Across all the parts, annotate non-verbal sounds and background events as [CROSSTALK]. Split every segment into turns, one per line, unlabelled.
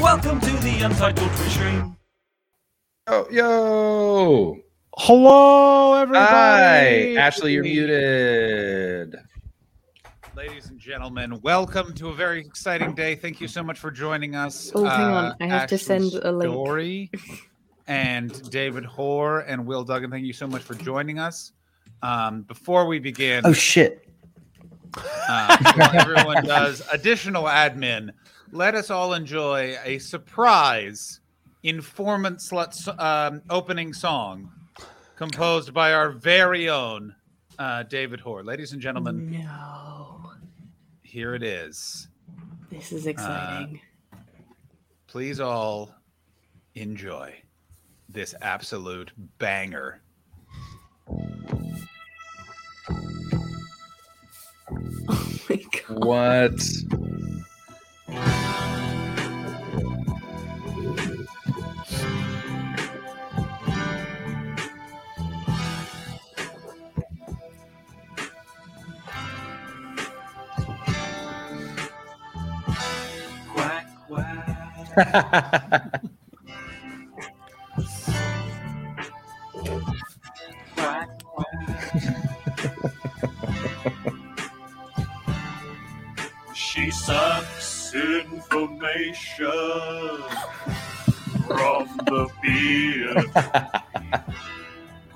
Welcome to the Untitled Twitch stream.
Oh, yo!
Hello, everybody.
Hi, Ashley, you're muted.
Ladies and gentlemen, welcome to a very exciting day. Thank you so much for joining us. uh,
Oh, hang on. I have to send a link. [LAUGHS]
Story and David Hoare and Will Duggan, thank you so much for joining us. Um, before we begin,
Oh shit!
uh, while everyone does additional admin, let us all enjoy a surprise informant slut um, opening song composed by our very own uh, David Hoare. Ladies and gentlemen,
No,
here it is.
this
Uh,
is exciting. [LAUGHS]
please all enjoy this absolute banger.
oh my god,
What?
Quack, quack. she sucks information from the beard.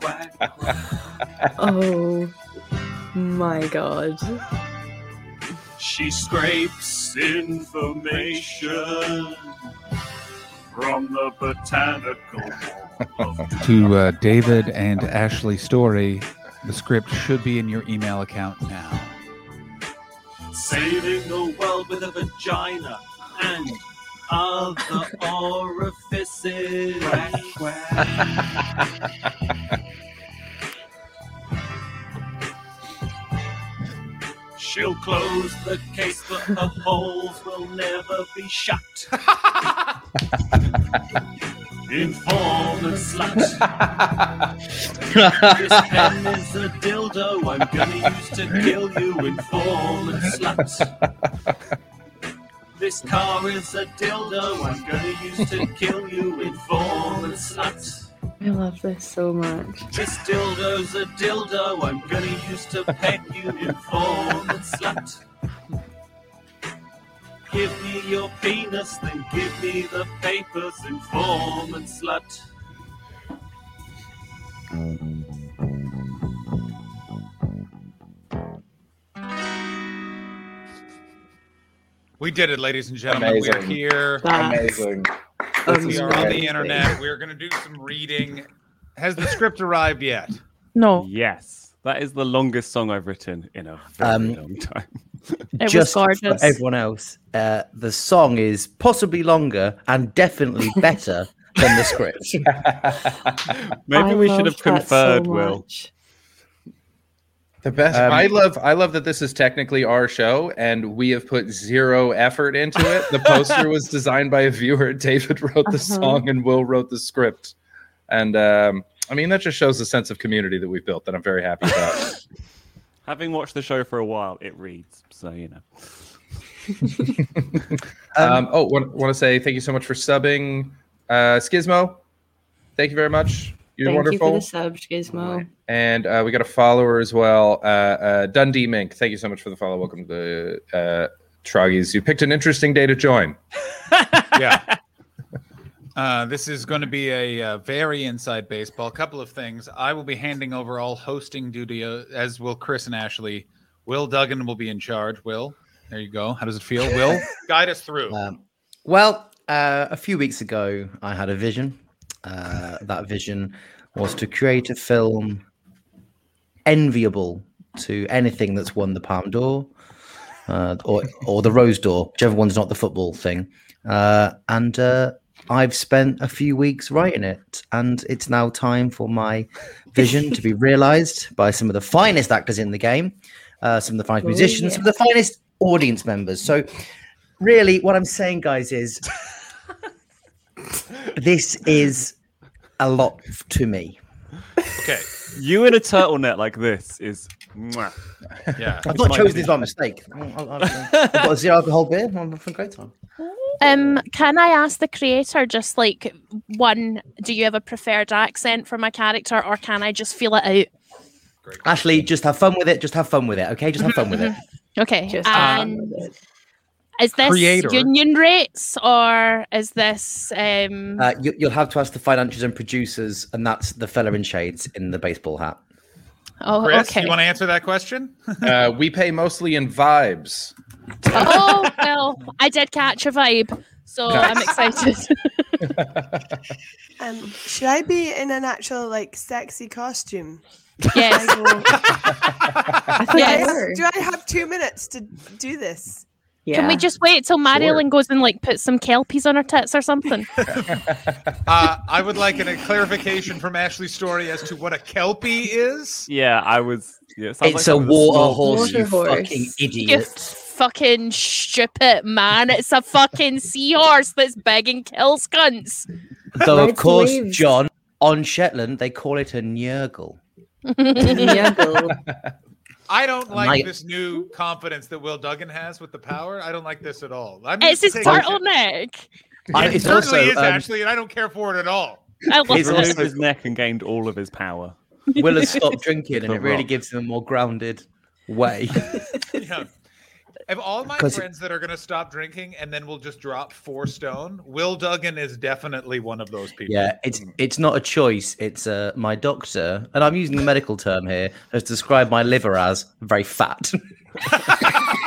Quack, quack.
oh my god,
She scrapes information from the botanical of
To uh, David and Ashley Story, the script should be in your email account now.
saving the world with a vagina and other orifices. She'll close the case, but the holes will never be shut. Informant slut. This pen is a dildo I'm gonna use to kill you, informant slut. This car is a dildo I'm gonna use to kill you, informant slut.
I love this so much.
This dildo's a dildo I'm gonna use to pet you, informant slut. Give me your penis, then give me the papers, informant slut.
We did it, ladies and gentlemen. We're
Amazing.
here.
That
Amazing.
We
is
are on
amazing.
the internet. We're going to do some reading. Has the script arrived yet?
Oh.
No,
Yes, that is the longest song I've written in a very
Um,
long time.
it
Just
was
for
gorgeous.
everyone else, uh, the song is possibly longer
[LAUGHS]
and definitely better than the script.
[LAUGHS] Maybe
I
we should have
love that
conferred,
so
Will.
much.
The best.
Um,
I love. I love that this is technically our show, and we have put zero effort into it. The poster was designed by a viewer. David wrote the
Uh-huh.
song, and Will wrote the script. And um, I mean, that just shows the sense of community that we've built. That I'm very happy about.
Having watched the show for a while, it reads. So, you know.
um, oh, want, want to say thank you so much for subbing, uh, Skizmo. Thank you very much. You're
Thank you
wonderful.
for the sub, Gizmo.
And uh, we got a follower as well, uh, uh, Dundee Mink. Thank you so much for the follow. Welcome to uh, Troggies. You picked an interesting day to join.
yeah. [LAUGHS] Uh, this is going to be a uh, very inside baseball. couple of things. I will be handing over all hosting duty, uh, as will Chris and Ashley. Will Duggan will be in charge. Will, there you go. How does it feel? Will, guide us through.
Um, well, uh, a few weeks ago, I had a vision. Uh, that vision was to create a film enviable to anything that's won the Palm d'Or uh, or or the Rose d'Or, whichever one's not the football thing. Uh, and uh, I've spent a few weeks writing it, and it's now time for my vision to be realized by some of the finest actors in the game, uh, some of the finest
Oh,
musicians, some of the finest audience members. So, really, what I'm saying, guys, is this is a lot f- to me.
Okay.
You in a turtleneck like this is. mwah.
Yeah.
I've
It's
not
my
chosen this by mistake. I- I- I- [LAUGHS] I've got a zero alcohol beer. I'm having a great time.
Um, can I ask the creator just like one? Do you have a preferred accent for my character, or can I just feel it out?
Ashley, just have fun with it. Just have fun with it. Okay, just have fun with [LAUGHS] it.
Okay.
Just
and is this
uh, creator.
union rates, or is this um?
Uh, you, you'll have to ask the financiers and producers, and that's the fella in shades in the baseball hat.
oh,
Chris,
okay.
you want to answer that question?
Uh, we pay mostly in vibes.
oh [LAUGHS] well, I did catch a vibe, so I'm excited.
[LAUGHS]
Um, should I be in an actual like sexy costume?
yes.
I go,
[LAUGHS] I thought
Yes.
"Yes,
you were.
do I have two minutes to do this?
Yeah.
Can we just wait till Marilyn goes and like puts some kelpies on her tits or something?
Uh, I would like an, a clarification from Ashley's story as to what a kelpie is.
Yeah, I was. Yeah, it sounds
it's
like
a
I was
water
small-
horse,
Water
you
horse.
fucking
you
idiot.
fucking stupid man! It's a fucking seahorse that's begging kill cunts.
Though, of
Rides
course,
waves.
John, on Shetland, they call it a nurgle.
[LAUGHS] yeah, go.
I don't like
Might-
this new confidence that Will Duggan has with the power. I don't like this at all. I'm
It's his
just taking-
turtleneck.
I-
It
it's
certainly
also,
is, [LAUGHS]
um,
Ashley, and I don't care for it at all. [LAUGHS]
I love
He
It's
it.
removed
also-
his neck and gained all of his power.
Will has stopped drinking, and
The
it really
rock.
gives him a more grounded [LAUGHS] way.
Yeah. Of all my
'Cause-
friends that are going to stop drinking and then will just drop four stone, Will Duggan is definitely one of those people.
Yeah, it's it's not a choice. It's uh, my doctor, and I'm using the medical term here, has described my liver as very fat. [LAUGHS]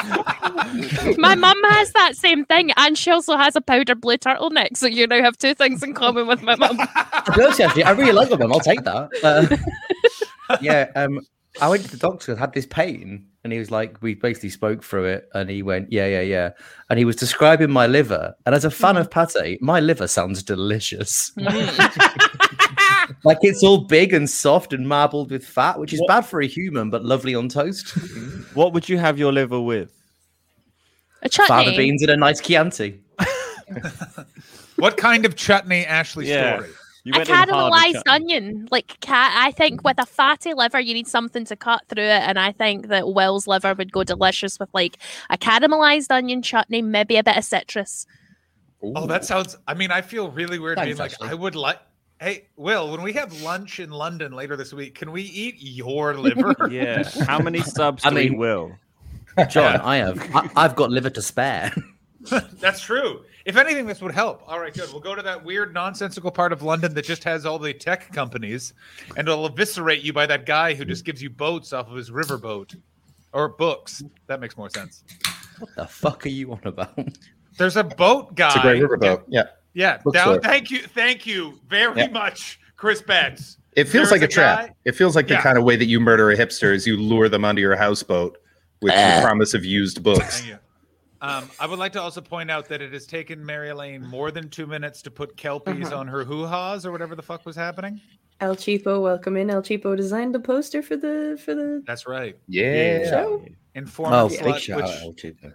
My mum has that same thing, and she also has a powder blue turtleneck. So you now have two things in common with my mum.
I'll be honest, actually, I really like them. I'll take that. Uh, yeah, um, [LAUGHS] I went to the doctor, had this pain, and he was like, we basically spoke through it, and he went, yeah, yeah, yeah, and he was describing my liver, and as a fan of pate, my liver sounds delicious. like it's all big and soft and marbled with fat, which is bad for a human, but lovely on toast.
What would you have your liver with?
A
Fava
chutney.
beans and a nice Chianti.
What kind of chutney, Ashley
Yeah.
story?
You
A
went in hard with
caramelized
chutney.
onion, like cat. I think with a fatty liver, you need something to cut through it, and I think that Will's liver would go delicious with like a caramelized onion chutney, maybe a bit of citrus.
Oh, that sounds. I mean, I feel really weird
Thanks,
being like,
Ashley.
I would like. Hey, Will, when we have lunch in London later this week, can we eat
[LAUGHS]
your liver?
Yeah. How many subs
I
do we
mean-
will?
John,
Yeah.
I have, I, I've got liver to spare. [LAUGHS]
That's true. If anything, this would help. All right, good. We'll go to that weird, nonsensical part of London that just has all the tech companies, and it'll eviscerate you by that guy who just gives you boats off of his riverboat or books. That makes more sense.
the fuck are you on about?
There's a boat guy.
It's a great riverboat. Yeah.
Yeah.
Bookstore.
Down, thank you. Thank you very
Yeah.
much, Chris Betts.
It feels
There's
like a,
a
trap.
guy-
It feels like
Yeah.
the kind of way that you murder a hipster is you lure them onto your houseboat with the promise of used books.
[LAUGHS] Thank you. Um, I would like to also point out that it has taken Mary Elaine more than two minutes to put kelpies
Uh-huh.
on her hoo-haws or whatever the fuck was happening.
El Cheapo, welcome in. El Cheapo designed the poster for the for the
That's right.
Yeah.
show.
Informed
Oh,
slut,
big shout
which-
out to them.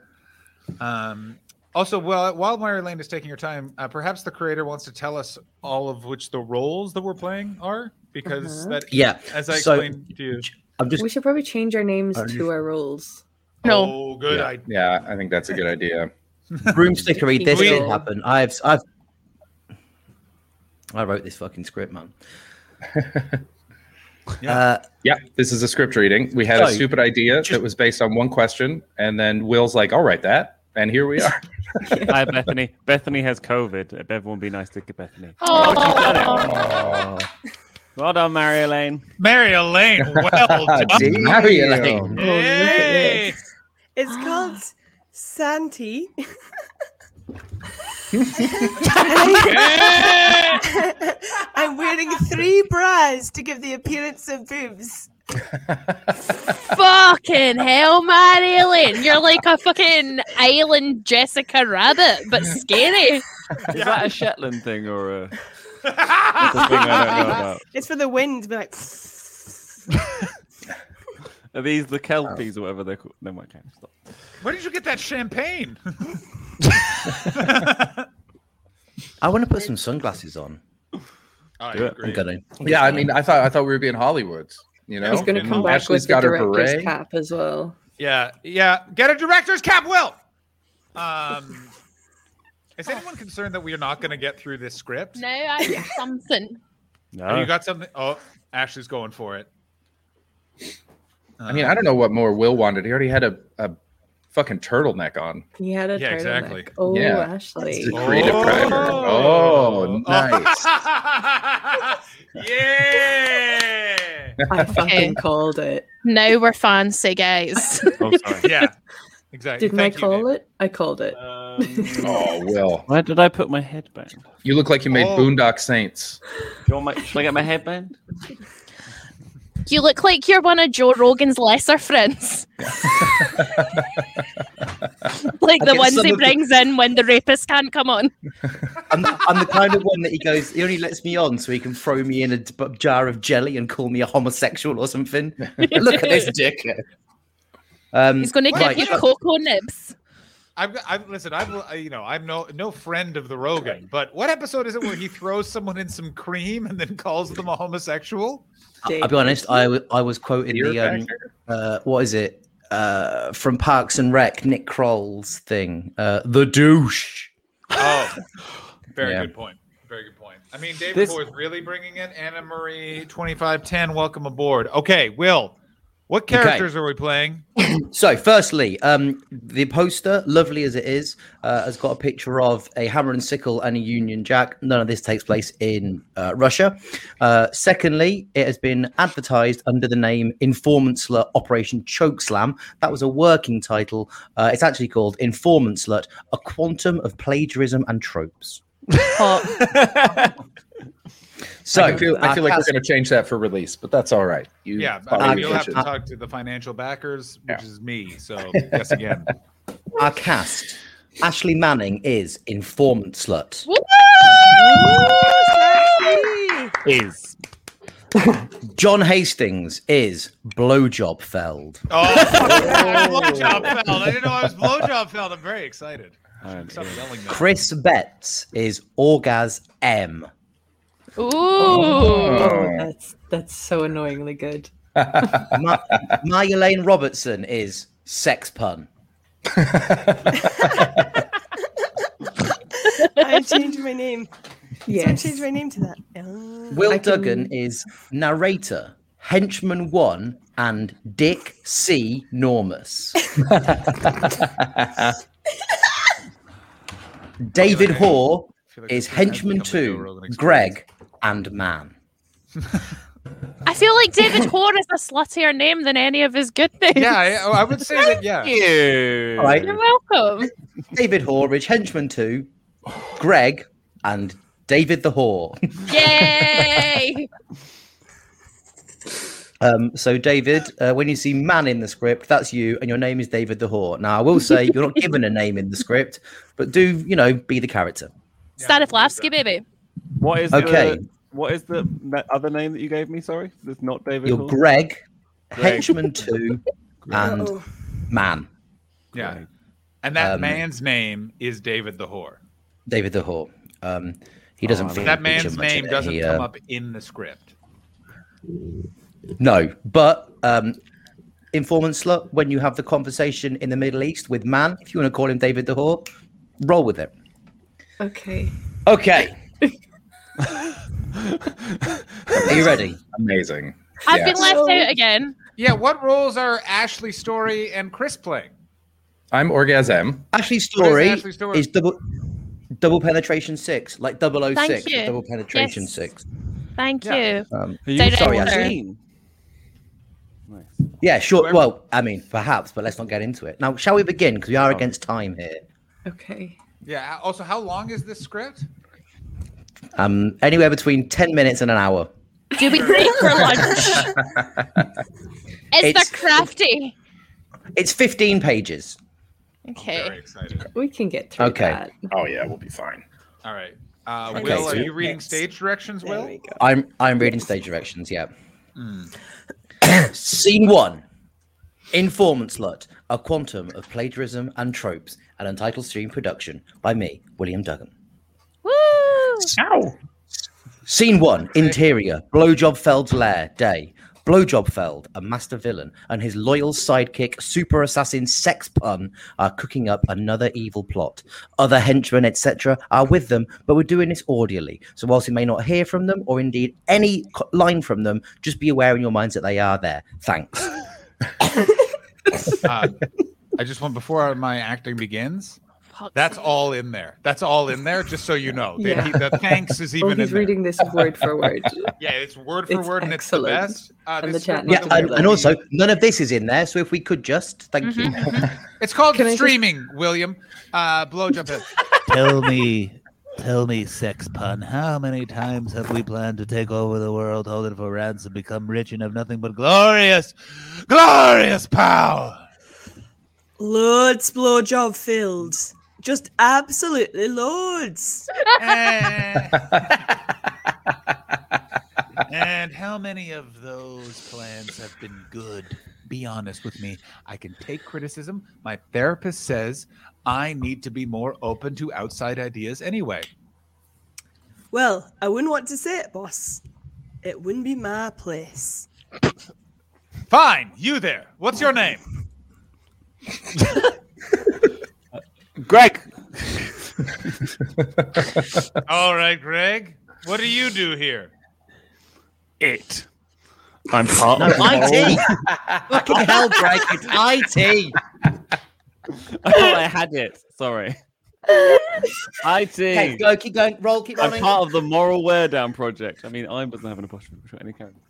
Um, also, well, while Mary Lane is taking your time, uh, perhaps the creator wants to tell us all of which the roles that we're playing are, because
Uh-huh.
that,
Yeah,
as I
So-
explained to you.
I'm just
We should probably change our names
Are you-
to our roles.
No,
Oh, good.
Yeah.
I,
Yeah, I think that's a good idea.
broomstickery. This
We-
did happen. I've, I've, I wrote this fucking script, man. [LAUGHS]
Yeah.
Uh,
Yeah, this is a script reading. We had a
So-
stupid idea that was based on one question, and then Will's like, "I'll write that," and here we are.
Hi, Bethany. Bethany has COVID. Everyone be nice to Bethany.
oh,
oh,
Well done, Mary Elaine.
Mary Elaine, well done.
damn.
Mario.
Oh, look at
Hey!
this.
It's called Santi. And I- I'm wearing three bras to give the appearance of boobs.
[LAUGHS] fucking hell, man, alien! You're like a fucking island Jessica Rabbit, but skinny.
Is that a Shetland thing or a? That's a thing I don't know about.
It's for the wind, be like.
Are these the kelpies or whatever they're called? No, I can't stop.
Where did you get that champagne? [LAUGHS]
I want to put some sunglasses on.
I
Do it. I'm gonna.
[LAUGHS] Yeah, I mean, I thought I thought we were being Hollywood. You know,
He's going to
And
come back
Ashley's
with
got
the
her
director's
beret.
cap as well.
Yeah, yeah. Get a director's cap, Will. Um, [LAUGHS] is anyone concerned that we are not going to get through this script?
[LAUGHS] No, I need something.
Have
Uh.
you got something? Oh, Ashley's going for it. Uh,
I mean, I don't know what more Will wanted. He already had a, a fucking turtleneck on.
He had a
Yeah,
turtleneck.
exactly.
Oh,
Yeah.
Ashley.
It's a creative driver. Oh, nice.
[LAUGHS] yeah.
[LAUGHS]
[LAUGHS]
I
Okay.
fucking called it.
Now we're fancy, guys.
Oh, sorry.
[LAUGHS] Yeah, exactly.
Didn't I
Thank you, Uh,
call
Nick.
it? I called it.
Oh, Will,
Where did I put my headband? Do
you look like you made
Oh.
Boondock Saints.
you want my? Should I get my headband?
You look like you're one of Joe Rogan's
[LAUGHS]
lesser friends. like
I
the
get
ones
some
he
of the-
brings in when the rapist can't come on.
I'm the, I'm the kind of one that he goes. He only lets me on so he can throw me in a d- jar of jelly and call me a homosexual or something. [LAUGHS] Look at this dick. Um,
He's going to
right,
give you
shut-
cocoa nibs.
I've, I've listen. I've I- you know I'm no no friend of the Rogan, but what episode is it where he throws someone in some cream and then calls them a homosexual?
I'll be honest. I wa- I was quoting
Fear
the um,
factor?
uh, what is it uh, from Parks and Rec? Nick Kroll's thing. Uh, the douche.
Oh, [LAUGHS] very
Yeah.
good point. Very good point. I mean, David
This-
Moore is really bringing in Anna Marie twenty five ten. Welcome aboard. Okay, Will, what
Okay.
characters are we playing?
So, firstly, um, the poster, lovely as it is, uh, has got a picture of a hammer and sickle and a Union Jack. None of this takes place in uh, Russia. Uh, secondly, it has been advertised under the name Informant Slut Operation Chokeslam. That was a working title. Uh, it's actually called Informant Slut: A Quantum of Plagiarism and Tropes. [LAUGHS] so,
I feel, I feel
our
like we're
cast-
going to change that for release, but that's all right. You
Yeah,
follow
I
I'll
mean,
your
you'll have to
vision.
uh,
talk to the financial backers, which
Yeah.
is me. So yes, again,
our cast. Ashley Manning is informant slut.
Is
John Hastings is blowjob felled.
Oh, blowjob felled. I didn't know I was blowjob felled. I'm very excited.
I'm
Stop yelling that.
Chris Betts is Orgaz M.
Ooh.
Oh, that's that's so annoyingly good.
Ma- Maya Lane Robertson is sex pun.
I changed my name. So I
Yes.
changed my name to that. Oh.
Will
I can-
Duggan is narrator, henchman one, and Dick C. Normus. David Hoare
I feel like this
is
has become
henchman
the Joe
two,
Rogan experience.
Greg, and man.
I feel like David Hoare is a sluttier name than any of his good names.
[LAUGHS] Yeah, I, oh, I would say that. Yeah,
you?
All right.
You're welcome.
David Hoare is henchman two, Greg, and David the Whore.
[LAUGHS]
Yay.
Um, so, David, uh, when you see man in the script, that's you, and your name is David the Whore. Now, I will say you're not given a name in the script, but do, you know, be the character.
Stanislavski, baby.
What is
Okay.
The, what is the na- other name that you gave me? Sorry, that's not David.
You're
Hall?
Greg,
Greg.
[LAUGHS]
Henchman 2, and
Uh-oh.
man,
yeah. And that
Um,
man's name is David the whore.
David the Whore. Um, he doesn't feature
Oh, That man's
much in
name
it.
doesn't
He,
come
uh,
up in the script.
No, but um, informant slut, when you have the conversation in the Middle East with man, if you want to call him David the Whore, roll with it.
Okay.
Okay. Are you ready?
Amazing.
I've
Yeah.
been left out again.
Yeah, what roles are Ashley Story and Chris playing?
I'm Orgasm.
Ashley's
What is
story
Ashley's story?
is double double penetration six, like 006,
Thank you.
double penetration
Yes.
six.
Thank
Yeah.
you.
Um,
Are you
David
sorry,
Hoare.
Ashley? Nice.
yeah, sure.
Whoever-
Well, I mean, perhaps, but let's not get into it. Now, shall we begin? Because we are
Oh.
against time here.
Okay.
Yeah. uh, Also, how long is this script?
Um, anywhere between ten minutes and an hour.
[LAUGHS]
Do we break for lunch? Is
It's-
there crafty?
It's 15 pages.
Okay.
We can get through
Okay.
that.
Oh yeah, we'll be fine.
All right. Uh,
Okay,
Will, are
so-
you reading stage directions, Will?
I'm I'm reading stage directions. Yeah. [CLEARS THROAT] Scene one: Informant slut, a quantum of plagiarism and tropes, an untitled stream production by me, William Duggan.
Woo!
Scene one: Interior, Blowjobfeld's lair, day. Blowjobfeld, a master villain, and his loyal sidekick, super assassin Sex Pun, are cooking up another evil plot. Other henchmen, etc., are with them, but we're doing this orderly. So, whilst you may not hear from them or indeed any co- line from them, just be aware in your minds that they are there. Thanks.
uh, I just want before my acting begins.
Fuck's
That's all in there. That's all in there. Just so you know, They-
Yeah.
the thanks is
Oh,
even in
he's
there.
reading this word for
[LAUGHS]
word.
Yeah, it's word for
It's
word, and
excellent.
it's the best. Uh,
And
this
the chat
is
needs
yeah,
one
to
of
and,
the-
and also none of this is in there. So, if we could just thank you. [LAUGHS]
it's called
Can I just-
streaming. William, uh, blowjob. Hill.
[LAUGHS] tell me, tell me, sex pun, how many times have we planned to take over the world, hold it for ransom, become rich, and have nothing but glorious, glorious power?
Loads blowjob fields. Just absolutely loads.
[LAUGHS] Eh. and how many of those plans have been good? Be honest with me. I can take criticism. My therapist says I need to be more open to outside ideas anyway.
Well, I wouldn't want to say it, boss. It wouldn't be my place.
Fine, you there. What's your name?
Greg,
All right, Greg. What do you do here?
it. I'm part
No,
of the
IT. Fucking hell, Drake. It's IT.
I thought I had it. Sorry. IT.
Okay, go, keep going. Roll, keep
I'm
rolling.
part of the Moral Wear Down project. I mean, I doesn't have an apostrophe between any character.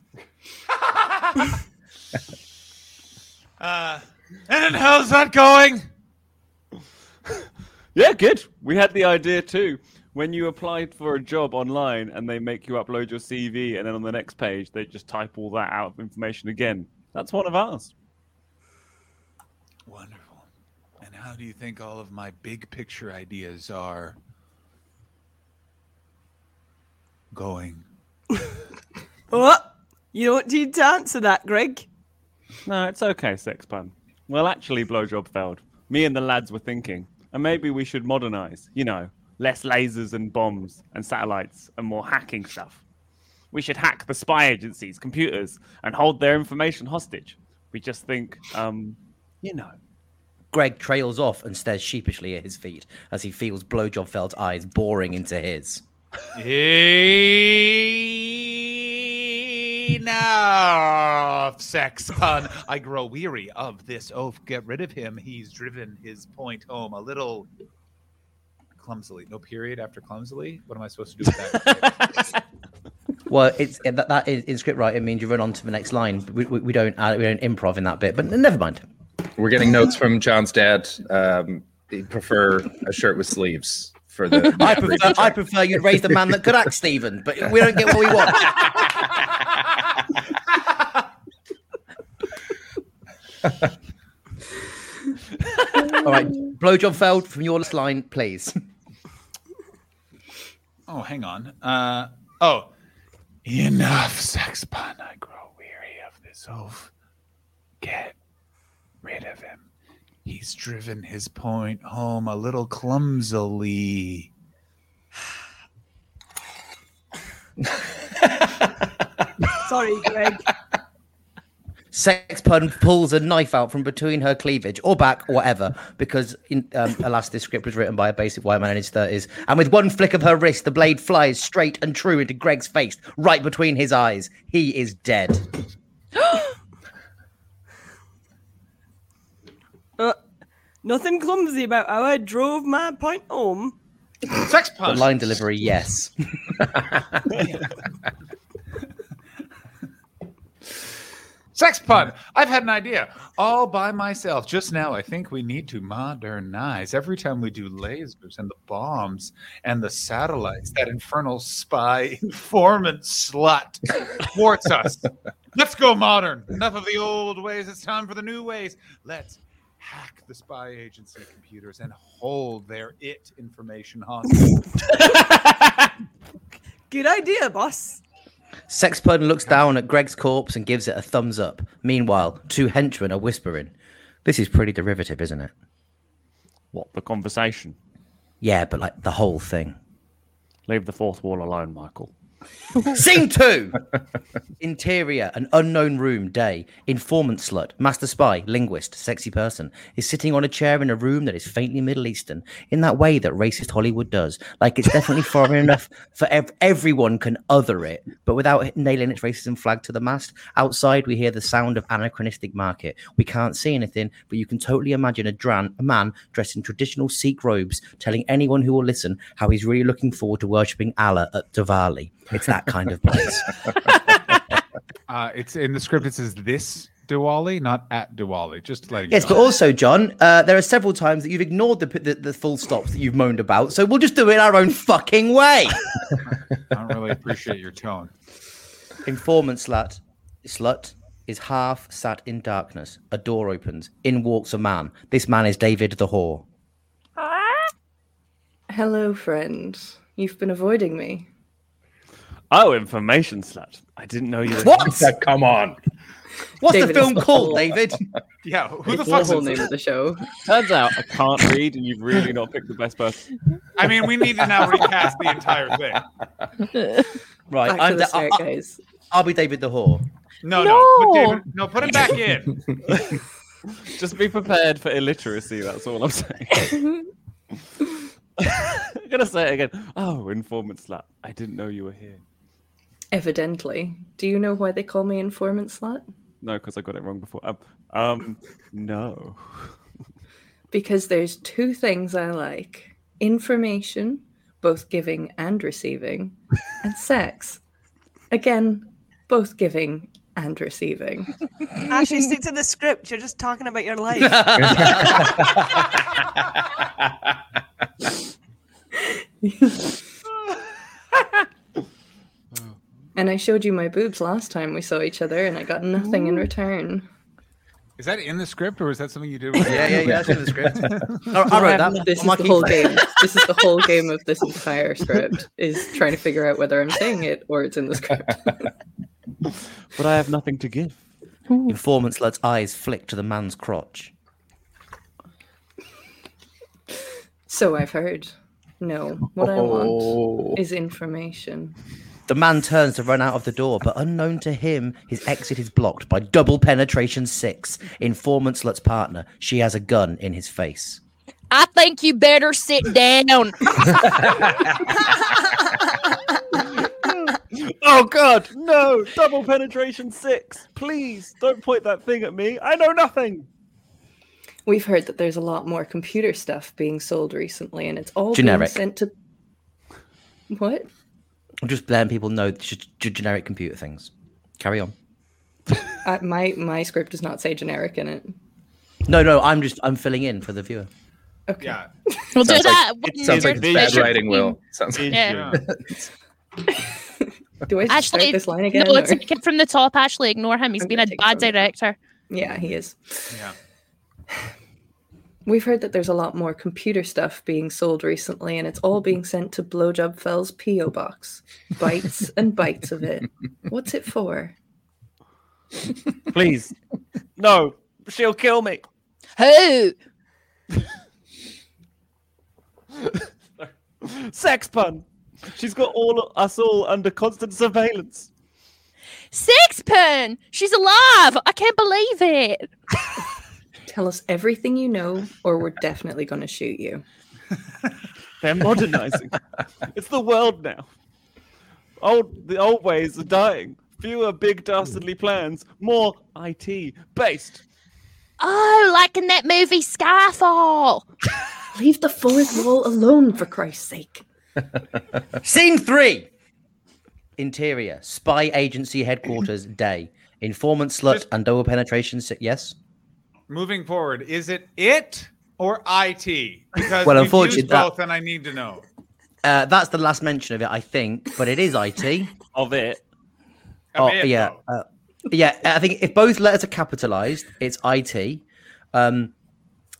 Uh, and how's that going?
Yeah, good. We had the idea too. When you applied for a job online and they make you upload your CV, and then on the next page they just type all that out of information again. That's one of ours.
Wonderful. And how do you think all of my big picture ideas are going?
What? You don't need to answer that, Greg.
No, it's okay, sex pun. Well, actually, blowjob failed. Me and the lads were thinking, and maybe we should modernize. You know, less lasers and bombs and satellites and more hacking stuff. We should hack the spy agencies' computers and hold their information hostage. We just think, um, you know,
Greg trails off and stares sheepishly at his feet as he feels Blowjobfeld's eyes boring into his.
Enough, sex pun. I grow weary of this oaf. Get rid of him. He's driven his point home a little clumsily. No period after clumsily. What am I supposed to do with that?
Well, it's that, that is, in script writing means you run on to the next line. We, we, we don't add, we don't improv in that bit, but never mind.
We're getting notes from John's dad. Um, he'd prefer a shirt with sleeves for the. [LAUGHS]
I prefer [LAUGHS] I prefer you'd raise the man that could act, Stephen, but we don't get what we want. [LAUGHS] All right, Blowjobfeld from your last line, please.
oh, hang on. Uh, oh, enough, sex pun. I grow weary of this oaf. Get rid of him. He's driven his point home a little clumsily.
Sorry, Greg.
Sex pun pulls a knife out from between her cleavage or back, whatever, because in, um, alas, this script was written by a basic white man in his 30s. And with one flick of her wrist, the blade flies straight and true into Greg's face, right between his eyes. He is dead.
Uh, nothing clumsy about how I drove my point home.
Sex
But
pun.
line delivery, yes.
Sex pun. I've had an idea all by myself just now. I think we need to modernize. Every time we do lasers and the bombs and the satellites, that infernal spy [LAUGHS] informant slut thwarts us. Let's go modern. Enough of the old ways. It's time for the new ways. Let's hack the spy agency computers and hold their it information hostage.
Good idea, boss.
Sexpun looks down at Greg's corpse and gives it a thumbs up. Meanwhile, two henchmen are whispering. This is pretty derivative, isn't it?
What, the conversation?
Yeah, but like the whole thing.
Leave the fourth wall alone, Michael.
Scene two. Interior, an unknown room, day. Informant slut, master spy, linguist, sexy person is sitting on a chair in a room that is faintly Middle Eastern in that way that racist Hollywood does. Like it's definitely foreign enough for ev- everyone can other it, but without it nailing its racism flag to the mast. Outside, we hear the sound of anachronistic market. We can't see anything, but you can totally imagine a, dran- a man dressed in traditional Sikh robes telling anyone who will listen how he's really looking forward to worshipping Allah at Diwali. It's that kind of place.
uh, it's in the script. It says this Diwali, not at Diwali. Just letting
yes,
you
but also, John, uh, there are several times that you've ignored the, the the full stops that you've moaned about. So we'll just do it our own
[LAUGHS]
fucking way.
I don't really appreciate your tone.
Informant slut, slut is half sat in darkness. A door opens. In walks a man. This man is David the whore.
Hello, friend. You've been avoiding me.
Oh, information slut. I didn't know you.
What?
Come on.
What's
David
the
is
film
the
called,
whore.
David?
[LAUGHS]
Yeah, who the
It's
fuck's
the whole
this?
name of the show?
Turns out I can't read, and you've really not picked the best person.
[LAUGHS] I mean, we need to now recast the entire thing.
Right,
Back to
I'm
the
Da- I-
start,
I-
guys.
I'll be David the whore.
No, no, put
No.
David, no, put him back in.
Just be prepared for illiteracy. That's all I'm saying. I'm gonna say it again. Oh, informant slut. I didn't know you were here.
Evidently. Do you know why they call me informant slut?
No, because I got it wrong before. Um, um no.
Because there's two things I like information, both giving and receiving, and sex. Again, both giving and receiving.
Actually, stick to the script. You're just talking about your
[LAUGHS]
life.
[LAUGHS] And I showed you my boobs last time we saw each other, and I got nothing in
Ooh.
return.
[LAUGHS] Is that in the script or is that something you did?
Yeah, yeah, yeah, that's in
[LAUGHS]
the script. I- I
What
wrote
happened-
that.
This
I'm
is
like,
the whole game. This is the whole game of this entire script is trying to figure out whether I'm saying it or it's in the script.
But I have nothing to give.
Informant slut's eyes flick to the man's crotch.
So I've heard. No, what I want is information.
The man turns to run out of the door, but unknown to him, his exit is blocked by double penetration six. Informant slut's partner. She has a gun in his face.
I think you better sit
[LAUGHS]
down.
Oh God, no! Double penetration six. Please don't point that thing at me. I know nothing.
We've heard that there's a lot more computer stuff being sold recently, and it's all
Generic.
being sent to. What?
I'm just letting people know just generic computer things. Carry on.
I, my my script does not say generic in it.
No, no, I'm just I'm filling in for the viewer.
Okay.
Yeah.
We'll
Sounds
do
like-
that. when
it sounds
you're
like it's bad
finishing.
writing, Will. Sounds like
Yeah.
Do I just
Actually,
start this line again?
no,
or-
take it from the top. Actually, ignore him. He's
I'm
been
gonna
a
take it
bad
from the top.
director.
Yeah, he is.
Yeah.
We've heard that there's a lot more computer stuff being sold recently, and it's all being sent to Blowjob Fell's P.O. box. Bites and bites of it. What's it for?
Please. No, she'll kill me.
Who?
Sex pun. She's got all us all under constant surveillance.
Sixpence. She's alive. I can't believe it.
Tell us everything you know, or we're definitely going to shoot you.
[LAUGHS]
They're modernizing. it's the world now. Old the old ways are dying. Fewer big dastardly plans, more IT based.
Oh, like in that movie Skyfall.
Leave the fourth wall alone, for Christ's sake.
Scene three. Interior. Spy agency headquarters [CLEARS THROAT] day. Informant slut and double penetration. si- Yes.
Moving forward, is it it or it? Because
Well,
well,
unfortunately,
unfortunately,
that-
both, and I need to know.
Uh, that's the last mention of it, I think. But it is it
of it.
Oh
it,
yeah, uh, yeah. I think if both letters are capitalized, it's it. Um,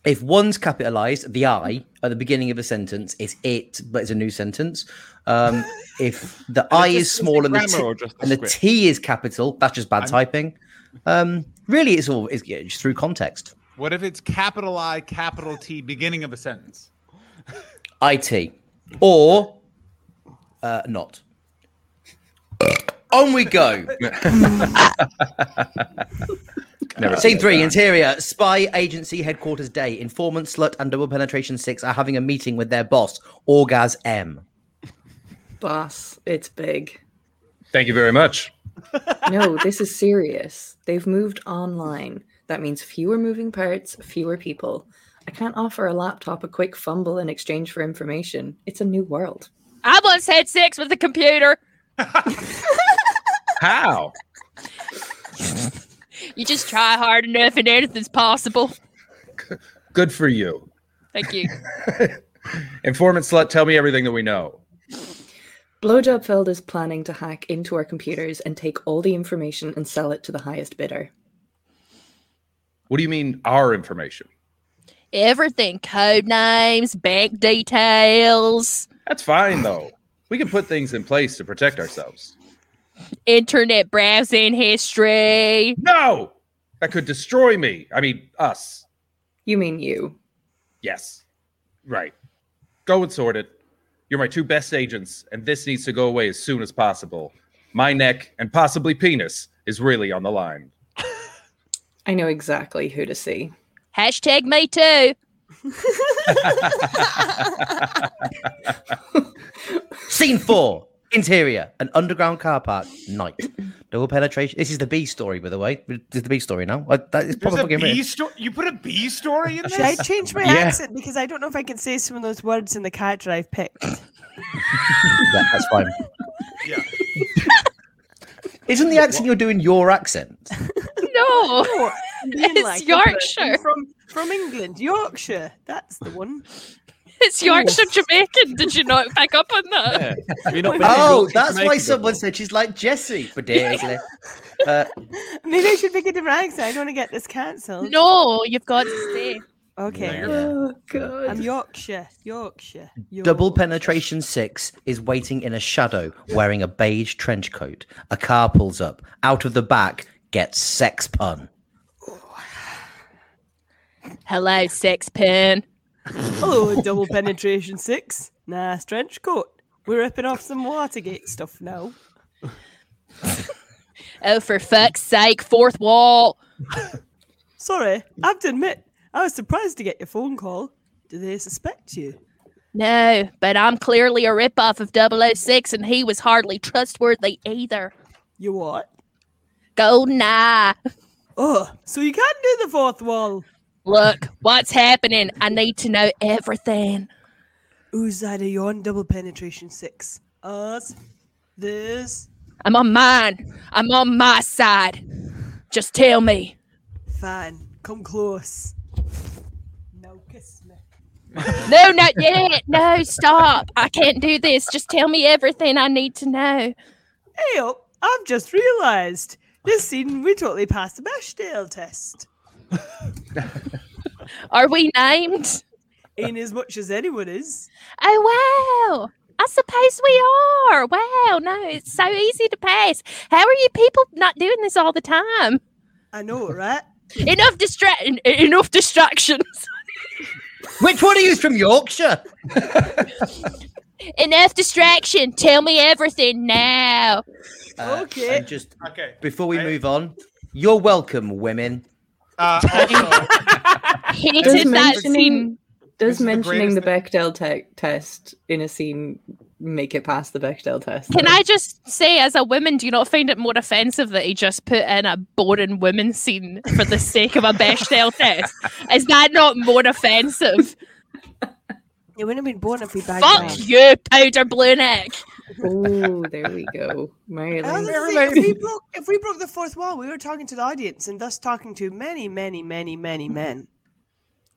if one's capitalized, the i at the beginning of a sentence, it's it, but it's a new sentence. Um, if
[LAUGHS]
the i
just-
is
is it
small and the,
grammar or
t-
just the
and the
script?
t is capital, that's just bad
I'm-
typing. Um, really, it's all it's, yeah, just through context.
What if it's capital I, capital T, beginning of a sentence?
It or uh, not. On we go.
Never
Scene
said
three,
that.
interior. Spy agency headquarters day. Informant slut and double penetration six are having a meeting with their boss, Orgaz M.
Boss, it's big.
Thank you very much.
No, this is serious. They've moved online. That means fewer moving parts, fewer people. I can't offer a laptop a quick fumble in exchange for information. It's a new world.
I once had sex with a computer.
How?
You just try hard enough and anything's possible.
Good for you.
[LAUGHS]
Thank you.
Informant slut, tell me everything that we know.
Blowjobfeld is planning to hack into our computers and take all the information and sell it to the highest bidder.
What do you mean our information?
Everything code names, bank details,
That's fine though. We can put things in place to protect ourselves.
internet browsing history.
No! That could destroy me. I mean, us.
You mean you?
Yes. Right. Go and sort it. You're my two best agents, and this needs to go away as soon as possible. My neck and possibly penis is really on the line.
I know exactly who to see.
Hashtag me too.
Scene four, interior. An underground car park. Night. Double penetration. This is the B story, by the way. This is the B story now. I, that is
There's
probably
a
fucking
B
written.
story. You put a B story in
[LAUGHS]
this?
Should I change my
Yeah.
accent because I don't know if I can say some of those words in the character I've picked.
Yeah, that's fine.
Yeah.
Isn't the accent you're doing your accent?
[LAUGHS] No.
[LAUGHS]
No, being
It's
like a Brit,
Yorkshire.
I'm from from England, Yorkshire. That's the one.
It's Yorkshire Jamaican. Did you not pick up on that?
Yeah. You're not been
Oh,
able to
that's
make
why
it
someone
before.
said she's like [LAUGHS] Jessie. Ridiculous. uh,
Maybe I should pick a different accent. I don't want to get this cancelled.
No, you've got to stay.
Okay.
Oh, God.
I'm Yorkshire, Yorkshire.
Double
Yorkshire.
penetration six is waiting in a shadow wearing a beige trench coat. A car pulls up. Out of the back gets sex pun.
Hello, sex pen.
Hello, Oh, double penetration six. Nice trench coat. We're ripping off some Watergate stuff now.
Oh, for fuck's sake, fourth wall.
Sorry, I have to admit, I was surprised to get your phone call. Do they suspect you?
No, but I'm clearly a ripoff of 006, and he was hardly trustworthy either.
You what?
Golden eye.
Oh, so you can do the fourth wall.
Look, what's happening? I need to know everything.
Who's that of yon double penetration six? Us, this,
I'm on mine. I'm on my side. Just tell me.
fine. Come close. Now kiss me.
No, not yet. No, stop. I can't do this. Just tell me everything I need to know.
Hey up, I've just realised this scene we totally passed the Bechdel test.
Are we named?
In as much as anyone is.
Oh, wow. I suppose we are. Wow. No, it's so easy to pass. How are you people not doing this all the time?
I
[LAUGHS]
know, right?
Enough distraction. Enough distractions. [LAUGHS]
Which one of you is from [LAUGHS] Yorkshire?
Enough distraction. Tell me everything now.
Uh,
Okay.
and just
Okay.
before we move on, you're welcome, women.
Uh, also,
Hated that scene.
This
does
is the
mentioning
greatest
the,
thing-
Bechdel te- test in a scene make it past the Bechdel test?
Can
though?
I just say, as a woman, do you not find it more offensive that he just put in a boring women scene for the sake of a Bechdel test? Is that not more offensive?
You wouldn't have been born if we bagged
Fuck you, powder blue neck.
Oh, there we go.
I was
Marilyn.
gonna say, if,
[LAUGHS]
we broke, if we broke the fourth wall, we were talking to the audience and thus talking to many, many, many, many men.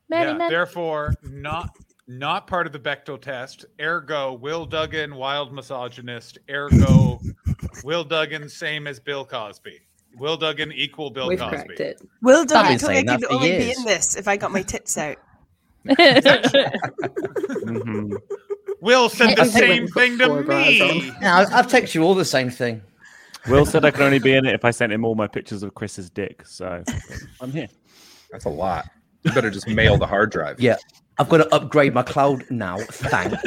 yeah, Therefore, not not part of the Bechtel test. Ergo, Will Duggan, wild misogynist. Ergo, Will Duggan, same as Bill Cosby. Will Duggan equal Bill Cosby.
Will
I've
Duggan
been
told me I
saying that
could
for
only be
years.
in this if I got my tits out.
[LAUGHS]
Mm-hmm.
[LAUGHS] Will said
[LAUGHS]
the
I think we
same
put
thing to
four bras on.
me.
Yeah, I- I've texted you all the same thing.
Will said I could only be in it if I sent him all my pictures of Chris's dick. So [LAUGHS] I'm here.
That's a lot. You better just mail the hard drive.
Yeah. I've got to upgrade my cloud now. Thanks.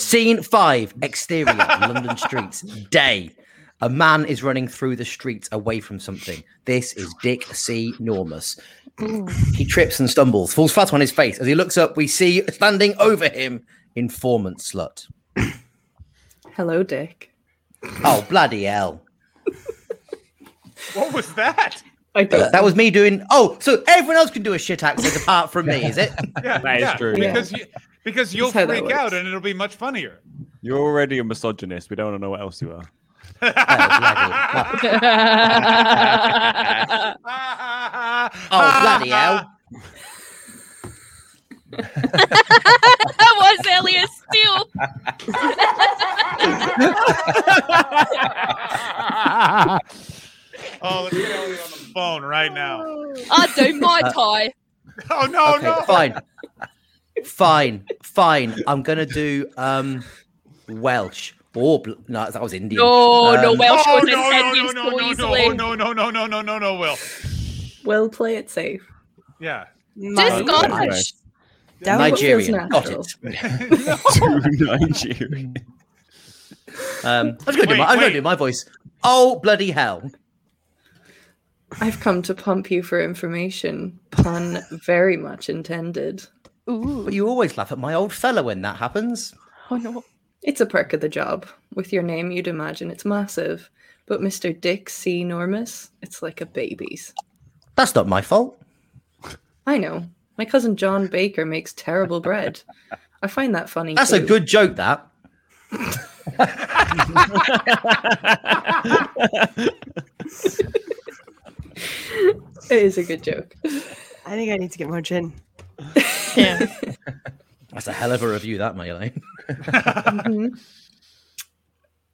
Scene five, exterior, London streets, day. A man is running through the streets away from something. This is Dick C. Normus. He trips and stumbles, falls flat on his face. As he looks up, we see standing over him, informant slut.
Hello, Dick.
Oh, bloody hell.
What was that?
I don't.
That was me doing. Oh, so everyone else can do a shit accent apart from me,
[LAUGHS]
is it?
Yeah,
That is
yeah,
true.
Because you, because you'll
That's how that
freak
works.
out and it'll be much funnier.
You're already a misogynist. We don't want to know what else you are.
Oh,
[LAUGHS]
bloody hell.
that was Elliot Steele.
Oh, let's get Ellie on the phone right now.
I do my tie.
Oh no,
okay,
no.
fine, fine, fine. I'm gonna do um Welsh. Oh, bl- no, that was Indian.
No, no
Um,
Welsh
Oh,
was
no, no, no,
intended
no, no,
so
no,
easily.
no, no, no, no, no, no, no, no, Will.
Well, play it safe.
Yeah.
Do Scottish.
Nice.
Down
Oh,
what feels
Nigerian. Got
natural.
it.
[LAUGHS]
To Nigeria.
Um, I was gonna do
Wait,
my. I was
wait.
gonna do my voice. Oh bloody hell!
I've come to pump you for information. Pun very much intended.
But you always laugh at my old fella when that happens.
Oh no. It's a perk of the job. With your name, you'd imagine it's massive. But Mr. Dick C. Normus, it's like a baby's.
That's not my fault.
I know. My cousin John Baker makes terrible bread. I find that funny.
That's a
too.
good joke. That.
It is a good joke.
I think I need to get more gin.
That's a hell of a review. That, my Elaine.
Mhm.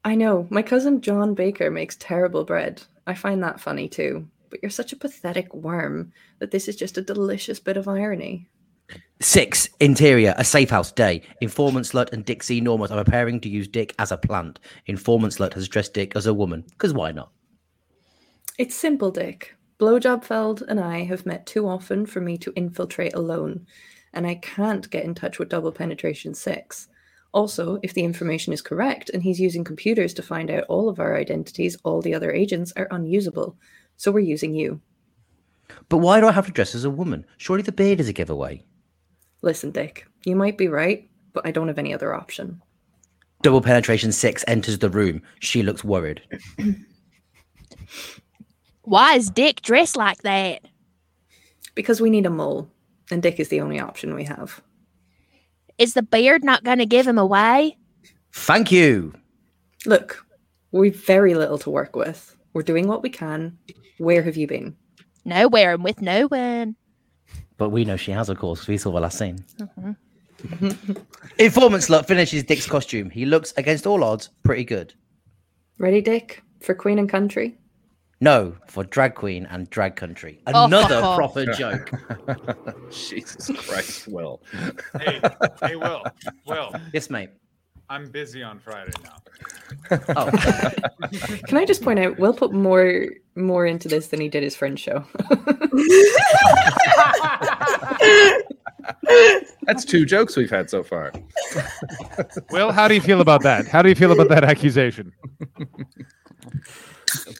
I know. My cousin John Baker makes terrible bread. I find that funny too. But you're such a pathetic worm that this is just a delicious bit of irony.
[LAUGHS] Six, interior, a safe house day. Informant slut and Dixie Normus are preparing to use Dick as a plant. Informant slut has dressed Dick as a woman, because why not?
It's simple, Dick. Blowjobfeld and I have met too often for me to infiltrate alone, and I can't get in touch with Double Penetration 6. Also, if the information is correct and he's using computers to find out all of our identities, all the other agents are unusable. So we're using you.
But why do I have to dress as a woman? Surely the beard is a giveaway.
Listen, Dick, you might be right, but I don't have any other option.
Double penetration six enters the room. She looks worried.
Why is Dick dressed like that?
Because we need a mole, and Dick is the only option we have.
Is the beard not going to give him away?
Thank you.
Look, we've very little to work with. We're doing what we can. Where have you been?
Nowhere and with no one.
But we know she has, of course. 'cause We saw the last scene. Informant slut finishes Dick's costume. He looks, against all odds, pretty good.
Ready, Dick, for Queen and Country?
No, for drag queen and drag country. Another
Oh.
proper joke.
Jesus Christ, Will.
Hey, hey, Will. Will,
Yes, mate.
I'm busy on Friday now.
Oh. [LAUGHS]
Can I just point out, Will put more more into this than he did his friend show.
That's two jokes we've had so far.
Will, how do you feel about that? How do you feel about that accusation?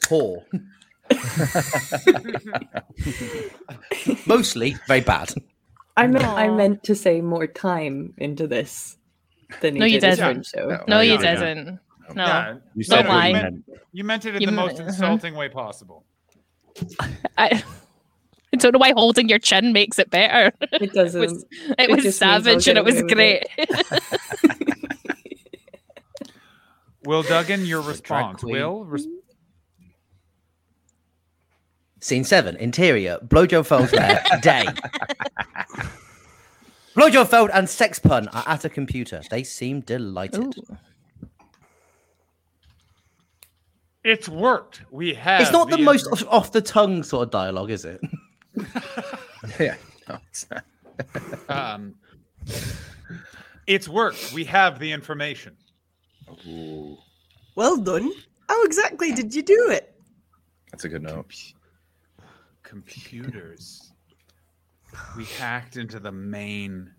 poor. Mostly very bad.
I meant I
Aw.
meant to say more time into this than he
No,
did
you
didn't.
his friend show.
No,
no,
you
no.
doesn't. No.
Yeah,
Don't
You said what
lie.
you meant.
you meant it in
You
the
m-
most
uh-huh.
insulting way possible.
I, I don't know why holding your chin makes it better. [LAUGHS]
It doesn't.
It was,
It
it was
just means I'll
savage
get
[LAUGHS] and it
away
was
with
great.
it.
Will Duggan, your
drag
response.
queen.
Will, res-
Scene seven, interior, Blowjob there. day. Blowjob Feld and Sex Pun are at a computer. They seem delighted.
it's worked. We have.
it's not the, most off- off the tongue sort of dialogue, is it?
yeah.
[LAUGHS]
um, it's worked. We have the information.
Well done. How exactly did you do it?
That's a good note.
Computers. We hacked into the main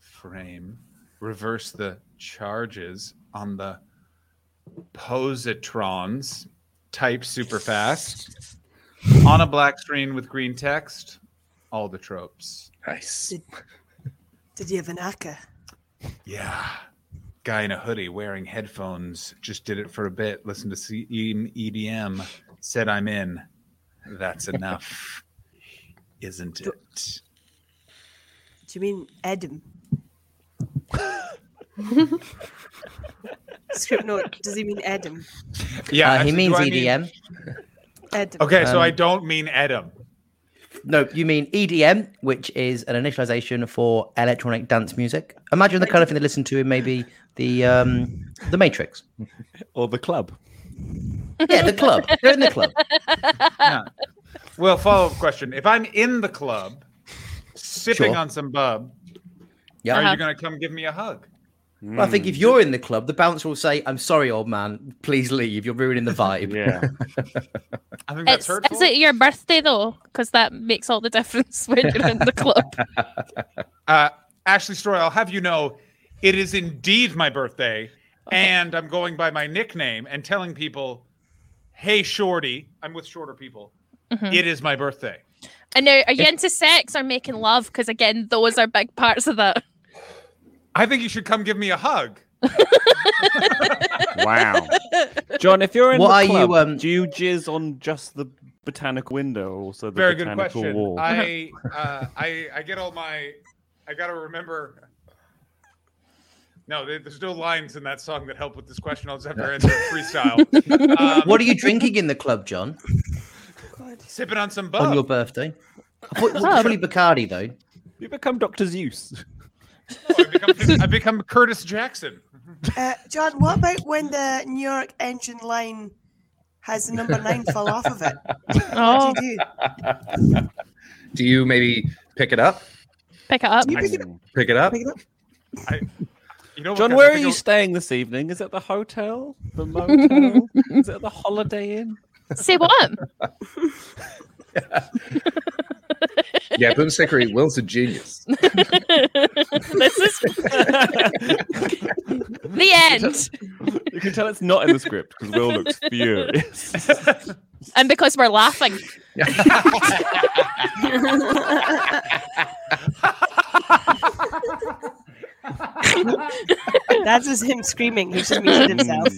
frame, reversed the charges on the positrons, type super fast, on a black screen with green text, all the tropes.
Nice.
Did you have an hacker?
Yeah. Guy in a hoodie wearing headphones just did it for a bit, listened to C- E- EDM, said, I'm in. That's enough. Isn't it?
Do you mean
[LAUGHS]
Adam? Script note. Does he mean Adam?
Yeah,
Uh, he
actually,
means
do I mean-
EDM.
Adam.
Okay, so I
Um,
don't mean Adam.
No, you mean EDM, which is an initialization for electronic dance music. Imagine the kind of thing they listen to in maybe the um, the Matrix.
Or the club.
Yeah, the club. They're in the club. [LAUGHS]
Well, follow up question. If I'm in the club, sipping
Sure.
on some bub,
Yeah.
are
Uh-huh.
you going to come give me a hug?
Well, I think if you're in the club, the bouncer will say, "I'm sorry, old man. Please leave. You're ruining the vibe."
Yeah.
I think that's
It's,
hurtful.
is it your birthday though? Because that makes all the difference [LAUGHS] when you're in the club.
Uh, Ashley Story, I'll have you know, it is indeed my birthday, and I'm going by my nickname and telling people, "Hey, Shorty," I'm with shorter people.
Mhm.
"It is my birthday.
And now, are you into sex or making love? Because again, those are big parts of that.
I think you should come give me a hug."
[LAUGHS]
Wow. John, if you're in
What
the
are you,
club,
um,
do you jizz on just the botanical window or also the
Very good
botanical
question.
wall? [LAUGHS]
I, uh, I I get all my. I gotta remember. No, there- there's no lines in that song that help with this question. I'll just have to answer it
[LAUGHS]
freestyle. Um,
What are you drinking in the club, [LAUGHS] John,
sipping on some
on
bub?
your birthday? I thought-
Club.
Surely Bacardi though.
You become
[LAUGHS]
Dr. Zeus.
I become,
[LAUGHS]
I become Curtis Jackson.
[LAUGHS] Uh, John, what about when the New York engine line has the number [LAUGHS] nine fall off of it?
[LAUGHS] Oh,
What do you do?
Do you maybe pick it up?
pick it up.
Do you pick it up?
Pick it up?
Pick it up?
You know, what,
John,
guys, I
where are
think
you
I'll-
staying this evening? Is it the hotel? The motel? Is it the Holiday Inn?
[LAUGHS] Say what?
Yeah, Boomstickery, Will's a genius.
this is [LAUGHS] the end.
You can tell it's not in the script because Will looks furious.
And because we're [LAUGHS] laughing.
That's just him screaming. He just muted himself.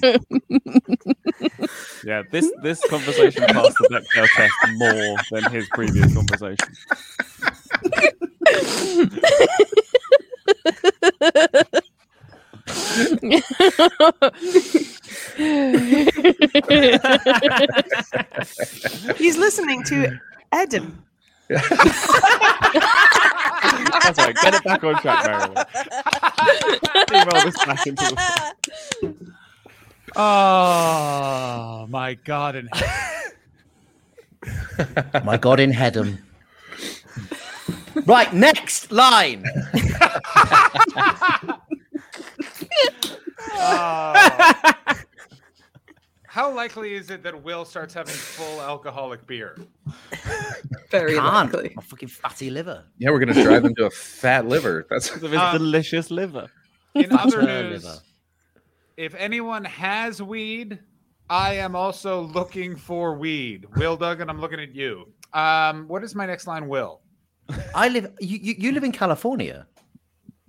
yeah, this this conversation passed the Bechdel test more than his previous conversation.
He's listening to Adam.
That's right. Get it back on track, Marilyn. Email this back into the. Ah,
Oh my God! And
My God in Headham. right, next line.
[LAUGHS] Oh.
[LAUGHS]
how likely is it that Will starts having full alcoholic beer?
Very
Can't.
likely.
My fucking fatty liver.
Yeah, we're gonna drive him to a fat liver. That's
Of his
Um,
delicious [LAUGHS] liver.
In other
Fatter
news,
liver.
if anyone has weed, I am also looking for weed. Will Duggan, I'm looking at you. Um, what is my next line, Will?
I live. You, you, you live in California.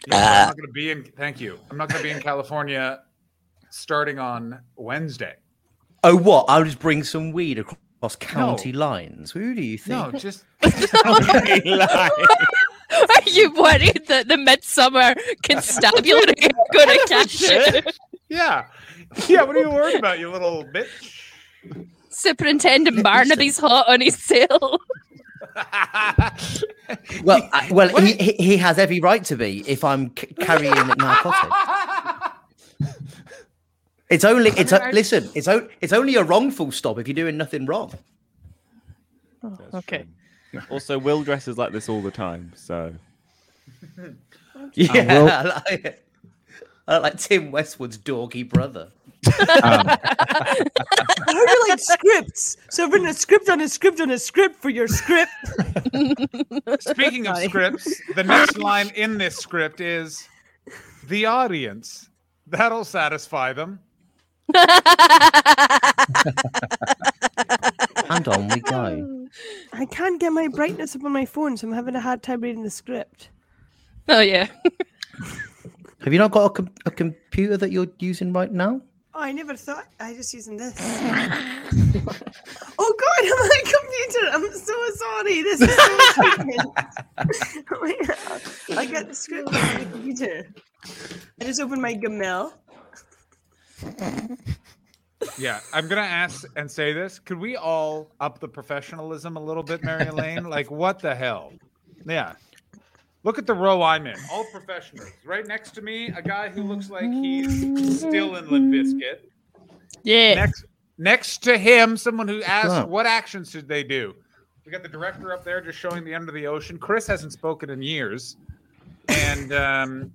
Yeah, I'm not gonna be in. Thank you. I'm not gonna be in California starting on Wednesday.
Oh, what? I'll just bring some weed across county lines. Who do you think?
No, just
Are you worried that the midsummer constabulary are going to catch you?
Yeah. Yeah, what are you worried about, you little bitch?
Superintendent Barnaby's hot on his tail.
Well, [LAUGHS] I, well, he, he he has every right to be if I'm c- [LAUGHS] carrying narcotics. It's only it's o- listen. It's o- it's only a wrongful stop if you're doing nothing wrong.
okay.
also, Will dresses like this all the time, [LAUGHS] so.
Yeah,
Will-
I, like it. I like Tim Westwood's doggy brother.
I really like scripts. So I've written a script on a script on a script for your script.
Speaking of scripts, the next line in this script is the audience. That'll satisfy them.
And on we go.
I can't get my brightness up on my phone, so I'm having a hard time reading the
[LAUGHS]
script. [LAUGHS]
Oh yeah.
Have you not got a, com- a computer that you're using right now?
Oh, I never thought. I was just using this. oh God, my computer. I'm so sorry. This is so inconvenient. oh my God. [LAUGHS] I got the script on my computer. I just opened my Gmail.
Yeah, I'm gonna ask and say this. Could we all up the professionalism a little bit, Mary Elaine? Like, what the hell? Yeah. Look at the row I'm in. All professionals. Right next to me, a guy who looks like he's still in Limp Bizkit.
Yeah.
Next, next to him, someone who asked,
Wow.
"What actions should they do?" We got the director up there just showing the end of the ocean. Chris hasn't spoken in years, and um,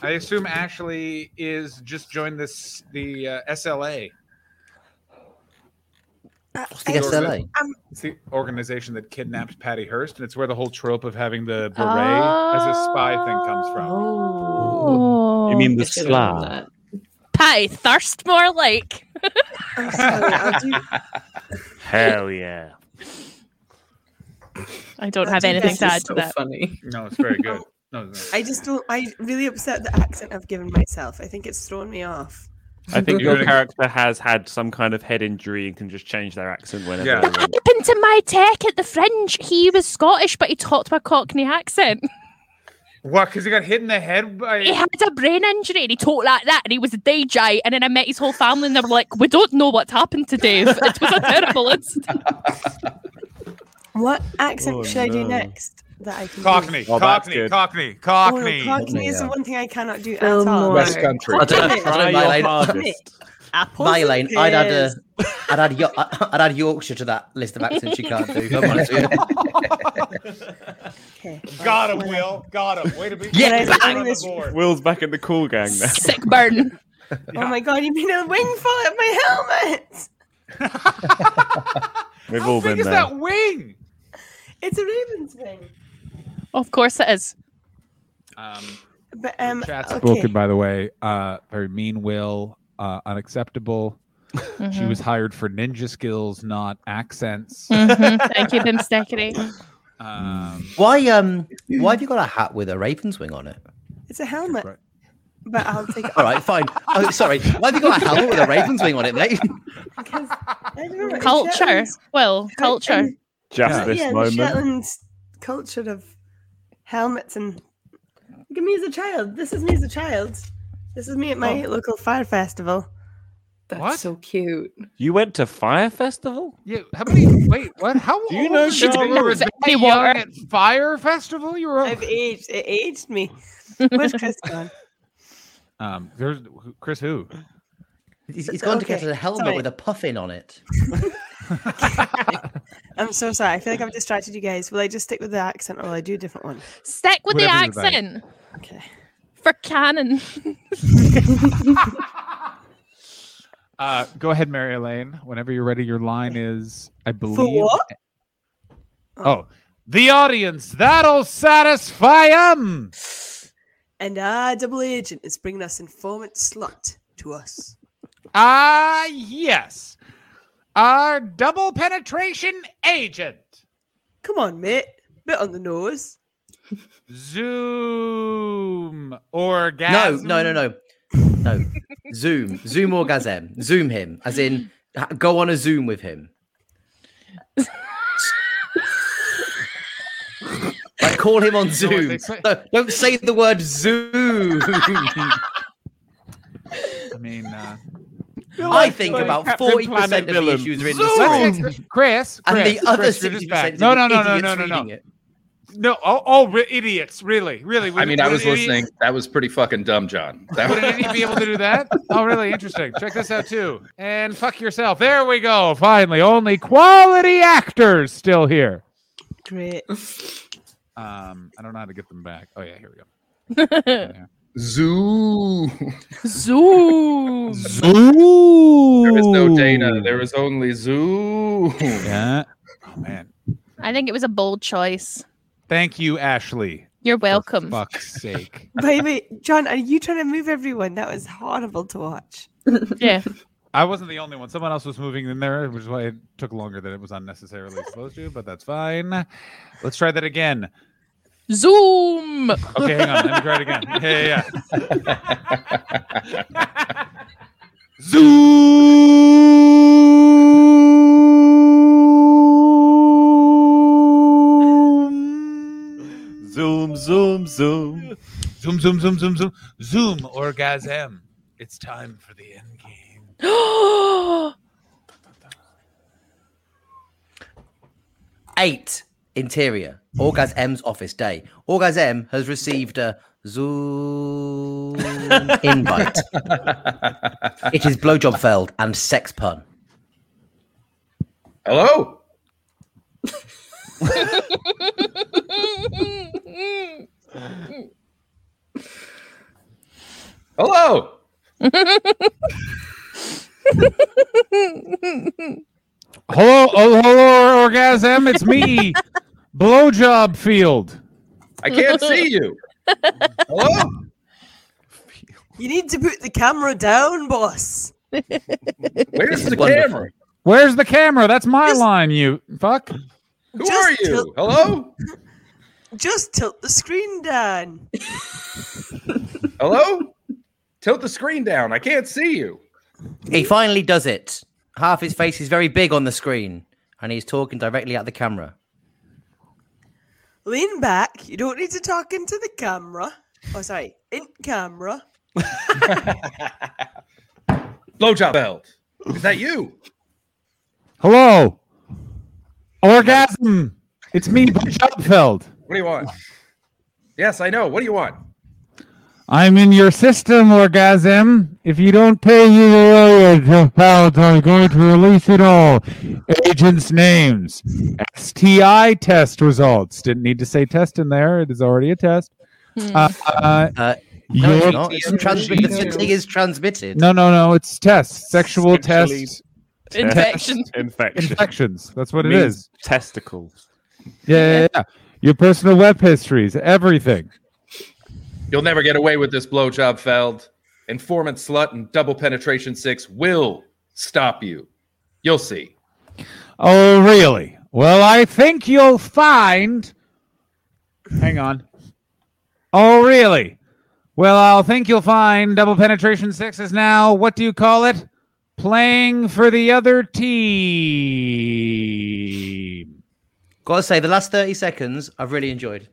I assume Ashley is just joined this the uh, SLA.
Uh, What's
the SLA?
It's the organization that kidnapped Patty Hearst, and it's where the whole trope of having the beret as a spy thing comes from. [LAUGHS]
Oh.
You mean the
I should've known
slav?
that.
Patty, thirst more like.
Hell yeah.
I don't
That
have
dude
anything
is
to add
just
to
so
that.
Funny.
No,
[LAUGHS]
it's very good. No, no.
I just don't. I really upset the accent I've given myself. I think it's thrown me off.
I
You're
think your
gonna-
character has had some kind of head injury and can just change their accent whenever.
Yeah.
they want.
Happened to my tech at the fringe. He was Scottish, but he talked with a Cockney accent.
What? Because he got hit in the head
He
by.
had a brain injury and he talked like that and he was a DJ. And then I met his whole family and they were like, We don't know what's happened to Dave. It was a [LAUGHS] terrible incident.
What accent should I do
Oh, no.
next that I can do?
Cockney,
Oh, that's
Cockney,
good.
Cockney,
Oh, no,
Cockney.
Cockney is the
Yeah.
one thing I cannot do
Film
at all.
noir.
West Country.
I don't, I
Try
don't know,
your
Mylane.
hardest.
Apples
My
and
lane, I'd add a,
pears.
I'd add, Yo- I'd add Yorkshire to that list of accents you can't [LAUGHS] do. if I'm honest with you.
Okay.
Got him, Will. Got him. Way to be.
Yeah,
Get
bang.
on the board.
Will's back in the cool gang now.
Sick burn.
Oh my god, you made a wing fall at my helmet!
[LAUGHS] We've
How
all
big
been
is
there.
that wing?
It's a raven's wing.
Of course it is.
Um,
But um,
chat's
okay.
broken, by the way. Uh, very mean will, uh, unacceptable. She
Mm-hmm.
Mm-hmm.
was hired for ninja skills, not accents.
Mm.
Mm-hmm. Thank you, Bim Stickery.
um,
Why, um, why have you got a hat with a raven's wing on it?
It's a helmet.
Right.
But I'll take it
[LAUGHS] All right, fine. Oh, sorry. Why have you got a helmet with a raven's wing on it, mate? [LAUGHS]
because I don't know, it's
Culture.
Shetland's-
Well, culture.
and-
Just
Yeah.
this
yeah, the
moment.
Shetland's culture of helmets and look at me as a child. This is me as a child. This is me at my local fire festival.
That's
What?
so cute.
You went to Fire Festival?
yeah, how many? Wait, what? How
Do you
old
know
was you
Charles
when you were
Manson?
that young
Water.
at Fire Festival? You were
I've aged. It aged me. Where's Chris gone?
um, there's Chris. Who?
He's, he's gone to
Okay,
get a helmet
sorry.
with a puffin on it.
I'm so sorry. I feel like I've distracted you guys. Will I just stick with the accent or will I do a different one?
Stick with the
Whatever you like.
accent
Okay.
for canon.
Uh, go ahead, Mary Elaine. Whenever you're ready, your line is, I believe.
what?
Oh, the audience. That'll satisfy them.
And our double agent is bringing us informant slut to us.
Ah, yes. Our double penetration agent,
Come on, mate. Bit on the nose.
Zoom
No,
orgasm.
no, no, no. No. Zoom. Zoom orgasm. Zoom him. As in, ha- go on a Zoom with him. like, call
[LAUGHS]
him on
what [LAUGHS]
Zoom.
they say-
[LAUGHS] No, don't say the word Zoom.
I mean, uh,
I think about forty percent of the issues are in the
Chris, Chris,
and the other
Chris, you're
sixty
just back.
percent.
No, no, no, no, no, no, no. No, all, all re- idiots, really, really.
I mean, I
would
was
an idiot-
listening. That was pretty fucking dumb, John. That
[LAUGHS] Would
was,
an idiot be able to do that? Oh, really interesting. Check this out too. And fuck yourself. There we go. Finally, only quality actors still here.
[LAUGHS] Great.
Um, I don't know how to get them back. Oh yeah, here we go.
Zoo.
Zoo.
Zoo.
There was no Dana. There was only Zoo.
Yeah. Oh man.
I think it was a bold choice.
Thank you, Ashley.
You're welcome.
Fuck's sake.
Wait, wait, John, are you trying to move everyone? That was horrible to watch.
yeah.
I wasn't the only one. Someone else was moving in there, which is why it took longer than it was unnecessarily supposed to. But that's fine. Let's try that again.
Zoom.
Okay, hang on. Let me try it again. Yeah, yeah, yeah.
Zoom, zoom, zoom.
Zoom, zoom, zoom, zoom, zoom. Zoom, orgasm. It's time for the end game.
Eight interior. Orgaz M's office day. Orgaz M has received a Zoom [LAUGHS] invite. it is blowjob felled and sex pun.
Hello. Hello.
Hello, oh, hello, orgasm. It's [LAUGHS] me, blowjob field.
I can't see you. Hello.
You need to put the camera down, boss.
Where's the camera?
Where's the camera? That's my line. You fuck.
Who
Just
are you?
tilt-
Hello.
Just tilt the screen down.
Hello. Tilt the screen down. I can't see you.
He finally does it. Half his face is very big on the screen, and he's talking directly at the camera.
Lean back. You don't need to talk into the camera. Oh, sorry, in camera.
Blowjob belt. Is that you?
Hello, orgasm. It's me, blowjobfeld.
What do you want? Yes, I know. What do you want?
I'm in your system, orgasm. If you don't pay you the lawyer, Feld, I'm going to release it all. Agents' names, STI test results. Didn't need to say test in there. It is already a test. Uh, uh,
No, it's
your-
not. It's transmitted. The thing is transmitted.
No, no, no. It's tests. Sexual
Sexually-
tests.
Infection.
Tests.
Infection.
Infections. That's what it
Means
is.
Testicles.
Yeah, yeah, yeah. Your personal web histories, everything.
You'll never get away with this blowjob, Feld. Informant slut and double penetration six will stop you. You'll see.
Oh, really? Well, I think you'll find. Hang on. Oh, really? Well, I'll think you'll find double penetration six is now, what do you call it? Playing for the other team.
Gotta say, the last 30 seconds I've really enjoyed.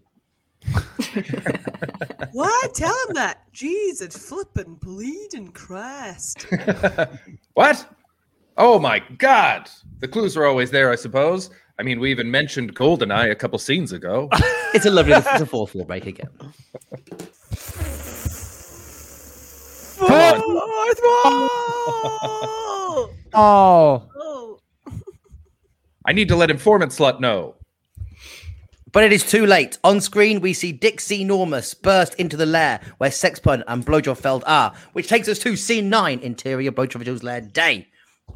What? Tell him that. Jeez, it flippin' bleeding Christ.
What? Oh my God. The clues are always there, I suppose. I mean, we even mentioned Goldeneye a couple scenes ago.
It's a lovely it's a 4 4 break again.
Come
Fourth wall.
Oh.
Oh,
I need to let informant slut know.
But it is too late. On screen, we see Dixie Normus burst into the lair where Sex Pun and Blowjob Feld are, which takes us to scene nine, interior Blowjob Vigil's lair day.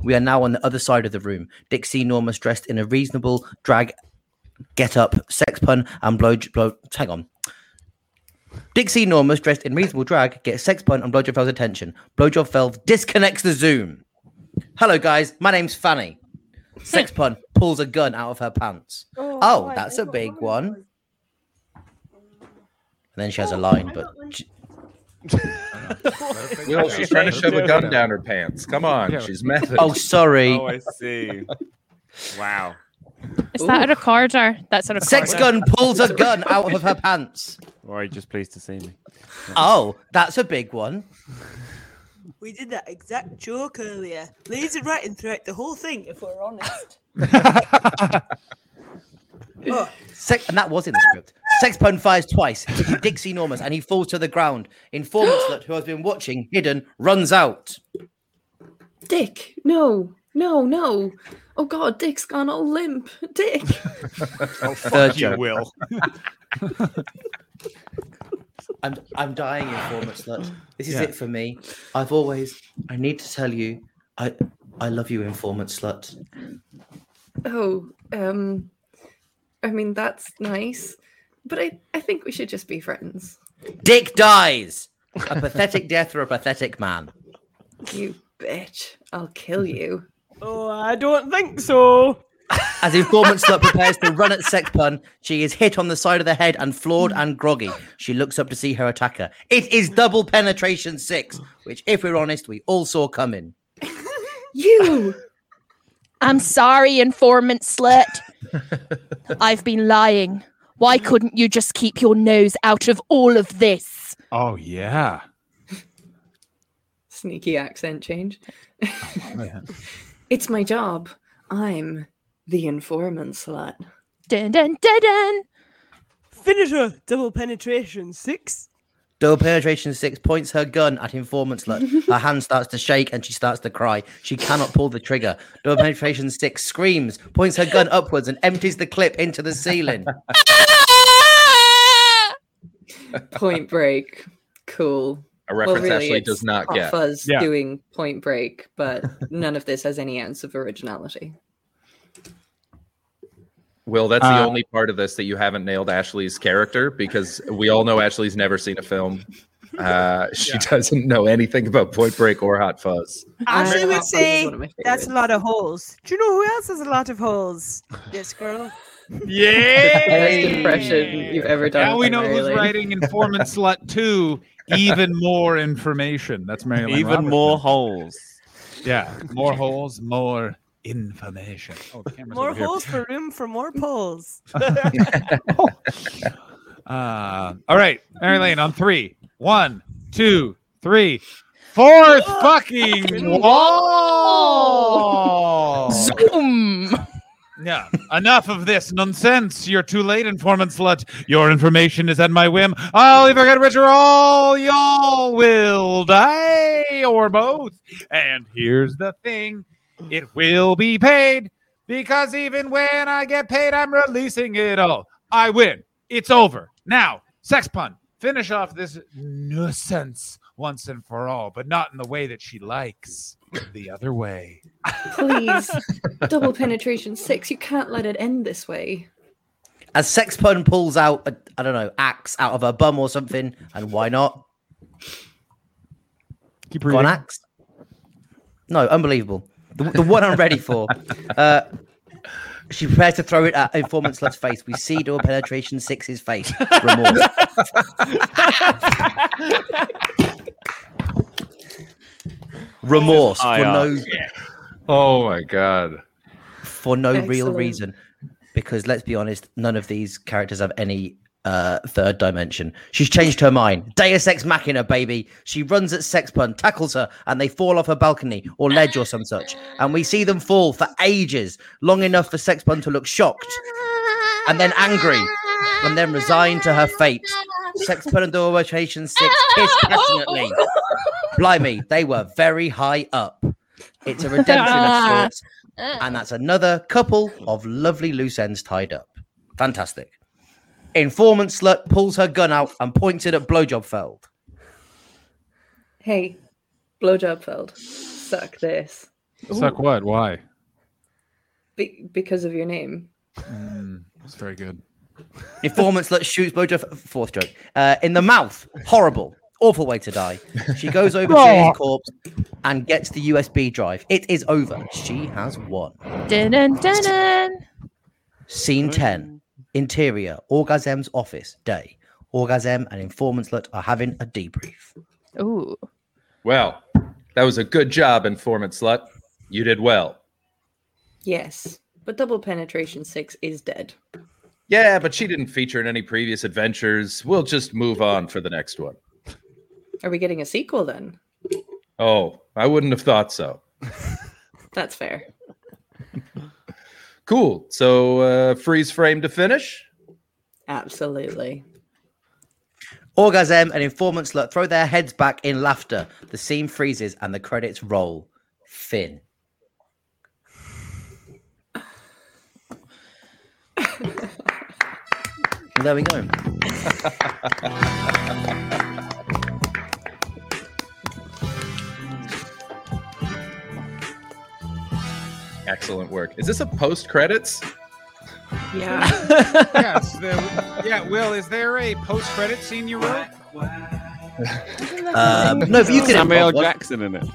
We are now on the other side of the room. Dixie Normus dressed in a reasonable drag get up, Sex Pun and Blowjob. Blow, hang on. Dixie Normus dressed in reasonable drag gets Sex Pun and Blowjob Feld's attention. Blowjob Feld disconnects the Zoom. Hello, guys. My name's Fanny. Sex Pun pulls a gun out of her pants.
Oh,
Oh,
right,
that's
I
a big one. Oh, And then she has a line, but
Will, she's trying to shove a gun down her pants. Come on.
Yeah.
She's method.
Oh, sorry. Oh,
I [LAUGHS] see. Wow.
Is that a recorder? That's a recorder.
Sex gun pulls a [LAUGHS] gun out of her pants.
Or are you just pleased to see me?
Oh, that's a big one.
We did that exact joke earlier. Lazy writing throughout the whole thing, if we're honest. Oh.
Sex, and that was in the script. Sex pun fires twice. He digs enormous and he falls to the ground. Informant slut who has been watching, hidden, runs out.
Dick, no, no, no. Oh God, Dick's gone all limp.
[LAUGHS]
Dick.
Oh,
fuck you,
Will. [LAUGHS] I'm I'm dying informant slut. This is
Yeah.
it for me. I've always I need to tell you I I love you, informant slut.
Oh, um, I mean that's nice, but I I think we should just be friends.
Dick dies. A pathetic death for a pathetic man.
You bitch! I'll kill you.
[LAUGHS]
Oh, I don't think so.
As informant slut prepares to run at sex pun, she is hit on the side of the head and floored and groggy. She looks up to see her attacker. It is double penetration six, which, if we're honest, we all saw coming.
You. I'm sorry, informant slut.
[LAUGHS]
I've been lying. Why couldn't you just keep your nose out of all of this?
Oh yeah.
Sneaky accent change. [LAUGHS] It's my job. I'm the informant slut.
Dun dun dun dun.
Finish her. Double penetration. Six.
Double penetration six points her gun at informant slut. Her hand starts to shake and she starts to cry. She cannot pull the trigger. Double penetration six screams, points her gun upwards, and empties the clip into the ceiling.
Ah!
Point Break. Cool.
A reference
well, really,
Ashley
it's
does not
Hot
get.
Fuzz
Yeah.
doing Point Break, but none of this has any ounce of originality.
Will, that's the
Uh,
only part of this that you haven't nailed Ashley's character because we all know Ashley's never seen a film. Uh, [LAUGHS] she doesn't know anything about Point Break or Hot Fuzz.
[LAUGHS] Ashley
Hot
would
Fuzz is
say
one of my
that's a lot of holes. Do you know who else has a lot of holes? This girl.
Best impression you've ever done.
Now we
of
know
Mary
who's
Lane.
writing
[LAUGHS]
Informant Slut 2. Even more information. That's Mary Lane
Even
Robertson.
more [LAUGHS] holes.
Yeah, more holes, more information. Oh, the camera's
More
over here.
holes for room for more poles.
Uh, all right, Mary Lane on three. One, two, three. Fourth fucking wall.
Zoom.
Yeah. Enough of this nonsense. You're too late, informant slut. Your information is at my whim. I'll either get rich or all y'all will die, or both. And here's the thing it will be paid because even when I get paid, I'm releasing it all. I win. It's over. Now, sex pun. Finish off this nuisance once and for all, but not in the way that she likes. The other way. [LAUGHS]
Please, double penetration six. You can't let it end this way.
As sex pun pulls out, a, I don't know, axe out of her bum or something, and why not?
Keep
Go on, axe. No, unbelievable. The, the one I'm ready for. Uh, she prepares to throw it at informant slut's face. We see door penetration six's face. Remorse. Remorse for no
Oh my god.
For no real
Excellent.
reason. Because let's be honest, none of these characters have any uh, third dimension. She's changed her mind. Deus Ex Machina, baby. She runs at Sex Pun, tackles her, and they fall off her balcony or ledge or some such. And we see them fall for ages, long enough for Sex Pun to look shocked and then angry and then resigned to her fate. Sex Pun and Door Rotation 6 kiss passionately. Blimey, they were very high up. It's a redemption of sorts. And that's another couple of lovely loose ends tied up. Fantastic. Informant slut pulls her gun out and points it at Blowjob Feld.
Hey, blowjob felled. Suck this.
Suck
Ooh,
what? Why?
be- because of your name.
That's very good.
Informant slut shoots Blowjob F- fourth joke uh, in the mouth. Horrible, awful way to die. She goes over to
Oh.
his corpse and gets the USB drive. It is over. She has won.
Dun dun dun dun.
Scene 10.
Mm.
Interior. Orgasm's office. Day. Orgasm and informant slut are having a debrief.
Ooh.
Well, that was a good job, informant slut. You did well.
Yes, but double penetration six is dead.
Yeah, but she didn't feature in any previous adventures. We'll just move on for the next one.
Are we getting a sequel then?
Oh, I wouldn't have thought so.
That's fair.
Cool. So uh, freeze frame to finish.
Absolutely.
Orgasm and informant slut throw their heads back in laughter. The scene freezes and the credits roll.
[LAUGHS]
Finn. there we go.
Excellent work. Is this a post credits?
Yeah.
yes, there, yeah, Will, is there a post credit scene you wrote?
Um, no, if you can
Samuel
invent one.
Jackson in it.
Um,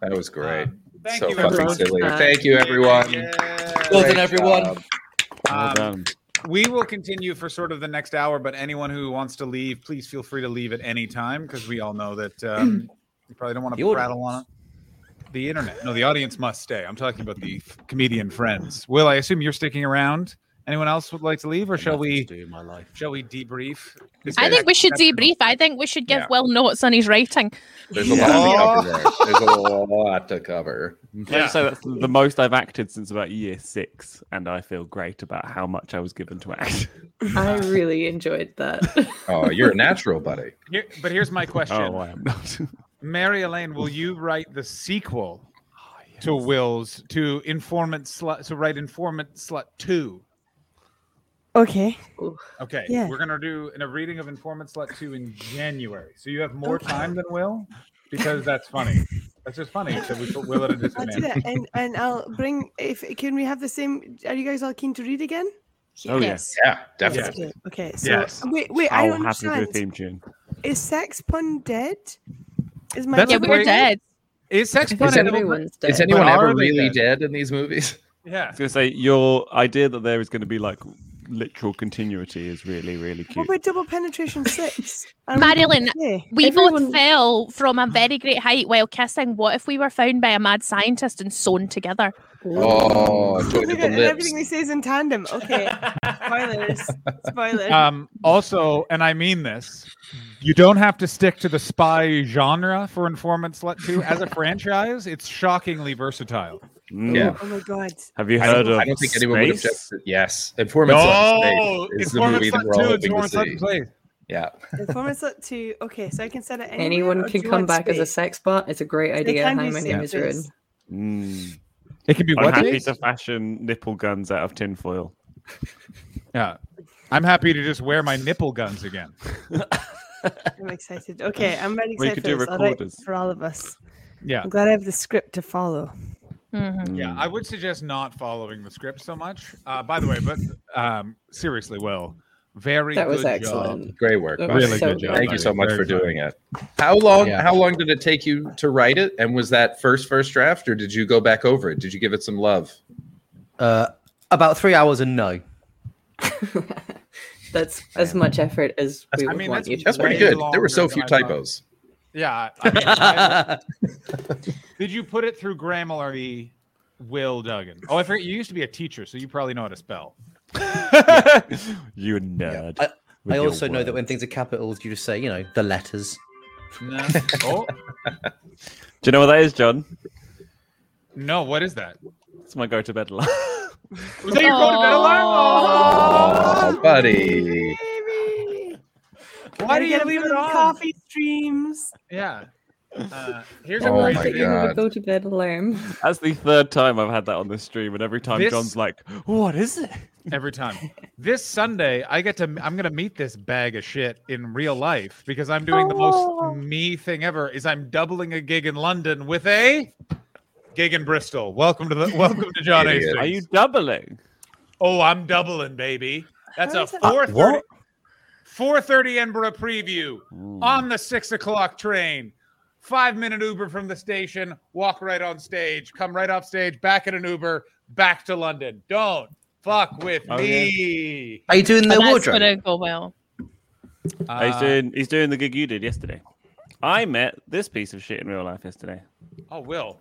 That was great.
Uh, thank
so
you,
fucking
everyone.
silly.
Uh,
Thank you, everyone.
Well done,
Great
everyone.
job.
Um, we will continue for sort of the next hour, but anyone who wants to leave, please feel free to leave at any time because we all know that
[CLEARS THROAT]
um, you probably don't want
The
to prattle on the internet. No, the audience must stay. I'm talking about the f- comedian friends. Will, I assume you're sticking around. Anyone else would like to leave, or shall we? Shall we debrief? Is
I
there-
think we should
that's-
debrief. I think we should give
Yeah.
Will notes on his writing.
There's a lot to cover. There. There's a lot to cover.
Can I just say that's the most I've acted since about year six, and I feel great about how much I was given to act.
[LAUGHS] I really enjoyed [LAUGHS] that.
Oh, you're a natural, buddy.
Here, but here's my question.
[LAUGHS] Oh, I [LAUGHS] am not.
Mary Elaine, will you write the sequel to Will's to Informant Slut to write Informant Slut Two?
Okay.
Okay,
Yeah.
we're gonna do an- a reading of Informant Slut Two in January, so you have more time than Will because that's funny. That's just funny that we put Will at a
I'll do
disadvantage.
that, and and I'll bring. If can we have the same? Are you guys all keen to read again?
Oh, yes.
Yeah,
Okay.
definitely.
okay, So
Yes.
wait, wait. I
How
don't
happy
understand.
with the theme tune.
Is sex pun dead? Is my
That's Yeah, a we were great- dead.
Is sex
Is anyone, is anyone ever really dead in these movies?
Yeah. I
was going to say, your idea that there is going to be like literal continuity is really, really
What
cute.
about double penetration six? I don't
Marilyn,
know.
we both fell from a very great height while kissing. What if we were found by a mad scientist and sewn together?
[LAUGHS] Oh, joined
Look
at the
at
lips.
everything we say is in tandem. Okay. Spoilers. Spoilers.
Um, also, and I mean this, you don't have to stick to the spy genre for Informant Slut 2. As a franchise, it's shockingly versatile.
Yeah.
oh my god.
Mm. Have you
I don't-
heard of
I don't think anyone would
Space?
object to- Yes, Informant's
No,
no, Space is the
Informant
movie that
Slut
we're all
2,
hoping to
Informant Slut
see.
Space.
Yeah.
Informants up to okay, so I can set it anywhere,
Anyone
or
can
do you
come
want
back as a
space?
sex bot. It's a great idea.
can
Hi,
do
my name is Ruin.
sexes.
It can be
Mm. I'm
what,
happy
please?
to fashion nipple guns out of tinfoil.
Yeah. I'm happy to just wear my nipple guns again.
I'm excited. Okay, I'm very
Well, you
excited
could do
for, this. All right,
recorders.
for all of us.
Yeah.
I'm glad I have the script to follow.
Mm-hmm.
Mm.
Yeah, I would suggest not following the script so much. Uh, by the way, but um, seriously, Will, very
That
good
was
job.
excellent.
Great work.
That
buddy.
was Really so good job,
Thank you
buddy.
so much
Very
for
fun.
doing it. How long
Yeah.
how long did it take you to write it? And was that first first draft or did you go back over it? Did you give it some love?
Uh, about three hours and no.
[LAUGHS] That's as much effort as we would
I mean,
want
that's-
you to.
That's
Way
pretty good. There
longer
were so
than
few
I thought.
typos.
Yeah. I mean,
[LAUGHS]
[LAUGHS] I- did you put it through Grammarly, Will Duggan? Oh, I forget. You used to be a teacher, so you probably know how to
[LAUGHS]
spell.
You nerd.
I,
with
I
your
also know that
words.
when things are capitals, you just say, you know, the letters.
No. Oh,
Do you know what that is, John?
no. What is that?
It's my go to [LAUGHS] bed line.
Was that your go to bed alarm?
Oh, buddy.
Oh, Why
Gotta
do you
get
leave
them
it on?
Coffee streams.
Yeah. Uh, here's
Oh
a
my
great
God.
Go to bed alarm.
That's the third time I've had that on this stream, and every time
This-
John's like, "What is it?"
every time. This Sunday, I get to. I'm gonna meet this bag of shit in real life because I'm doing the most me thing ever. Is I'm doubling a gig in London with a gig in Bristol. Welcome to the welcome to John
Idiot.
Hastings.
Are you doubling?
Oh, I'm doubling, baby. That's
How
a
is that-
Uh,
four thirty.
what?
Four thirty Edinburgh preview
Ah.
on the six o'clock train. Five minute Uber from the station. Walk right on stage. Come right off stage. Back in an Uber. Back to London. Don't fuck with
Oh, yeah.
me.
Are you doing the
Oh, That's
wardrobe?
gonna go well.
Uh,
he's doing he's doing the gig you did yesterday. I met this piece of shit in real life yesterday.
Oh, Will.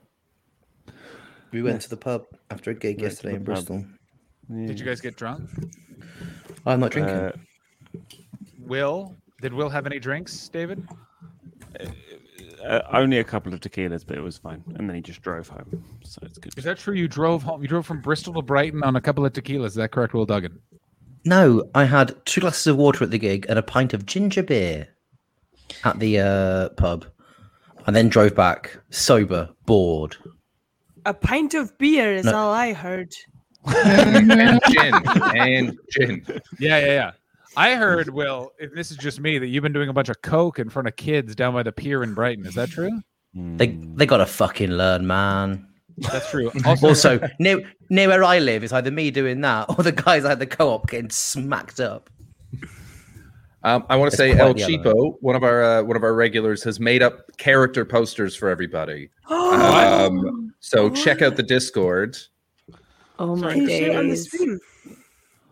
We went to the pub after a gig yesterday in
the pub.
Bristol. Oh,
Did you guys get drunk?
I'm not drinking.
Uh,
Will. Did Will have any drinks, David?
Uh, only a couple of tequilas, but it was fine. And then he just drove home, so it's good.
Is that true? You drove home. You drove from Bristol to Brighton on a couple of tequilas. Is that correct, Will Duggan?
No, I had two glasses of water at the gig and a pint of ginger beer at the uh, pub, and then drove back sober, bored.
A pint of beer is
No.
all I heard.
gin and gin.
Yeah, yeah, yeah. I [LAUGHS] heard, Will, if this is just me, that you've been doing a bunch of coke in front of kids down by the pier in Brighton. Is that true?
Mm.
They they gotta fucking learn, man.
That's [LAUGHS] true.
Also, [LAUGHS] near near where I live, it's either me doing that or the guys at the co-op getting smacked up.
Um, I want to
It's
say
quite
El
the
Cheapo,
other.
one of our uh, one of our regulars, has made up character posters for everybody.
Oh.
um, so check out the Discord.
Oh my
Can you see it on the
days.
stream?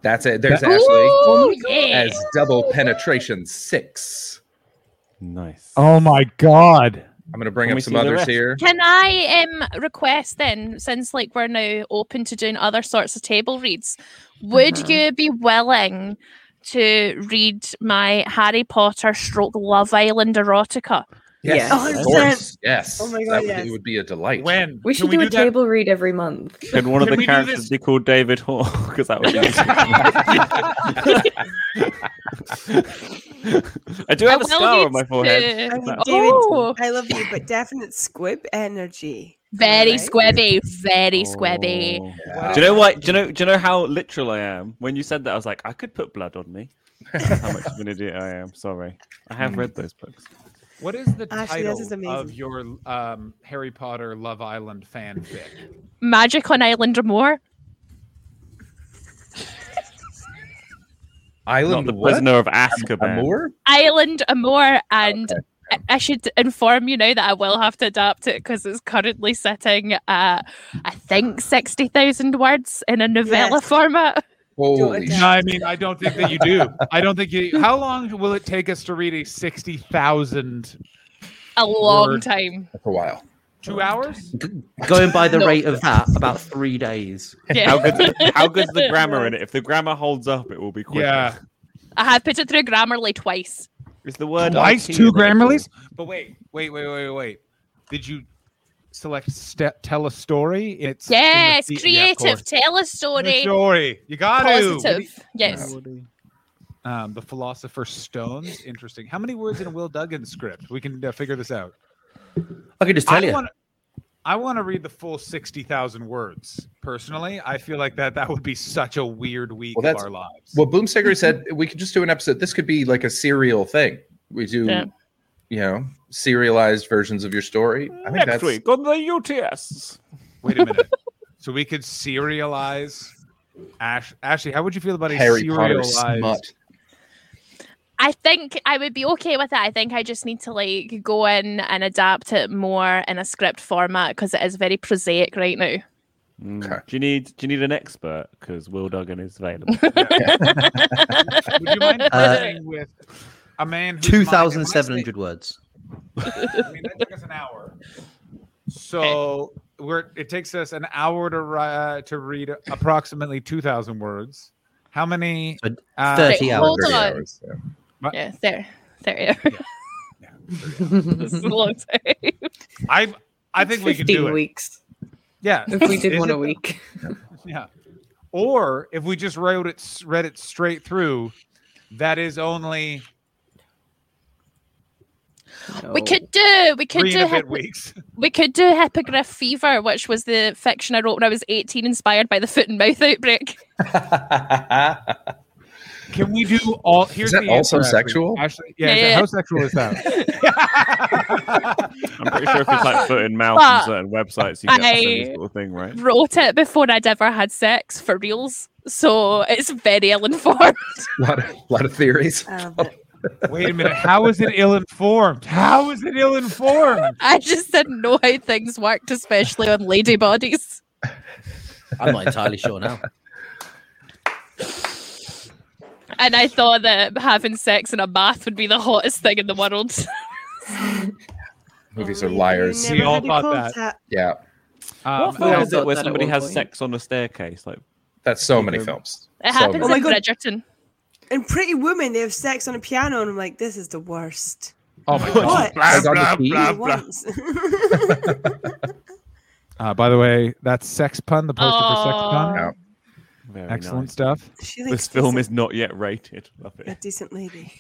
That's it. There's
Ooh,
Ashley
yeah.
as double penetration six.
[GASPS] Nice.
Oh my god.
I'm gonna bring
Can we
up some
see the
others
rest?
here.
Can I um request then, since like we're now open to doing other sorts of table reads, would
Mm-hmm.
Mhm.
you be willing to read my Harry Potter stroke Love Island erotica?
Yes,
Yes.
of
100%.
course. Yes.
Oh my
that
God,
would,
yes.
it would be a delight.
When
We should do a table read every month. [LAUGHS]
Could one of
Can
the
we do
characters be called David Hall? [LAUGHS] Because that
[LAUGHS]
would be. I do have a scar on my forehead.
[LAUGHS]
I mean,
That-
David,
Oh.
I love you, but definite squib energy.
Very
Alright.
squibby, very
Oh.
squibby.
Do you know what? Do you know? Do you know how literal I am? When you said that, I was like, I could put blood on me. That's how much of an idiot I am. Sorry, I have read those books.
What is the
Ashley,
title
this is amazing.
of your um, Harry Potter Love Island fanfic?
Magic on Island More.
Island
Not the
what?
prisoner of Azkaban.
Amour?
Island Amore, and I- I should inform you now that I will have to adapt it because it's currently sitting at I think sixty thousand words in a novella
Yes.
format.
Holy
no, I mean, I don't think that you do. I don't think you. How long will it take us to read a sixty thousand?
A long
Word. [LAUGHS]
time.
For a while.
Two hours?
Going by [LAUGHS] the
No.
rate of that, about three days.
Yeah.
How good? How good's the grammar in it? If the grammar holds up, it will be quick.
Yeah.
I have put it through Grammarly twice.
Is the word
Twice
IT
two
in there?
Grammarly's?
But wait, wait, wait, wait, wait.
Did you select step tell a story? It's in the
Yes,
the- yeah, of
creative.
course.
tell a
The
story.
story. You got
Positive.
to.
Yes.
Um, the Philosopher's Stones. Interesting. How many words in a Will Duggan script? We can uh, figure this out.
I could just
I
tell you.
wanna- I want to read the full sixty thousand words. Personally, I feel like that that would be such a weird week
Well, that's
of our lives.
well. Boomsticker said we could just do an episode. This could be like a serial thing. We do,
Yeah.
you know, serialized versions of your story. I think
Next
that's
week on the UTS.
Wait a minute. so we could serialize. Ash, Ashley, how would you feel about a
Harry Potter
serialized?
smut.
I think I would be okay with that. I think I just need to like go in and adapt it more in a script format because it is very prosaic right now.
Mm. Do you need Do you need an expert? Because Will Duggan is available.
Would you mind
Uh,
playing with a man? whose
Two
mind-
thousand seven hundred words.
I mean, that took us an hour. So we're it takes us an hour to ri- uh, to read approximately two thousand words. How many?
So
uh,
Thirty
Wait,
hours.
hold on.
What?
Yeah, there, there. [LAUGHS]
[LAUGHS]
this is a long time.
I I think we can do it.
weeks.
Yeah,
If we did
Is
one
it-
a week.
[LAUGHS] Yeah. Or if we just wrote it, s- read it straight through, that is only
We could do. We could
three
do.
and a bit
hypo-
weeks. [LAUGHS]
we could do Hippogriff Fever, which was the fiction I wrote when I was eighteen, inspired by the foot and mouth outbreak.
Can we do all? Here's
that
the answer,
also
Ashley.
sexual?
Ashley, yeah, is
Yeah.
that- how sexual is that?
I'm pretty sure if it's like foot and mouth
But
on certain websites, you get the same
I-
sort of thing, right?
Wrote it before I'd ever had sex for reals, so it's very ill informed.
A [LAUGHS] lot of, lot of theories.
[LAUGHS] Wait a minute. How is it ill informed? How is it ill informed?
[LAUGHS] I just didn't know how things worked, especially on lady bodies.
I'm not entirely sure now.
And I thought that having sex in a bath would be the hottest thing in the world. [LAUGHS]
Movies are liars.
Oh,
never We all had a thought that.
contact.
Yeah,
Um,
What film
I
is it
thought
where
that at
somebody
one
has
point.
sex on a staircase? Like
that's so many
Okay.
films.
It
So
happens
Oh
many.
my
in
God.
Bridgerton.
And Pretty Woman, they have sex on a piano, and I'm like, this is the worst.
Oh my god.
Blah, blah, blah, blah.
Once.
Uh, by the way, that's Sex Pun, the poster for Sex Pun.
Oh.
Aw.
Very
Excellent
nice.
stuff.
She
This
likes
film
decent-
is not yet rated. Love
a
it.
decent lady.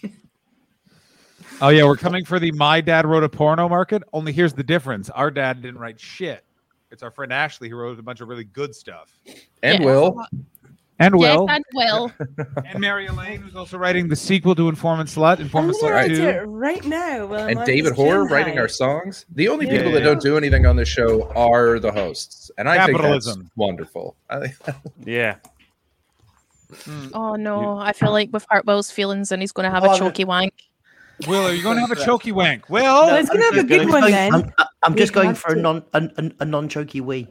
Oh yeah, we're coming for the my dad wrote a porno market. Only here's the difference: our dad didn't write shit. It's our friend Ashley who wrote a bunch of really good stuff.
And Will.
And Will.
Yes, and Will.
and Mary Elaine, who's also writing the sequel to Informant Slut, Informant
We're
Slut
gonna do it
2.
right now. Well,
and David Hoare writing our songs. The only people that don't do anything on this show are the hosts, and I think
Capitalism.
that's wonderful. I-
yeah,
Oh no, I feel like we've hurt Will's feelings and he's going to have
Oh,
a
no.
chokey wank.
Will, are you going to have a chokey wank? Will,
No,
let's
I'm
get
just going- I'm, I- I'm just going for a non a, a, a non choky wee.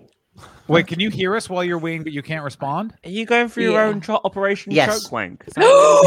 Wait, can you hear us while you're weeing, but you can't respond?
Are you going for your
Yeah.
own cho- Operation
Yes.
Choke Wank? Is that-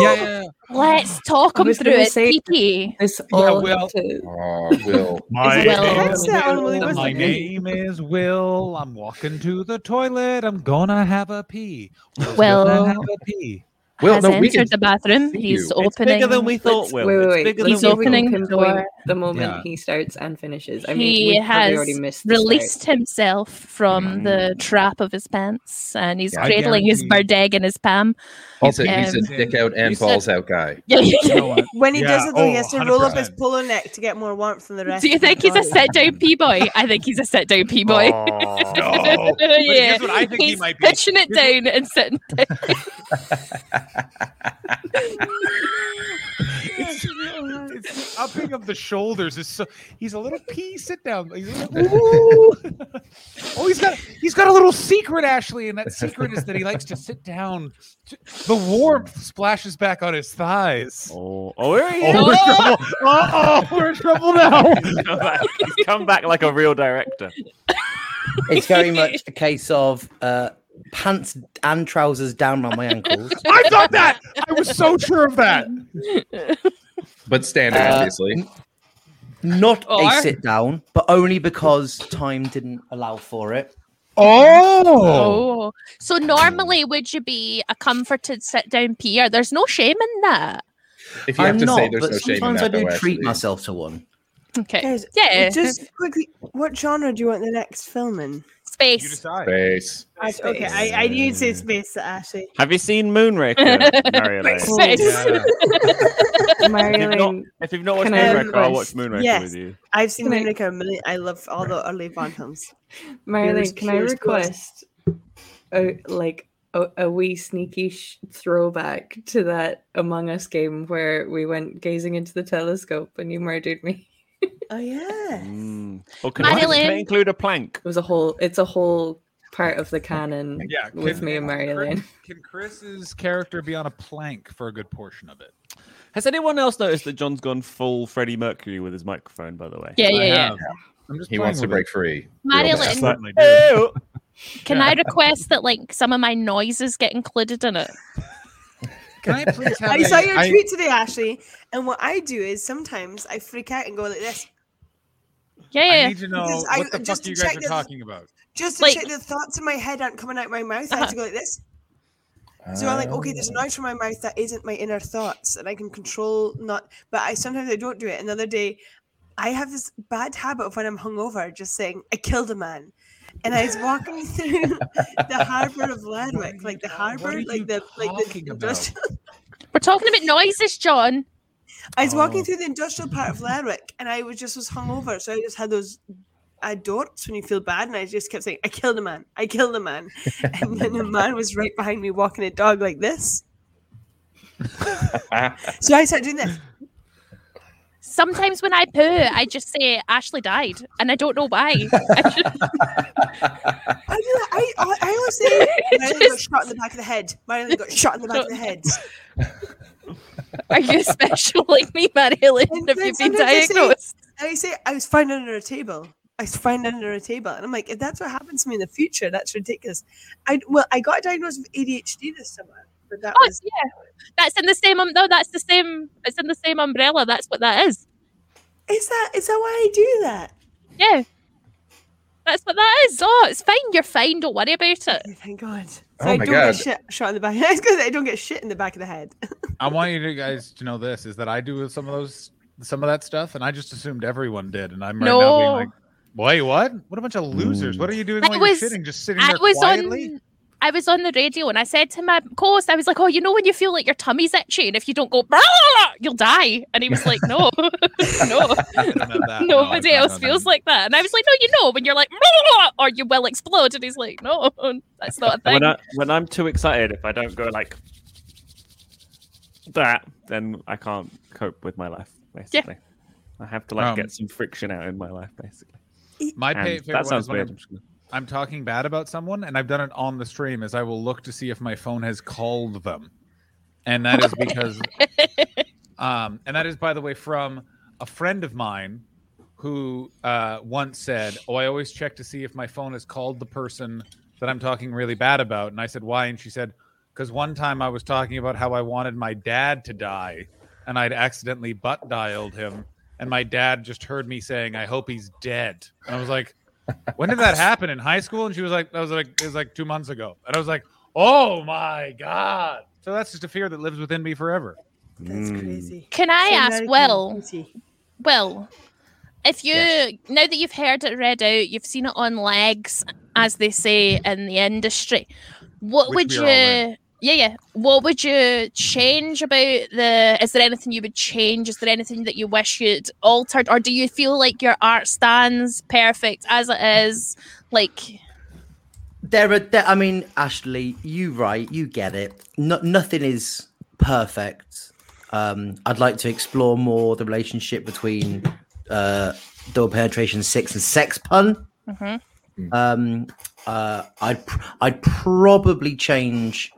[GASPS]
yeah,
Let's talk
I
him
was
through
gonna
it,
say-
Kiki.
It's
Yeah,
all
well-
to-
oh, Will.
[LAUGHS]
My
Will.
name-
that on Willie West
My
again.
name is Will. I'm walking to the toilet. I'm gonna have a pee. Will's
Will.
gonna have a pee.
Will,
has
no, we
entered
can
the bathroom. He's
you.
It's
opening.
bigger than we thought,
Let's-
Will.
Wait, wait,
It's
wait.
bigger
Let's
than
He's
see if
we
we can
opening the
pinpoint
door.
the moment
Yeah.
he starts and finishes. I mean,
he
we've probably
has
already missed the
released
start.
himself from the trap of his pants and he's
Mm-hmm. Yeah, I
cradling his
guarantee-
birdeg in his palm. [LAUGHS]
He's a, he's a
Um,
dick out and
you said-
balls out guy.
Yeah, yeah,
You
yeah.
know what?
When he
Yeah,
does it, though, he
oh,
has to roll up his
100%.
polo neck to get more warmth than the rest.
Do you
of his
think he's a
body.
set down pea boy? I think he's a set down
[LAUGHS]
pea boy.
Oh, No.
yeah,
what I think he
he's
might be.
pushing it down and sitting down.
[LAUGHS] It's, it's the upping of the shoulders is so. He's a little pee. Sit down. He's a little- [LAUGHS] ooh. oh, he's got he's got a little secret, Ashley, and that secret is that he likes to sit down. The warmth splashes back on his thighs.
Oh, oh, here he is.
Oh, we're in trouble. Uh-oh, we're in trouble now.
He's [LAUGHS] come back- He's come back like a real director.
It's very much a case of uh, pants and trousers down around my ankles.
I've done that. I was so sure of that.
But standing,
Uh,
obviously.
Not
Or-
a sit down, but only because time didn't allow for it.
Oh.
Oh, so normally would you be a comforted sit down peer? There's no shame in that.
If you have
I'm
to
not,
say there's
but
no shame in
sometimes
that,
I do
though,
treat
actually.
myself to one.
Okay,
Guys,
yeah,
Just quickly, what genre do you want the next film in?
You
space.
decide.
Face.
I, okay, I, I need to say space, Ashley.
Have you seen Moonraker, Mary Elaine?
Space.
[LAUGHS]
Yeah.
Mary
If you've not,
Elaine,
if you've not watched
Can I
Moonraker, I'll watch
request-
Moonraker
Yes.
with you.
I've seen
Can I-
Moonraker a million. I love all the early Bond films.
Mary
Here's-
Elaine, can I
here's Ghost.
request a, like a, a wee sneaky sh- throwback to that Among Us game where we went gazing into the telescope and you murdered me?
Oh yeah.
Mm. Well, can, I,
Mary
can I
Elaine.
include a plank?
It was a whole. It's a whole part of the canon
Yeah,
with
can-
me and Mary Elaine.
Can Chris's character be on a plank for a good portion of it?
Has anyone else noticed that John's gone full Freddie Mercury with his microphone? By the way,
Yeah, yeah,
I
yeah.
have. I'm just
He
playing
wants to
with
break free.
Mary
Real
Elaine.
bad.
it. Certainly do.
Ew.
Can I request that like some of my noises get included in it?
Can I please have
I
a-
saw your
I-
tweet today, Ashley, and what I do is sometimes I freak out and go like this,
Yeah,
I
yeah.
need to know
Because I-
what the
just
fuck
to
you guys
check
are
this-
talking about.
just to
Like-
check the thoughts in my head aren't coming out my mouth. I have to go like this. So I'm like, okay, there's a
Oh.
noise from my mouth that isn't my inner thoughts, and I can control not. But I sometimes I don't do it. Another day, I have this bad habit of when I'm hungover, just saying I killed a man, and I was
[LAUGHS]
walking through the harbour of Ladwick, like the
What are
harbour,
you
like the like the
talking about?
industrial.
We're talking about noises, John.
I was
Oh.
walking through the industrial part of Lerwick and I was just was hungover, so I just had those uh, dorts when you feel bad, and I just kept saying, "I killed a man, I killed a man," and then a man was right behind me walking a dog like this. so I started doing this.
Sometimes when I poo, I just say Ashley died, and I don't know why. I just-
I do that. I I, I always [LAUGHS] say, "Marilyn got shot in the back of the head." Marilyn got shot in the back of the head. [LAUGHS]
Are you special like me, Mary Elaine?
And
Have
then
you been
sometimes I say-
diagnosed?
And I say, "I was found under a table." I was found under a table, and I'm like, "If that's what happens to me in the future, that's ridiculous." I well, I got diagnosed with ADHD this summer, but that
Oh
was
yeah, that's in the same. Um, no, that's the same. It's in the same umbrella. That's what that is.
Is that is that why I do that?
Yeah, that's what that is. Oh, it's fine. You're fine. Don't worry about it.
Thank God. So
Oh
I
my
don't
God.
get shit shot in the [LAUGHS] back. It's because I don't get shit in the back of the head.
I want you to guys to know this is that I do some of those some of that stuff, and I just assumed everyone did, and I'm right now
No.
being like, "Wait, what? What a bunch of losers! What are you doing
I
while
was-
you're sitting, just sitting
I
there
was
quietly?"
[LAUGHS] on. I was on the radio and I said to my host, I was like, "Oh, you know when you feel like your tummy's itchy and if you don't go, "Blah, blah, blah," you'll die." And he was like, "No, [LAUGHS] no, nobody else feels like that." And I was like, "No, you know when you're like, "Blah, blah, blah," or you will explode." And he's like, "No, [LAUGHS] that's not a
And
thing."
When, I, when I'm too excited, if I don't go like that, then I can't cope with my life. Basically, I have to like
Um,
get some friction out in my life. Basically,
My
And
pa- favorite
that
one
sounds
is when
weird.
I'm, I'm talking bad about someone, and I've done it on the stream. Is I will look to see if my phone has called them, and that is because, um, and that is by the way from a friend of mine who uh, once said, "Oh, I always check to see if my phone has called the person that I'm talking really bad about." And I said, "Why?" And she said, "Because one time I was talking about how I wanted my dad to die, and I'd accidentally butt dialed him." And my dad just heard me saying, "I hope he's dead," and I was like, when did that happen in high school? And she was like, that was like, it was like two months ago. And I was like, oh my God. So that's just a fear that lives within me forever. That's crazy.
Can I
So
ask,
American
Will? Will, if you now that you've heard it read out, you've seen it on legs, as they say in the industry. What
Which
would
we
you?
are all in.
Yeah, yeah. What would you change about the? Is there anything you would change? Is there anything that you wish you'd altered, or do you feel like your art stands perfect as it is? Like,
There are, there, I mean, Ashley, you right, you get it. No, nothing is perfect. Um, I'd like to explore more the relationship between uh, door penetration six and sex pun.
mhm.
Um, uh, I'd pr- I'd probably change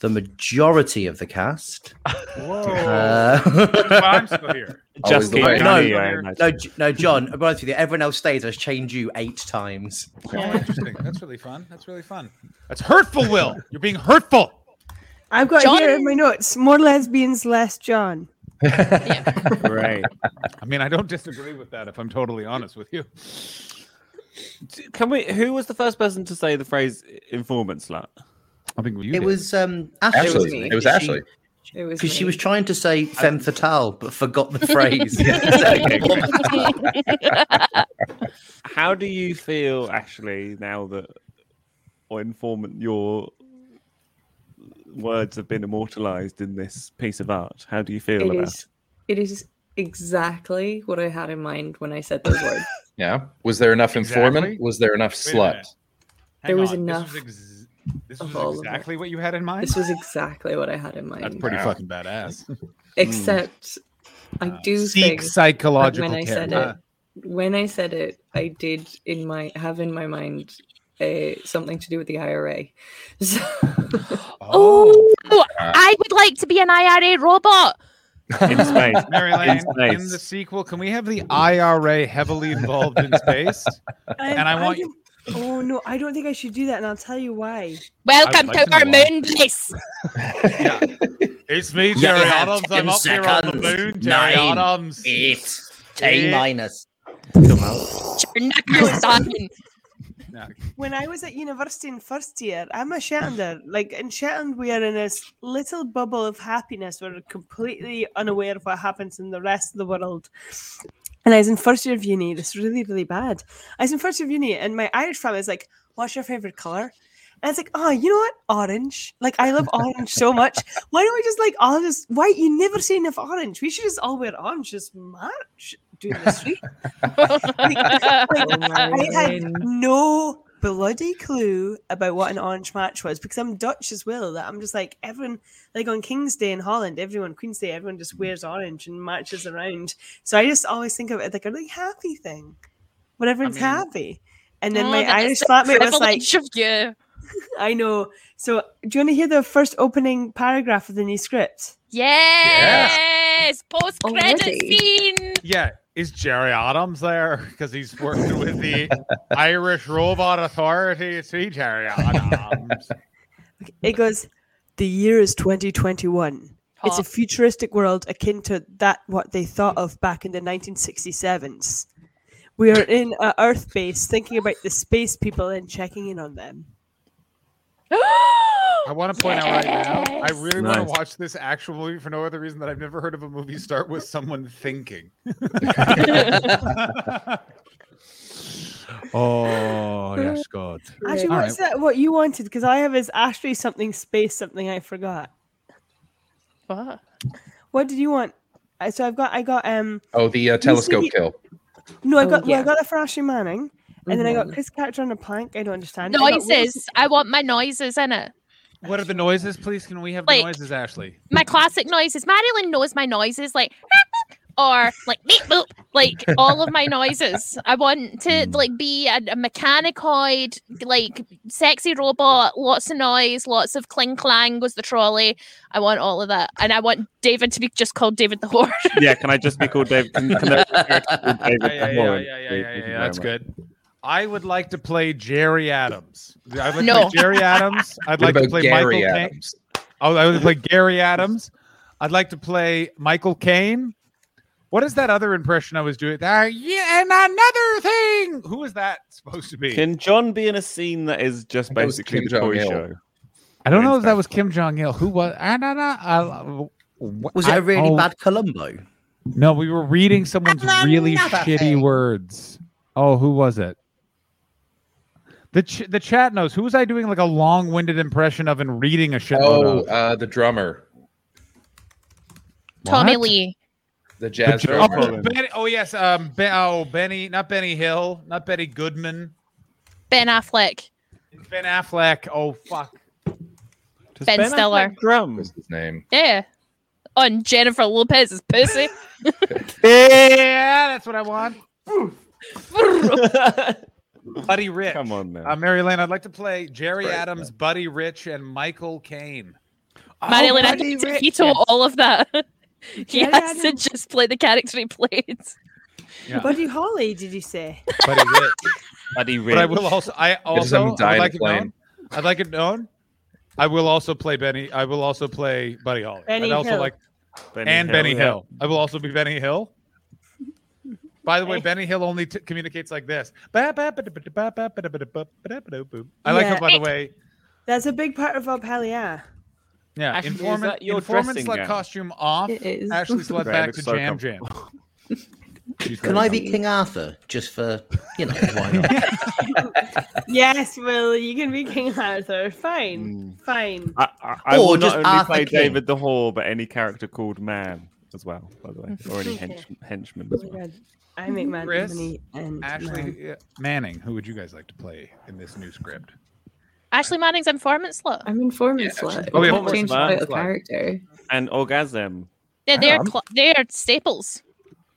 the majority of the cast.
Oh.
Uh, [LAUGHS]
I'm still here.
Just keep
Wait, no,
Johnny, I
no,
imagine.
J- no, John. I'm honest with you. Everyone else stays. I just change you eight times.
Oh, interesting. That's really fun. That's really fun. That's hurtful, Will. You're being hurtful.
I've got
John-
here in my notes more lesbians, less John.
right.
I mean, I don't disagree with that if I'm totally honest with you.
can we? Who was the first person to say the phrase "informant slut"?
I think you
it was um, Ashley.
Ashley.
wasn't
It was
She-
Ashley.
It was
Because she
me.
was trying to say femme fatale, but forgot the [LAUGHS] phrase.
[LAUGHS]
How do you feel, Ashley, now that or informant your words have been immortalized in this piece of art? How do you feel
It
about
is, it is exactly what I had in mind when I said those
[LAUGHS]
words.
Yeah. Was there enough informant?
Exactly.
Was there enough
Wait a minute.
slut?
Hang
There was
on.
enough.
This was, ex- this
of
was
all of it.
exactly what you had in mind.
This was exactly what I had in mind.
That's pretty fucking badass.
Except I do
seek
think that
psychological
when I
care, Uh,
said
huh?
it. When I said it, I did in my have in my mind uh, something to do with the IRA. [LAUGHS] So,
oh, I would like to be an IRA robot.
[LAUGHS]
in space?
Mary
In
Lane, in,
space.
the sequel, can we have the IRA heavily involved in space? and I want you.
don't- Oh no, I don't think I should do that, and I'll tell you why.
Welcome
like
to
to
our
know why.
moon base.
It's me,
You
Jerry
have
Adams.
10
I'm up here on the
seconds.
moon, Jerry
Nine,
Adams.
eight,
Eight.
ten minus.
Turn that curse on.
when I was at university in first year, I'm a Shetlander. Like in Shetland, we are in this little bubble of happiness. We're completely unaware of what happens in the rest of the world. And I was in first year of uni. This is really, really bad. I was in first year of uni, and my Irish friend was like, "What's your favorite color?" And it's like, "Oh, you know what? Orange. Like I love orange [LAUGHS] so much. Why don't we just like all just why you never see enough orange? We should just all wear orange just march doing the street." Like, I had no bloody clue about what an orange match was because I'm Dutch as well. That I'm just like everyone, like on King's Day in Holland, everyone Queen's Day, everyone just wears orange and marches around. So I just always think of it like a really happy thing, when everyone's happy. And then
Oh,
my
that is
Irish
the
flatmate was like,
privilege of you.
"I know." So do you want to hear the first opening paragraph of the new script?
Yes, post credit
Already? [GASPS]
scene.
Yeah, is Jerry Adams there? [LAUGHS] Because he's working with
[LAUGHS]
the Irish Robot Authority. See, Jerry Adams.
It goes, the year is 2021. It's a
Hot.
futuristic world akin to that what they thought of back in the 1967s. We are in a Earth base thinking about the space people and checking in on them.
I want to point out right now. I really want to
Nice.
watch this actual movie for no other reason that I've never heard of a movie start with someone
[LAUGHS]
thinking. [LAUGHS]
Oh yes, God.
Actually,
All
what's that? What you wanted? Because I have is Ashtray something space something I forgot.
What?
What did you want? Uh, So I've got I got um
[LAUGHS] Oh, the uh,
You see
telescope
the-
kill.
no I
Oh,
got well,
yeah.
I got a flashy Manning, and then I got
[LAUGHS]
Mhm.
Chris Catcher on a plank. I don't understand. I got Wilson-
Noises. I want my noises in it.
What are the noises, please? Can we have
Like-
the noises, Ashley?
My classic noises. Madeline knows my noises, like [LAUGHS] or like beep boop, like all of my noises. I want to like be a, a mechanicoid, like sexy robot. Lots of noise, lots of cling clang was the trolley. I want all of that, and I want David to be just called David the Whore. [LAUGHS]
yeah, can I just be called David? Can, can there be a character called
[LAUGHS]
David
Yeah, yeah,
the
yeah,
Horn?
yeah, yeah,
Please,
yeah,
thank
yeah,
you
that's
very much.
good. I would like to play Jerry Adams. I'd like to
No.
play Jerry Adams.
What
I'd like to
about
play
Gary
Michael Caine.
Adams?
I would Oh, I would play Gary Adams. I'd like to play Michael Caine. What is that other impression I was doing? Ah, yeah, and another thing. Who is that supposed to be?
Can John be in a scene that is just
that was
basically
Kim
the toy
Jong-il.
show?
I don't know if that was Kim Jong Il. Who was? I don't know. I,
Was it
a
a really bad Columbo?
No, we were reading someone's really
Another
shitty words. Oh, who was it? The ch- the chat knows. Who was I doing like a long winded impression of and reading a shitload
Oh,
of?
uh, the drummer,
Tommy
What?
Lee.
the jazz
The
drummer.
drummer. Ben- oh yes, um, Ben- oh Benny, not Benny Hill, not Betty Goodman,
Ben Affleck.
Ben Affleck. Oh fuck,
Ben Ben Affleck Stiller.
[LAUGHS]
Drum
was his name.
Yeah. On Jennifer Lopez's [LAUGHS] pussy.
Yeah, that's what I want. Buddy Rich. Come
on, man.
Uh, Mary Lane, I'd like to play Jerry Adams, Buddy Rich, and Michael
[LAUGHS]
Caine.
Madeline, I think
Buddy
he told all of that. [LAUGHS] he
Yeah,
has
Adam.
to just play the character he played.
Yeah.
Buddy Holly, did you say?
Buddy Rich.
Buddy Rich.
But I will also, I also,
someone
I
die
would
in a
like it
plane.
known. I'd like it known. I will also play Benny. I will also play Buddy Holly.
Benny
I'd also
Hill.
like
Benny
and
Hill,
Benny
Oh, yeah.
Hill. I will also be Benny Hill. By the way, Benny Hill only t- communicates like this. I like
Yeah.
it. By the way,
That's a big part of Up Hell Yeah.
yeah.
Ashley, is
informant,
that your
informant's
dressing gown?
slut costume off.
It is.
[LAUGHS]
Ashley's led
Right,
back
looks
to
so
Jam Jam.
Can I be King Arthur just for you know why [LAUGHS] not?
yes, Will, you can be King Arthur. Fine, fine.
I, I, I
Or
will
just
not only
Arthur
play
King.
David the Whore, but any character called Man as well, by the way, or any hench- henchman as
Oh my
well.
God. I make man
Chris,
money and
Ashley
man.
yeah, Manning. Who would you guys like to play in this new script?
Ashley Manning's informant slot.
I'm informant slut.
Oh, yeah,
Can't
informant
change the
slut.
title character.
And Orgasm.
Yeah, they're
Um,
cl- they're staples.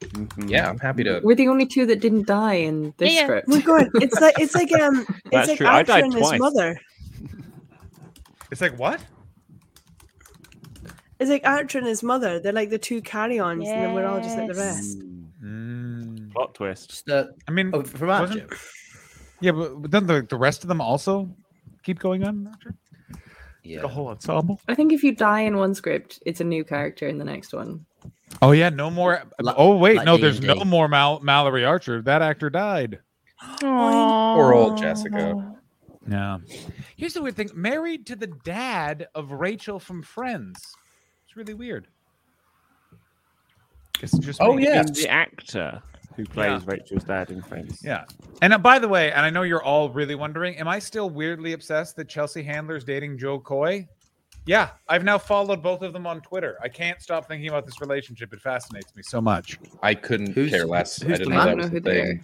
Mm-hmm.
Yeah, I'm happy to.
We're the only two that didn't die in this
Yeah, yeah.
script.
We're going. Oh It's like it's like um, it's
That's
like
true. I
Arthur
died
and
twice.
his mother.
It's like what?
It's like Archer and his mother. They're like the two carry-ons, and then we're all just like the rest.
Plot twist.
uh,
I mean,
oh,
wasn't- yeah, but but then the, the rest of them also keep going on. After?
Yeah,
the whole ensemble.
I think if you die in one script, it's a new character in the next one.
Oh yeah, no more. oh wait,
like
no, there's
D&D.
no more Mal- Mallory Archer. That actor died.
Poor old Jessica.
Yeah. Here's the weird thing: married to the dad of Rachel from Friends. It's really weird. Guess it's just
Oh,
me.
yeah. The actor who plays Rachel's dad in Friends.
Yeah. And uh, by the way, and I know you're all really wondering, am I still weirdly obsessed that Chelsea Handler's dating Joe Coy? Yeah, I've now followed both of them on Twitter. I can't stop thinking about this relationship. It fascinates me so much.
I couldn't care less. I
who's
didn't
the
know
man?
that was a thing.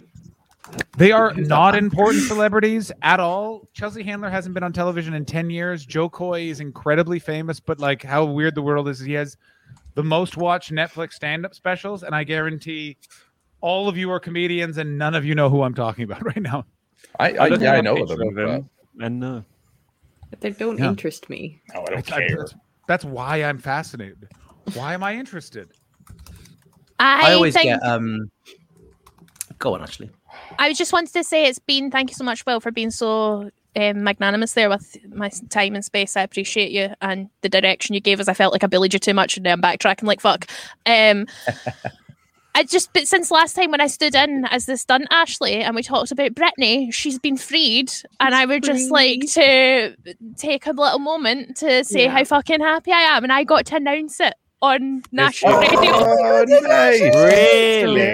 They are not important celebrities at all. Chelsea Handler hasn't been on television in 10 years. Joe Coy is incredibly famous, but like how weird the world is. He has the most watched Netflix stand up specials, and I guarantee all of you are comedians and none of you know who I'm talking about [LAUGHS] right now.
I, I, yeah, I know of them.
And no.
But they don't
Yeah.
interest me.
No, I
don't care. that's, that's why I'm fascinated. Why am I interested?
I,
I always
think
get um. Go on, Ashley.
I just wanted to say it's been thank you so much, Will, for being so um, magnanimous there with my s- time and space. I appreciate you and the direction you gave us. I felt like I bullied you too much, and now I'm backtracking like fuck. Um, I just, but since last time when I stood in as the stunt Ashley and we talked about Brittany, she's been freed, and I would just like to take a little moment to say
Yeah.
how fucking happy I am, and I got to announce it on national
Oh,
[LAUGHS]
radio.
Oh,
Really?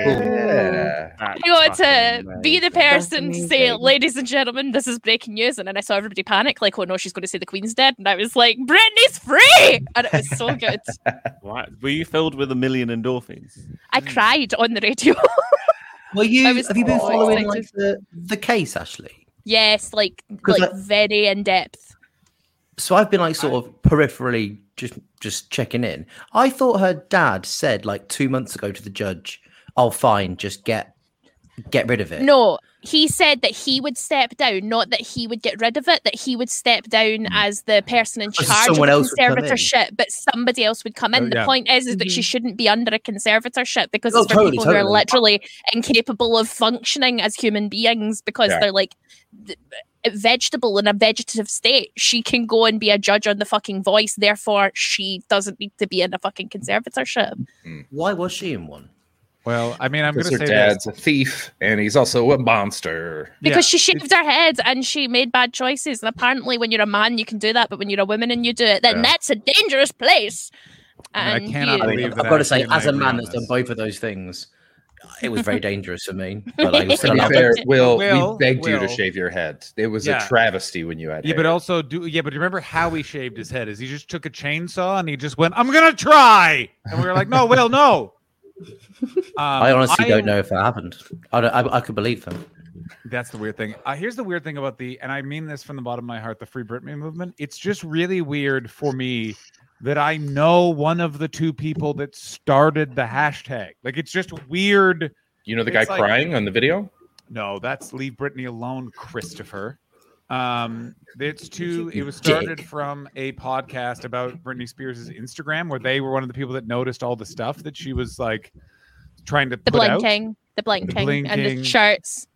I got to be the person to say, ladies and gentlemen, this is breaking news. And then I saw everybody panic, like, oh no, she's going to say the Queen's dead. And I was like, Britney's free. And it was so good.
Why- Were you filled with a million endorphins?
I cried on the radio. [LAUGHS]
Were you?
I was
Have you been
so
following like,
excited.
the, the case, Ashley?
Yes, like,
'Cause
like
I-
very in depth.
So I've been like sort of peripherally just just checking in. I thought her dad said like two months ago to the judge, "Oh, fine, just get get rid of it."
No, he said that he would step down, not that he would get rid of it, that he would step down as the person in
Mm. Because
charge of the
someone else would come in.
conservatorship, but somebody else would come in.
Oh,
the
yeah.
point is, is that she shouldn't be under a conservatorship because
Oh,
it's for
totally,
people who are
totally.
literally incapable of functioning as human beings because
Yeah.
they're like th- vegetable in a vegetative state. She can go and be a judge on the fucking voice, therefore, she doesn't need to be in a fucking conservatorship.
Why was she in one?
Well, I mean,
I'm
gonna
her
say
dad's a thief and he's also a monster.
because she shaved her head and she made bad choices. And apparently, when you're a man, you can do that, but when you're a woman and you do it, then
Yeah.
that's a dangerous place. And you-
I have got to say, as a man that's done both of those things, it was very dangerous for me. But I was
to
still
be
allowed
fair,
it.
Will, we
Will-
begged you to
Will.
shave your head. It was
Yeah.
a travesty when you had
Yeah,
hair.
but also do yeah, but remember how he shaved his head? Is he just took a chainsaw and he just went, "I'm gonna try," and we were like, "No, Will,
[LAUGHS]
no." Um,
I honestly
I-
don't know if that happened. I don't, I, I could believe them.
That's the weird thing. Uh, here's the weird thing about the, and I mean this from the bottom of my heart, the Free Britney movement. It's just really weird for me that I know one of the two people that started the hashtag. Like, it's just weird.
You know the guy crying on the video?
No, that's leave Britney alone, Christopher. Um, it's too. It was started
Dick.
from a podcast about Britney Spears' Instagram, where they were one of the people that noticed all the stuff that she was like trying to
the
put out.
blinking, the blinking, and
blinking.
the shirts.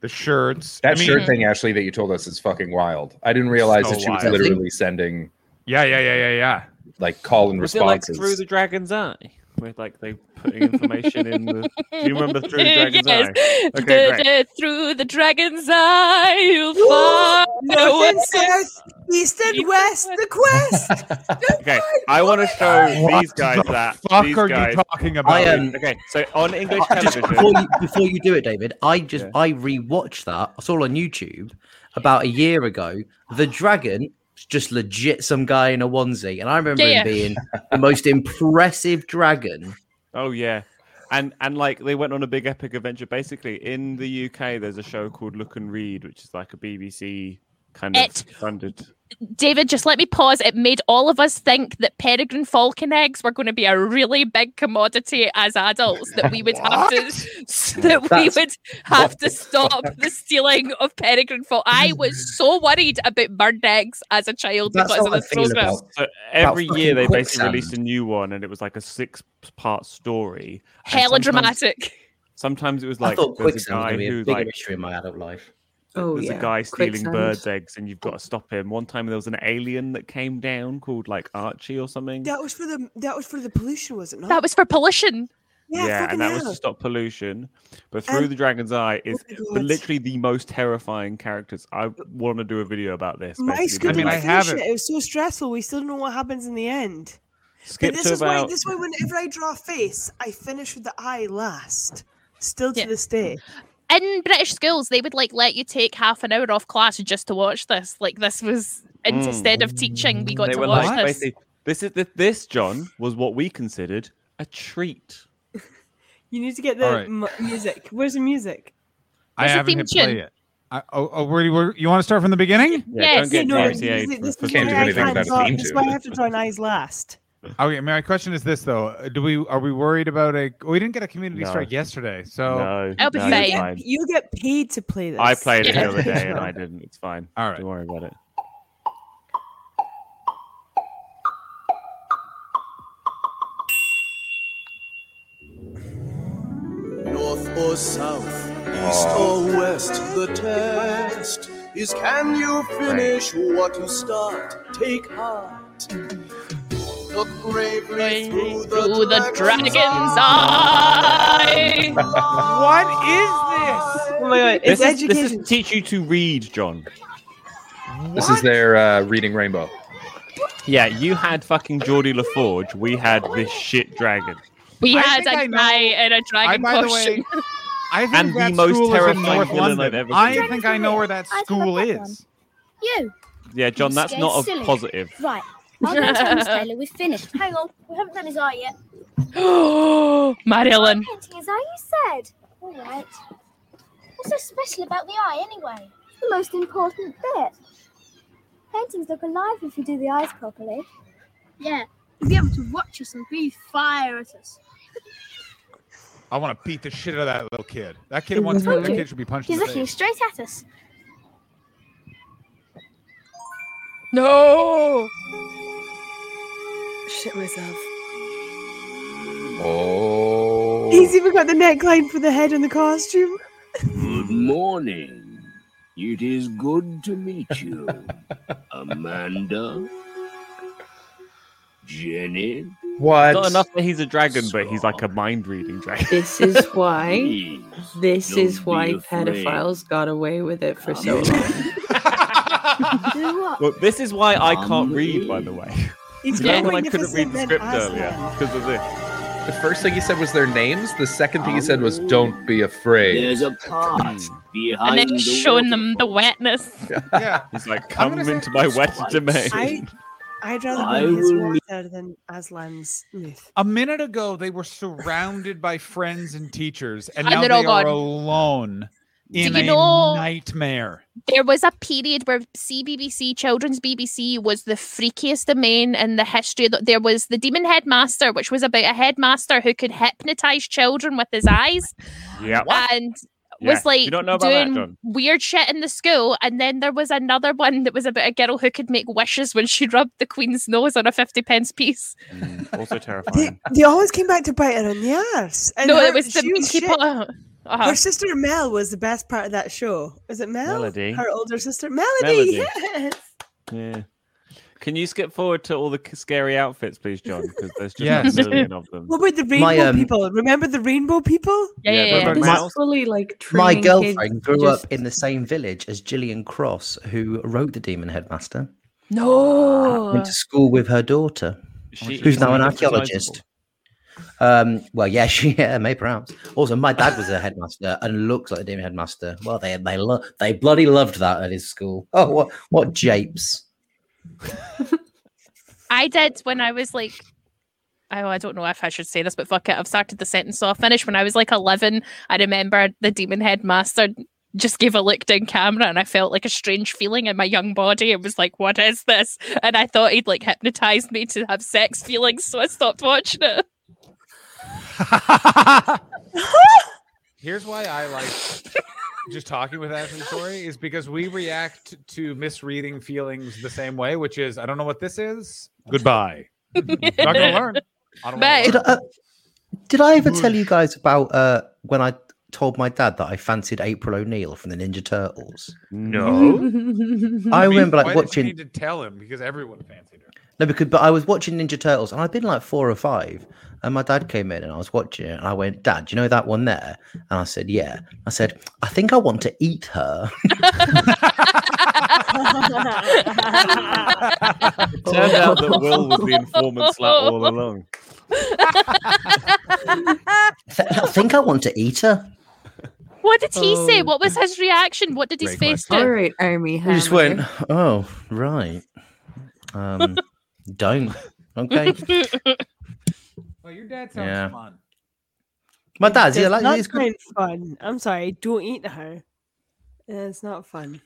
the shirts.
That
I mean-
shirt thing, Ashley, that you told us is fucking wild. I didn't realize
So
that she was
wild.
literally sending
Yeah, yeah, yeah, yeah, yeah.
like call and
Was it like
responses.
through the dragon's eye? Where like they putting information in the Do
[LAUGHS]
you remember through the dragon's
Yes.
eye?
The-
Okay, great.
the- through the dragon's eye, you'll find no
North
one
and south, east and west, the quest.
[LAUGHS]
Okay, I want to show these guys that.
fuck
these
are you
guys-
talking about? I am-
okay, so on English
Just
television,
um, before, you, before you do it, David, I just I rewatched that. I saw it on YouTube about a year ago. The dragon was just legit some guy in a onesie, and I remember
Yeah,
him
yeah.
being the most impressive dragon.
Oh yeah, and and like they went on a big epic adventure. Basically, in the UK, there's a show called Look and Read, which is like a BBC kind of
It-
funded.
David, just let me pause. It made all of us think that peregrine falcon eggs were going to be a really big commodity as adults. That we would have to, that we
That's-
would have to stop the stealing of peregrine falcon. I was so worried about bird eggs as a child because of this program.
So every
about
year they
fucking
basically
quicksand.
released a new one, and it was like a six-part story. and
Hella
sometimes-
dramatic.
Sometimes it was
I
like
thought
there's a
quicksand was
guy
gonna be a
who
bigger
like
issue in my adult life.
Oh,
Oh,
there's a
yeah.
guy stealing
Quicksand.
birds' eggs, and you've
Oh.
got to stop him. One time there was an alien that came down called like Archie or something.
That was for the that was for the pollution, was it not?
That was for pollution.
Yeah, fucking
and that was
hell.
to stop pollution. But through
Um,
the dragon's eye is
my
the-
God.
literally the most terrifying characters. I want to do a video about this.
My
basically,
school
because
didn't
it's-
finish it. It was so stressful. We still don't know what happens in the end.
Skip
but this
to
is why
about-
this is why whenever I draw a face, I finish with the eye last. Still to this day.
in British schools, they would like let you take half an hour off class just to watch this. Like this was in-
Mm.
instead of teaching, we got
They
to
were
watch
like,
this.
basically, this is th- this John was what we considered a treat.
You need to get the
All right.
mu- music. Where's the music?
I
There's a
haven't
theme
hit play
tune.
yet. I, oh, oh where, do you- where, you want to start from the beginning?
Yeah, Yes. don't get DMCA for-
This
for
is
Can't
why
do
I
anything
can't
without a
draw-
theme
this is
tune.
why I
have to draw an eyes last.
Okay, my question is this though: Uh, Do we are we worried about a? We didn't get a community
No.
strike yesterday, so
No, It'll be no, it's fine. fine.
You get paid to play this.
I played it the other day
[LAUGHS]
and I didn't. It's fine.
All right,
don't worry about it.
North or south, east or west, the test is can you finish what you start? Take heart. The bravely through the,
Through the dragon's eye.
what is this?
Oh my god,
This
it's
is, this
education.
is to teach you to read, John.
This is their uh, reading rainbow.
Yeah, you had fucking Geordie LaForge. We had this shit dragon.
We
I
had
think I
a
know-
guy in a
I,
dragon
by the
costume.
[LAUGHS] way, I think
And the
that
most
school is in
terrifying
North
villain I've
London.
ever
I
seen.
think I know where that school is.
You.
Yeah, John,
You
that's
scared
not a
silly.
positive.
Right. I'll go tell Miss Taylor we've finished. Hang on, we haven't done his eye yet.
Oh, Marilyn.
Painting his eye, you said. All right. What's so special about the eye, anyway? It's the most important bit. Paintings look alive if you do the eyes properly. Yeah. You'll be able to watch us and breathe fire at us.
I want to beat the shit out of that little kid. That kid wants that kid should be punched
He's
in the
looking
face.
straight at us.
No! Shit myself.
Oh.
He's even got the neckline for the head and the costume.
Good morning. It is good to meet
[LAUGHS]
you, Amanda. Jenny.
What?
Not enough that he's a dragon, but he's like a mind reading dragon.
This is
[LAUGHS]
why. This
Don't
is why
be afraid.
pedophiles got away with it for so long.
Do what?
Well, this is why I can't read, by the way.
He's
You know
got
when I
magnificent
couldn't read the
red
script
eyes
earlier
now.
because of this.
[LAUGHS] The first thing he said was their names. The second thing he said was, "Don't be afraid."
There's a part behind
And then
the
showing them the wetness.
Yeah.
He's like, come into my wet domain.
I, I'd
I
rather be his
will
water
leave-
than Aslan's myth.
A minute ago, they were surrounded by friends and teachers, and
And
now
they're
they
all
are
gone.
alone in
you
a
know-
nightmare.
There was a period where CBBC, Children's BBC, was the freakiest domain in the history. Th- There was the Demon Headmaster, which was about a headmaster who could hypnotize children with his eyes
[LAUGHS] Yeah.
and
Yeah.
was like
You don't know about that,
doing
John.
weird shit in the school. And then there was another one that was about a girl who could make wishes when she rubbed the Queen's nose on a 50 pence piece.
Mm, Also terrifying.
They,
[LAUGHS]
they always came back to bite her on the arse. And
No,
her,
it was the
she was
Pinky
shit.
Pie- Uh-huh.
Her sister Mel was the best part of that show. Is it Mel?
Melody.
Her older sister Melody.
Melody.
[LAUGHS] Yes.
Yeah. Can you skip forward to all the c- scary outfits, please, John? Because there's just
Yes.
a million of them.
What about the rainbow
My, um,
people? Remember the rainbow people?
Yeah,
Yeah, yeah,
yeah.
This
My-
is fully like
My
training kids
girlfriend
to
grew
just-
up in the same village as Gillian Cross, who wrote The Demon Headmaster. [LAUGHS]
No.
Went to school with her daughter,
She
who's
is
now an
unrecognizable.
archaeologist. Um, well, yeah, [LAUGHS] she yeah, may perhaps. Also, my dad was a headmaster and looks like the Demon Headmaster. Well, they they lo- they bloody loved that at his school. Oh, what what japes!
I did when I was like, oh, I don't know if I should say this, but fuck it. I've started the sentence, so I'll finish. When I was like 11, I remember the Demon Headmaster just gave a look down camera and I felt like a strange feeling in my young body. It was like, what is this? And I thought he'd like hypnotized me to have sex feelings, so I stopped watching it.
Here's why I like just talking with Ashley Story is because we react to misreading feelings the same way, which is I don't know what this is. Goodbye. Not gonna [LAUGHS] learn. I don't wanna
Did I,
learn.
uh, did I ever tell you guys about uh, when I told my dad that I fancied April O'Neil from the Ninja Turtles? I
mean,
remember
why
like
did you
watching.
need to tell him because everyone fancied her.
No, because but I was watching Ninja Turtles, and I'd been like four or five, and my dad came in, and I was watching it, and I went, "Dad, do you know that one there?" And I said, "Yeah." I said, "I think I want to eat her." [LAUGHS]
It
Oh.
turned [LAUGHS] out that Will was the informant slut all along.
I think I want to eat her.
[LAUGHS] What did he say?
Oh.
What was his reaction? What did his face do?
All right, Army.
He just went, "Oh, right." Um, [LAUGHS] don't. Okay.
Well, your dad sounds
yeah.
fun.
My dad's yeah,
Does
like
not
he's good.
sound fun. I'm sorry, don't eat her. It's not fun.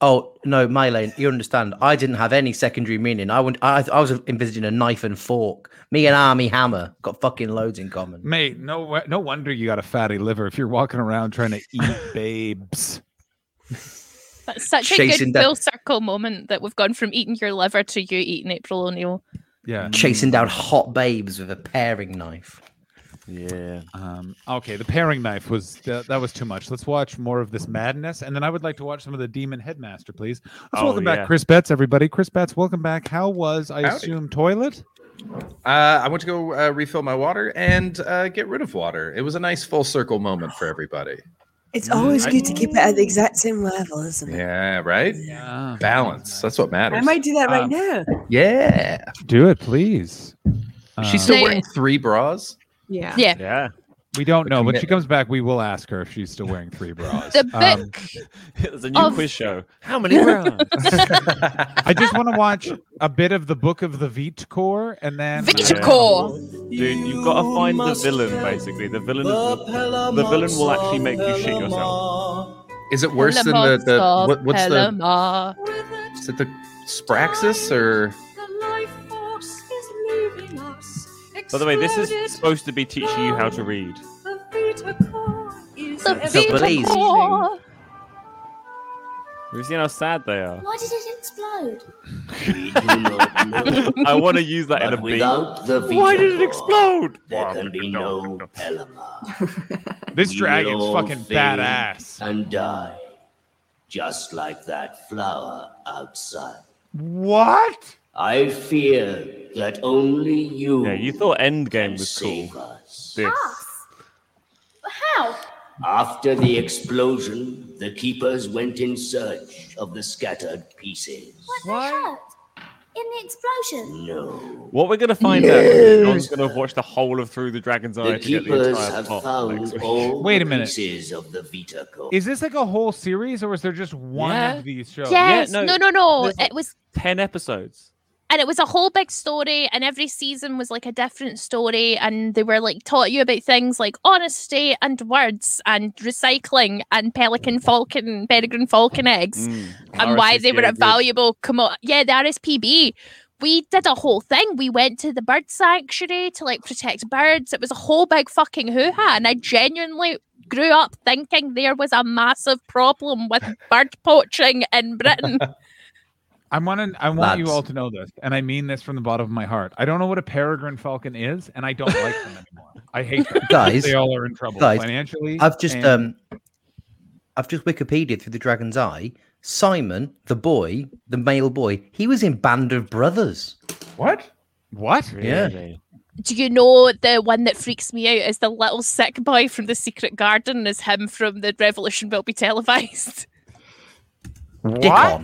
Oh no, Mylane, you understand? I didn't have any secondary meaning. I went. I, I was envisaging a knife and fork. Me and Army Hammer got fucking loads in common.
Mate, no wo- no wonder you got a fatty liver if you're walking around trying to eat babes.
That's such a
Chasing
good
that-
full circle moment that we've gone from eating your liver to you eating April O'Neil.
Yeah.
Chasing down hot babes with a paring knife.
Yeah.
Um, okay, the paring knife was that that was too much. Let's watch more of this madness, and then I would like to watch some of the Demon Headmaster, please. Let's
Oh,
welcome back
yeah.
Chris Betts, everybody. Chris Betts, welcome back. How was I
Howdy.
assume toilet?
Uh, I went to go uh, refill my water and uh, get rid of water. It was a nice full circle moment for everybody.
It's always
I-
good to keep it at the exact same level, isn't it?
Yeah, right? Balance. That's what matters.
I might do that right now.
Yeah.
Do it, please. Um,
Is she still wearing three bras? [LAUGHS]
Yeah.
Yeah.
Yeah. We don't know. When she
commitment.
comes back, we will ask her if she's still wearing three bras.
The
Um,
book.
There's a new
Of-
quiz show. How many rounds?
I just want to watch a bit of the Book of the Vitcore and then uh,
uh,
Vitcore.
[LAUGHS] Dude, you've got to find the villain, basically. The villain is the, the villain will actually make you shit yourself.
Is it worse than the, the what, what's the
Pelamar.
is it the Spraxis or
By the way, this is supposed to be teaching you how to read.
The
It's a
Vita
blaze.
Core.
We've seen how sad they are.
Why did it explode?
[LAUGHS] I want to use that in a
But
beat.
without the
Why did it
Vita Core,
explode?
there can be no Pelamar.
This
We
dragon's
will all
fucking
fade
badass.
And die. Just like that flower outside.
What?
I fear that only you.
Yeah, you thought Endgame was cool. This.
How?
After the explosion, the keepers went in search of the scattered pieces.
Was it hurt? In the explosion?
No.
What we're gonna find out is John's gonna watch the whole of Through the Dragon's Eye
The
to get the
keepers
entire
have
plot next
found
week.
all
Wait a
the
minute.
pieces of the Vita Core.
Is this like a whole series or is there just one
Yeah.
of these shows?
Yes. no, no, no.
There's
It was
ten episodes.
and it was a whole big story and every season was like a different story and they were like taught you about things like honesty and words and recycling and pelican falcon peregrine falcon
Mm.
Mm.
eggs and why they were a
RSPCA
valuable commo- yeah the rspb we did a whole thing we went to the bird sanctuary to like protect birds it was a whole big fucking hoo-ha and i genuinely grew up thinking there was a massive problem with bird poaching in britain
I want to. I want you all to know this, and I mean this from the bottom of my heart. I don't know what a peregrine falcon is, and I don't like them anymore. I hate them.
guys,
they all are in trouble
guys,
financially.
I've just
and-
um, I've just Wikipedia through the Dragon's Eye. Simon, the boy, the male boy, he was in Band of Brothers.
What? What?
Yeah.
Do you know the one that freaks me out is the little sick boy from the Secret Garden is him from the Revolution Will Be Televised. [LAUGHS]
What?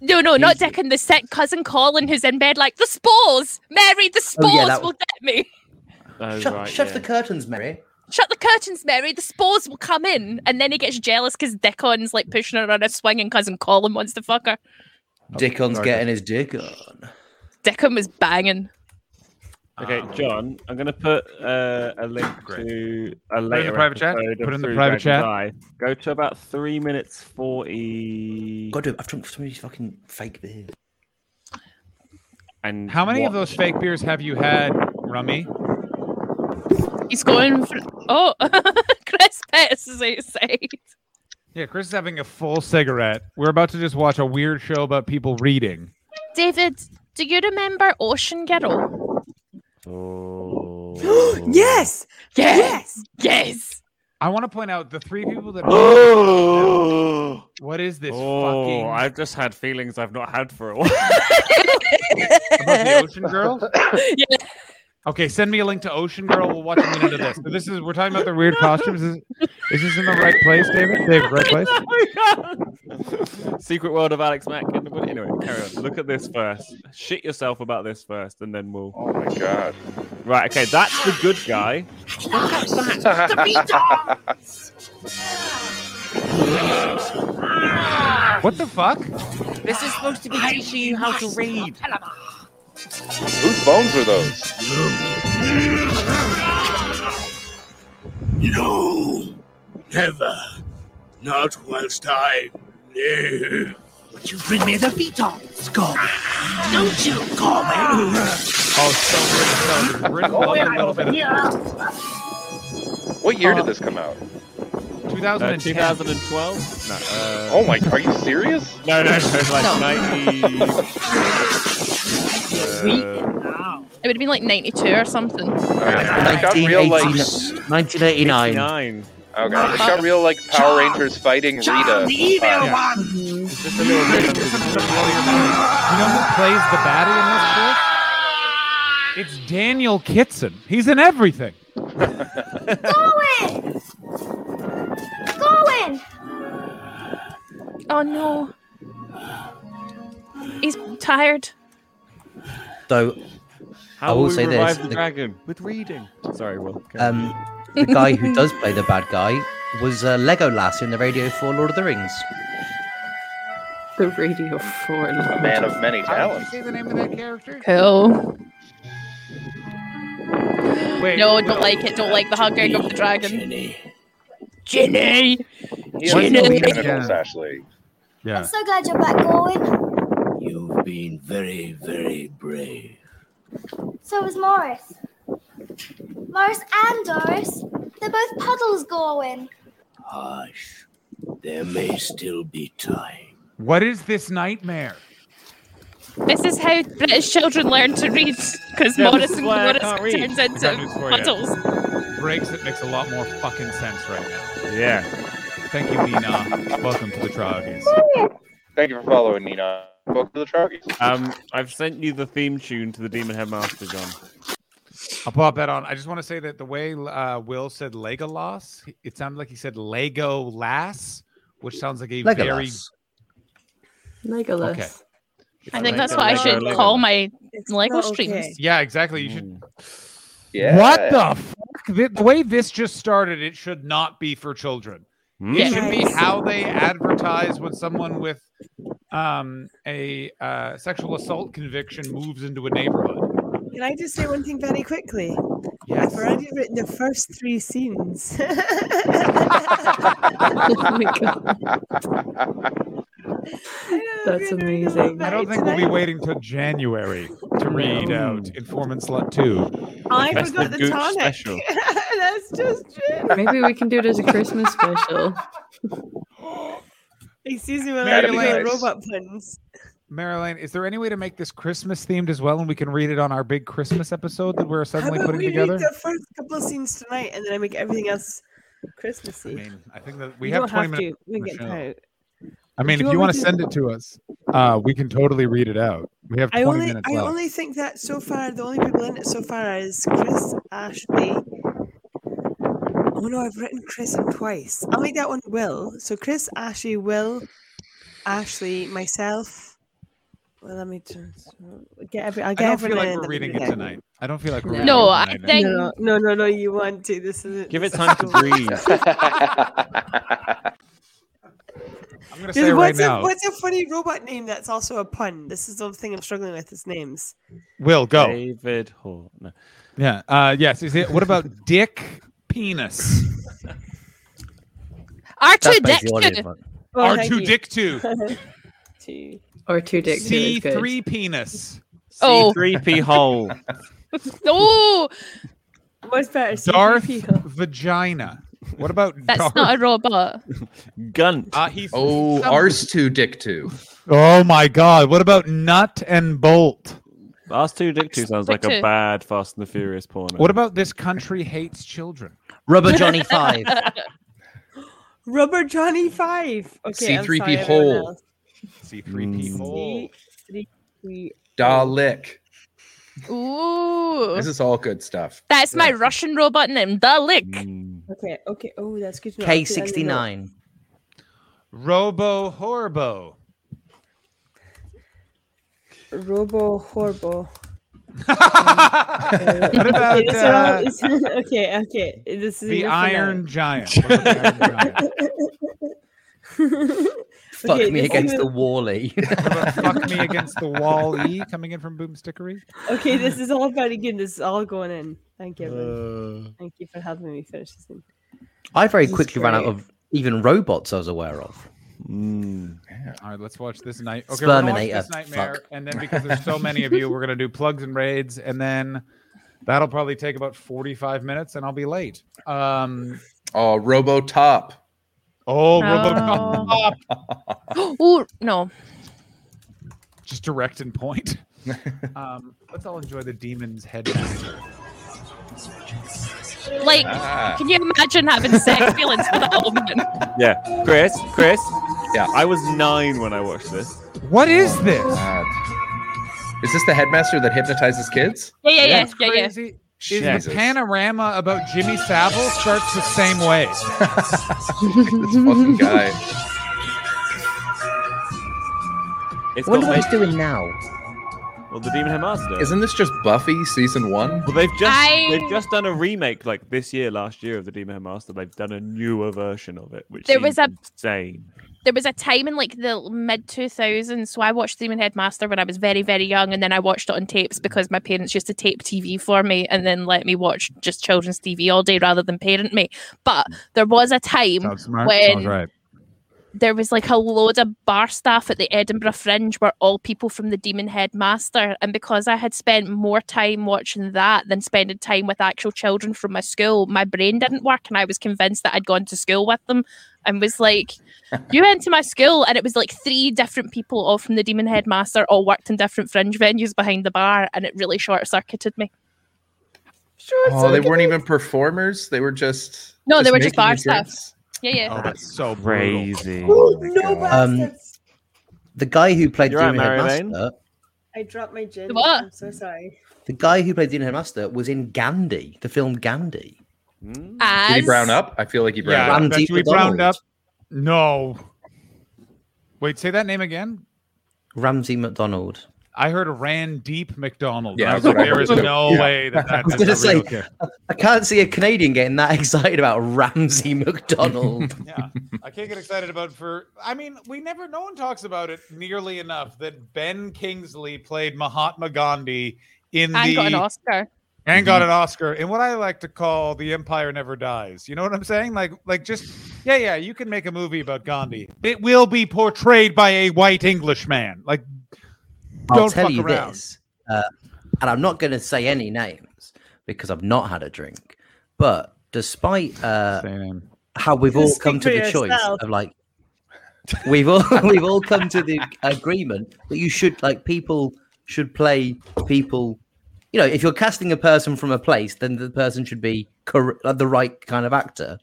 No, no, not Dick and the sick cousin Colin who's in bed like the spores. Mary, the spores
Oh, yeah, that
will
was-
get me.
Oh,
Oh,
shut shut the curtains, Mary.
Shut the curtains, Mary. The spores will come in, and then he gets jealous because Dickon's like pushing her on a swing, and cousin Colin wants to fuck her.
Oh,
Dickon's getting his dick on.
Dickon was banging.
Okay,
Oh.
John, I'm gonna put uh, a link to a
in
later
the private chat.
episode of
Put it in the
Through
private
Dragon's
chat.
Eye. Go to about three minutes forty.
God, I've drunk so many fucking fake beers.
And
How many of
what-
those fake beers have you had, Rummy?
He's going for oh, [LAUGHS] Chris Pettis is outside.
Yeah, Chris is having a full cigarette. We're about to just watch a weird show about people reading.
David, do you remember Ocean Girl?
yes.
Yes. Yes.
I want to point out the three people that. what is this
Oh,
fucking
I've just had feelings I've not had for a while.
[LAUGHS]
[LAUGHS]
about the Ocean Girl?
yeah.
Okay, send me a link to Ocean Girl. We'll watch a minute of this. So this is we're talking about the weird costumes. Is, is this in the right place, David? David, right place?
[LAUGHS] Secret World of Alex Mack. and- but Anyway, carry on. Look at this first. Shit yourself about this first, and then we'll. Oh my god. Right. Okay, that's the good guy. Uh,
What the fuck?
This is supposed to be teaching you how to read.
Whose bones are those?
No, never. Not whilst I live.
But you bring me the Vita, Score. Don't you call
[LAUGHS]
me.
Oh, so Rick, so Rick loved a little bit of
What year did this come out?
2010.
2012? No. Uh,
Oh my! Are you serious?
No, no, no. It's like 90.
uh,
It would have been like 92 or something.
It got real like.
1989.
Okay, it got real like Power Rangers fighting Rita. Uh,
You know who plays the baddie in this shit? It's Daniel Kitson. He's in everything.
Going! Going!
Oh no. He's tired.
Though
How
I will
will we
say
revive
this:
the,
the-
dragon with reading? Sorry, Will. carry on.
um, the guy who does play the bad guy was uh, Legolas in the Radio Four Lord of the Rings.
The Radio 4
A man of many
How did you
talents.
say the name of that character?
Cool.
no, don't like it. Don't like the hugging of the dragon. Ginny. Ginny.
He likes the genitals, Ashley.
I'm so glad you're back, Gorwin.
You've been very, very brave.
So was Morris. Morris and Doris. They're both puddles, Gorwin.
Hush. There may still be time.
What is this nightmare?
This is how British children learn to read because
Yeah,
Morris
this is
and
why I
Morris
can't read.
turns
I've got news
into
for you.
puddles.
Breaks it makes a lot more fucking sense right now.
Yeah.
Thank you, Nina. Welcome to the Troggies.
Thank you for following, Nina. Welcome to the Troggies.
Um, I've sent you the theme tune to the Demon Headmaster, John.
I'll pop that on. I just want to say that the way uh, Will said Legolas, it sounded like he said Lego Lass, which sounds like a very
Legolas.
Legolas.
Okay.
I think that's what I should call my
[LAUGHS]
Lego [LAUGHS] streams.
Yeah, exactly. You
Hmm.
should.
Yeah.
What the fuck? The, the way this just started, it should not be for children. It should be
Yes.
how they advertise when someone with um, a uh, sexual assault conviction moves into a neighborhood.
Can I just say one thing very quickly?
Yes.
I've already written the first three scenes.
Oh
Oh That's amazing.
I don't think we'll be waiting till January to read out Informant Slut 2.
I
That's
forgot
the
the,
Gooch
tonic.
special.
That's just it.
Maybe we can do it as a Christmas special.
Excuse me, when I
That'd be
do my
nice.
robot puns.
Marilyn, is there any way to make this Christmas themed as well and we can read it on our big Christmas episode that we're
How
suddenly
about
putting
we
together?
read the first couple of scenes tonight, and then I make everything else Christmassy. I
mean, I think that we have 20 minutes
To. We
on the
can get
show.
tired.
I mean,
Do
if you want to
me
send it to us, uh, we can totally read it out. We have
I
20
only,
minutes
I
left.
only think that so far the only people in it so far is Chris Ashley. Oh no, I've written Chris in twice. I'll make that one Will. So Chris, Ashley, Will, Ashley, myself. Well, let me just get every. I'll
I
get
don't feel like
everyone in,
we're
then
reading
we
it
can-
tonight. I don't feel like we're
No.
reading
No,
it
I
tonight.
think-
No, no, no, no, you want to. This isn't.
Give it
this
time
[LAUGHS]
to
is cool.
breathe.
I'm gonna
Dude,
say right
what's,
now.
a, what's a funny robot name that's also a pun? This is the thing I'm struggling with. Is names.
Will go.
David Hall. No.
Yeah. Uh, yes. Is it? What about Dick Penis?
R2
That's basically
Dick
what it
[LAUGHS]
is,
two.
man. Oh, thank R2 you. Dick
[LAUGHS]
two.
two.
Or two dicks.
C three Penis.
Oh.
C3P Hole.
No,
What's better?
Darth
[LAUGHS]
Vagina. What about
that's
Darth?
not a robot.
Gunt.
Uh, he's
[LAUGHS] Oh, ours too, Dick too.
[LAUGHS] Oh my God! What about Nut and Bolt?
Last two Dick Two sounds like
Dick
a
Two.
bad Fast and the Furious porno.
What about this country hates children?
Rubber
Johnny
Five.
Rubber Johnny Five. Okay, I'm
C3P
sorry, everyone
Hole.
else.
C3P
C three P.
Dalek.
Ooh,
This is all good stuff.
that's my Russian robot name, the Lick.
Mm.
Okay, okay. Oh, that's good. to know. Okay, I didn't know.
K69.
Robo
[LAUGHS]
Horbo.
Robo Horbo.
What about,
okay,
uh,
[LAUGHS] this one is- okay, okay. This is
The
enough for [LAUGHS]
Iron
now.
[LAUGHS]
Giant. What about the Iron Giant?
Fuck
Okay,
me
this
against
is-
the Wally.
Fuck me against the wall E coming in from Boomstickery.
[LAUGHS] Okay, this is all very good. This is all going in. Thank you.
Uh.
everyone. Thank you for helping me finish this thing.
[LAUGHS] I very
This is
quickly ran out
great.
of even robots I was aware of.
All right, let's watch this night. Okay, we're gonna watch this
Sperminator,
nightmare,
fuck.
and then because there's so many of you, we're gonna do plugs and raids, and then that'll probably take about 45 minutes, and I'll be late. Um,
Oh, RoboTop.
Oh, [LAUGHS]
Oh.
Mm.
[GASPS] Ooh, no.
just direct
[LAUGHS]
and point. um, let's all enjoy the demon's headmaster.
Like,
Ah.
can you imagine having [LAUGHS] sex feelings with a woman?
Yeah, Chris, Chris. Yeah, I was nine when I watched this.
What is this?
Is this the headmaster that hypnotizes kids? [LAUGHS]
Yeah, yeah, yeah,
That's
yeah, yeah.
crazy. Is the
Jesus.
panorama about Jimmy Savile starts the same way?
This fucking guy.
It's
wonder
got
what he's
ma-
doing now.
Well, the Demon Headmaster.
Isn't this just Buffy season one?
Well, they've just
I-
they've just done a remake like this year, last year of the Demon Headmaster. They've done a newer version of it, which
There was
seems
a-
insane.
There was a time in like the mid 2000s, so I watched Demon Headmaster when I was very, very young, and then I watched it on tapes because my parents used to tape TV for me and then let me watch just children's TV all day rather than parent me. But there was a time when there was like a load of bar staff at the Edinburgh Fringe were all people from the Demon Headmaster. And because I had spent more time watching that than spending time with actual children from my school, my brain didn't work. And I was convinced that I'd gone to school with them and was
[LAUGHS]
like, You went to my school. And it was like three different people, all from the Demon Headmaster, all worked in different fringe venues behind the bar. And it really short circuited me.
Oh, they weren't even performers. They were just
No, they were just
making
bar
appearance?
staff. Yeah, yeah.
that's so
crazy.
no
Um, the guy who played
You're right,
Demon
Mary Lane.
Headmaster,
I dropped my gin.
What?
I'm so sorry.
the guy who played Demon Headmaster was in Gandhi, the film Gandhi.
As
Hmm?
Oh. Did he brown up? I feel like he browned
Yeah,
up.
Randy
bet you we browned up.
McDonald.
No. Wait, say that name again.
Ramsay McDonald.
I heard Rand Deep McDonald.
Yeah,
Yeah,
that's what I
there is
heard too.
no
Yeah.
way that
[LAUGHS] I was
that
gonna
is a real
say-
kid.
I can't see a Canadian getting that [LAUGHS] excited about Ramsay McDonald.
Yeah, I can't get excited about for. I mean, we never. No one talks about it nearly enough that Ben Kingsley played Mahatma Gandhi in
And
the
got an Oscar.
and
Mm-hmm.
got an Oscar in what I like to call "The Empire Never Dies." You know what I'm saying? Like, like just yeah, yeah. You can make a movie about Gandhi. It will be portrayed by a white Englishman. Like,
I'll
don't
tell
fuck
you
around.
this, uh, and I'm not going to say any names because I've not had a drink. But despite uh, how we've
You
all
speak
come to
for
the
yourself.
choice of like, we've all [LAUGHS] we've all come to the agreement that you should like people should play people. You know, if you're casting a person from a place, then the person should be cor- like, the right kind of actor.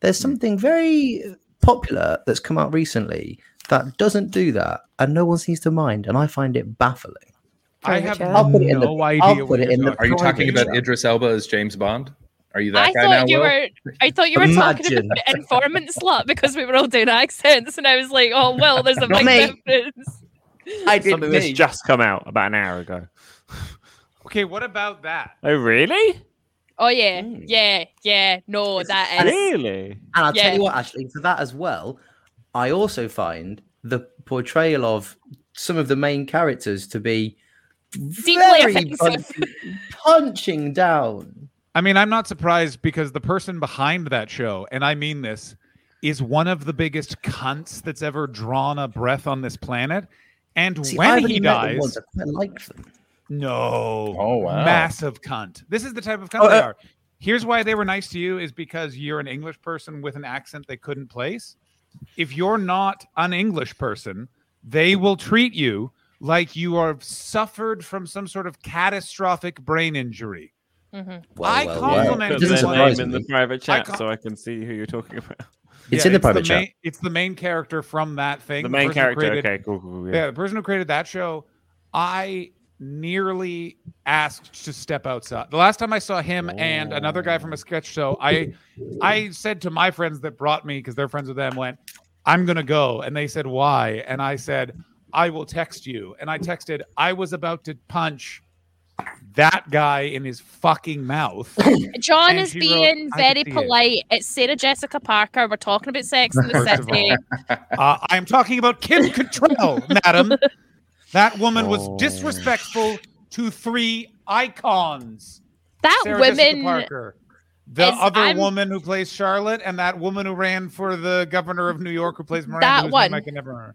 There's something very popular that's come out recently that doesn't do that, and no one seems to mind, and I find it baffling.
I have
I'll put it in the-
no
I'll
idea
put
what
it
you're
in the
talking
Are you
private
talking about
chat.
Idris Elba as James Bond? Are you that
I
guy now?
thought you
Will?
were. I thought you were talking
Imagine.
about the informant slut because we were all doing accents, and I was like, "Oh well, [LAUGHS] there's a
Not
big
me.
difference."
I did
Something that's
me.
just come out about an hour ago.
Okay, what about that?
Oh really?
Oh yeah,
Hmm.
yeah, yeah. No, that is.
Really?
And I'll
Yeah.
tell you what, actually, for that as well, I also find the portrayal of some of the main characters to be very
offensive.
punch- punching down.
I mean, I'm not surprised because the person behind that show, and I mean this, is one of the biggest cunts that's ever drawn a breath on this planet. And
See, I've
when
only
he
met them
dies,
once, I quite like them.
no,
Oh, wow.
massive cunt. This is the type of cunt
Oh,
they
uh,
are. Here's why they were nice to you is because you're an English person with an accent they couldn't place. If you're not an English person, they will treat you like you are suffered from some sort of catastrophic brain injury.
Mm-hmm.
I compliment
Put
you
their
on-
name in the private
I
chat
com-
so I can see who you're talking about.
It's in the private chat.
main- it's the main character from that thing.
The
person
main
who
character,
created-
okay, cool, cool, cool,
Yeah.
yeah.
the person who created that show, I nearly asked to step outside. The last time I saw him and another guy from a sketch show, I, I said to my friends that brought me because they're friends with them, went, "I'm gonna go," and they said, "Why?" And I said, "I will text you." And I texted, "I was about to punch." That guy in his fucking mouth.
John
And
is
she wrote,
being
"I can
very
see it."
polite. It's Sarah Jessica Parker. We're talking about Sex in
[LAUGHS]
the
First of
City.
Uh, I'm talking about Kim Cattrall, madam. That woman was disrespectful to three icons.
That
Sarah Jessica
woman.
Parker, the
is-
other
I'm-
woman who plays Charlotte, and that woman who ran for the governor of New York, who plays Miranda.
That
whose
one.
Name I can never remember.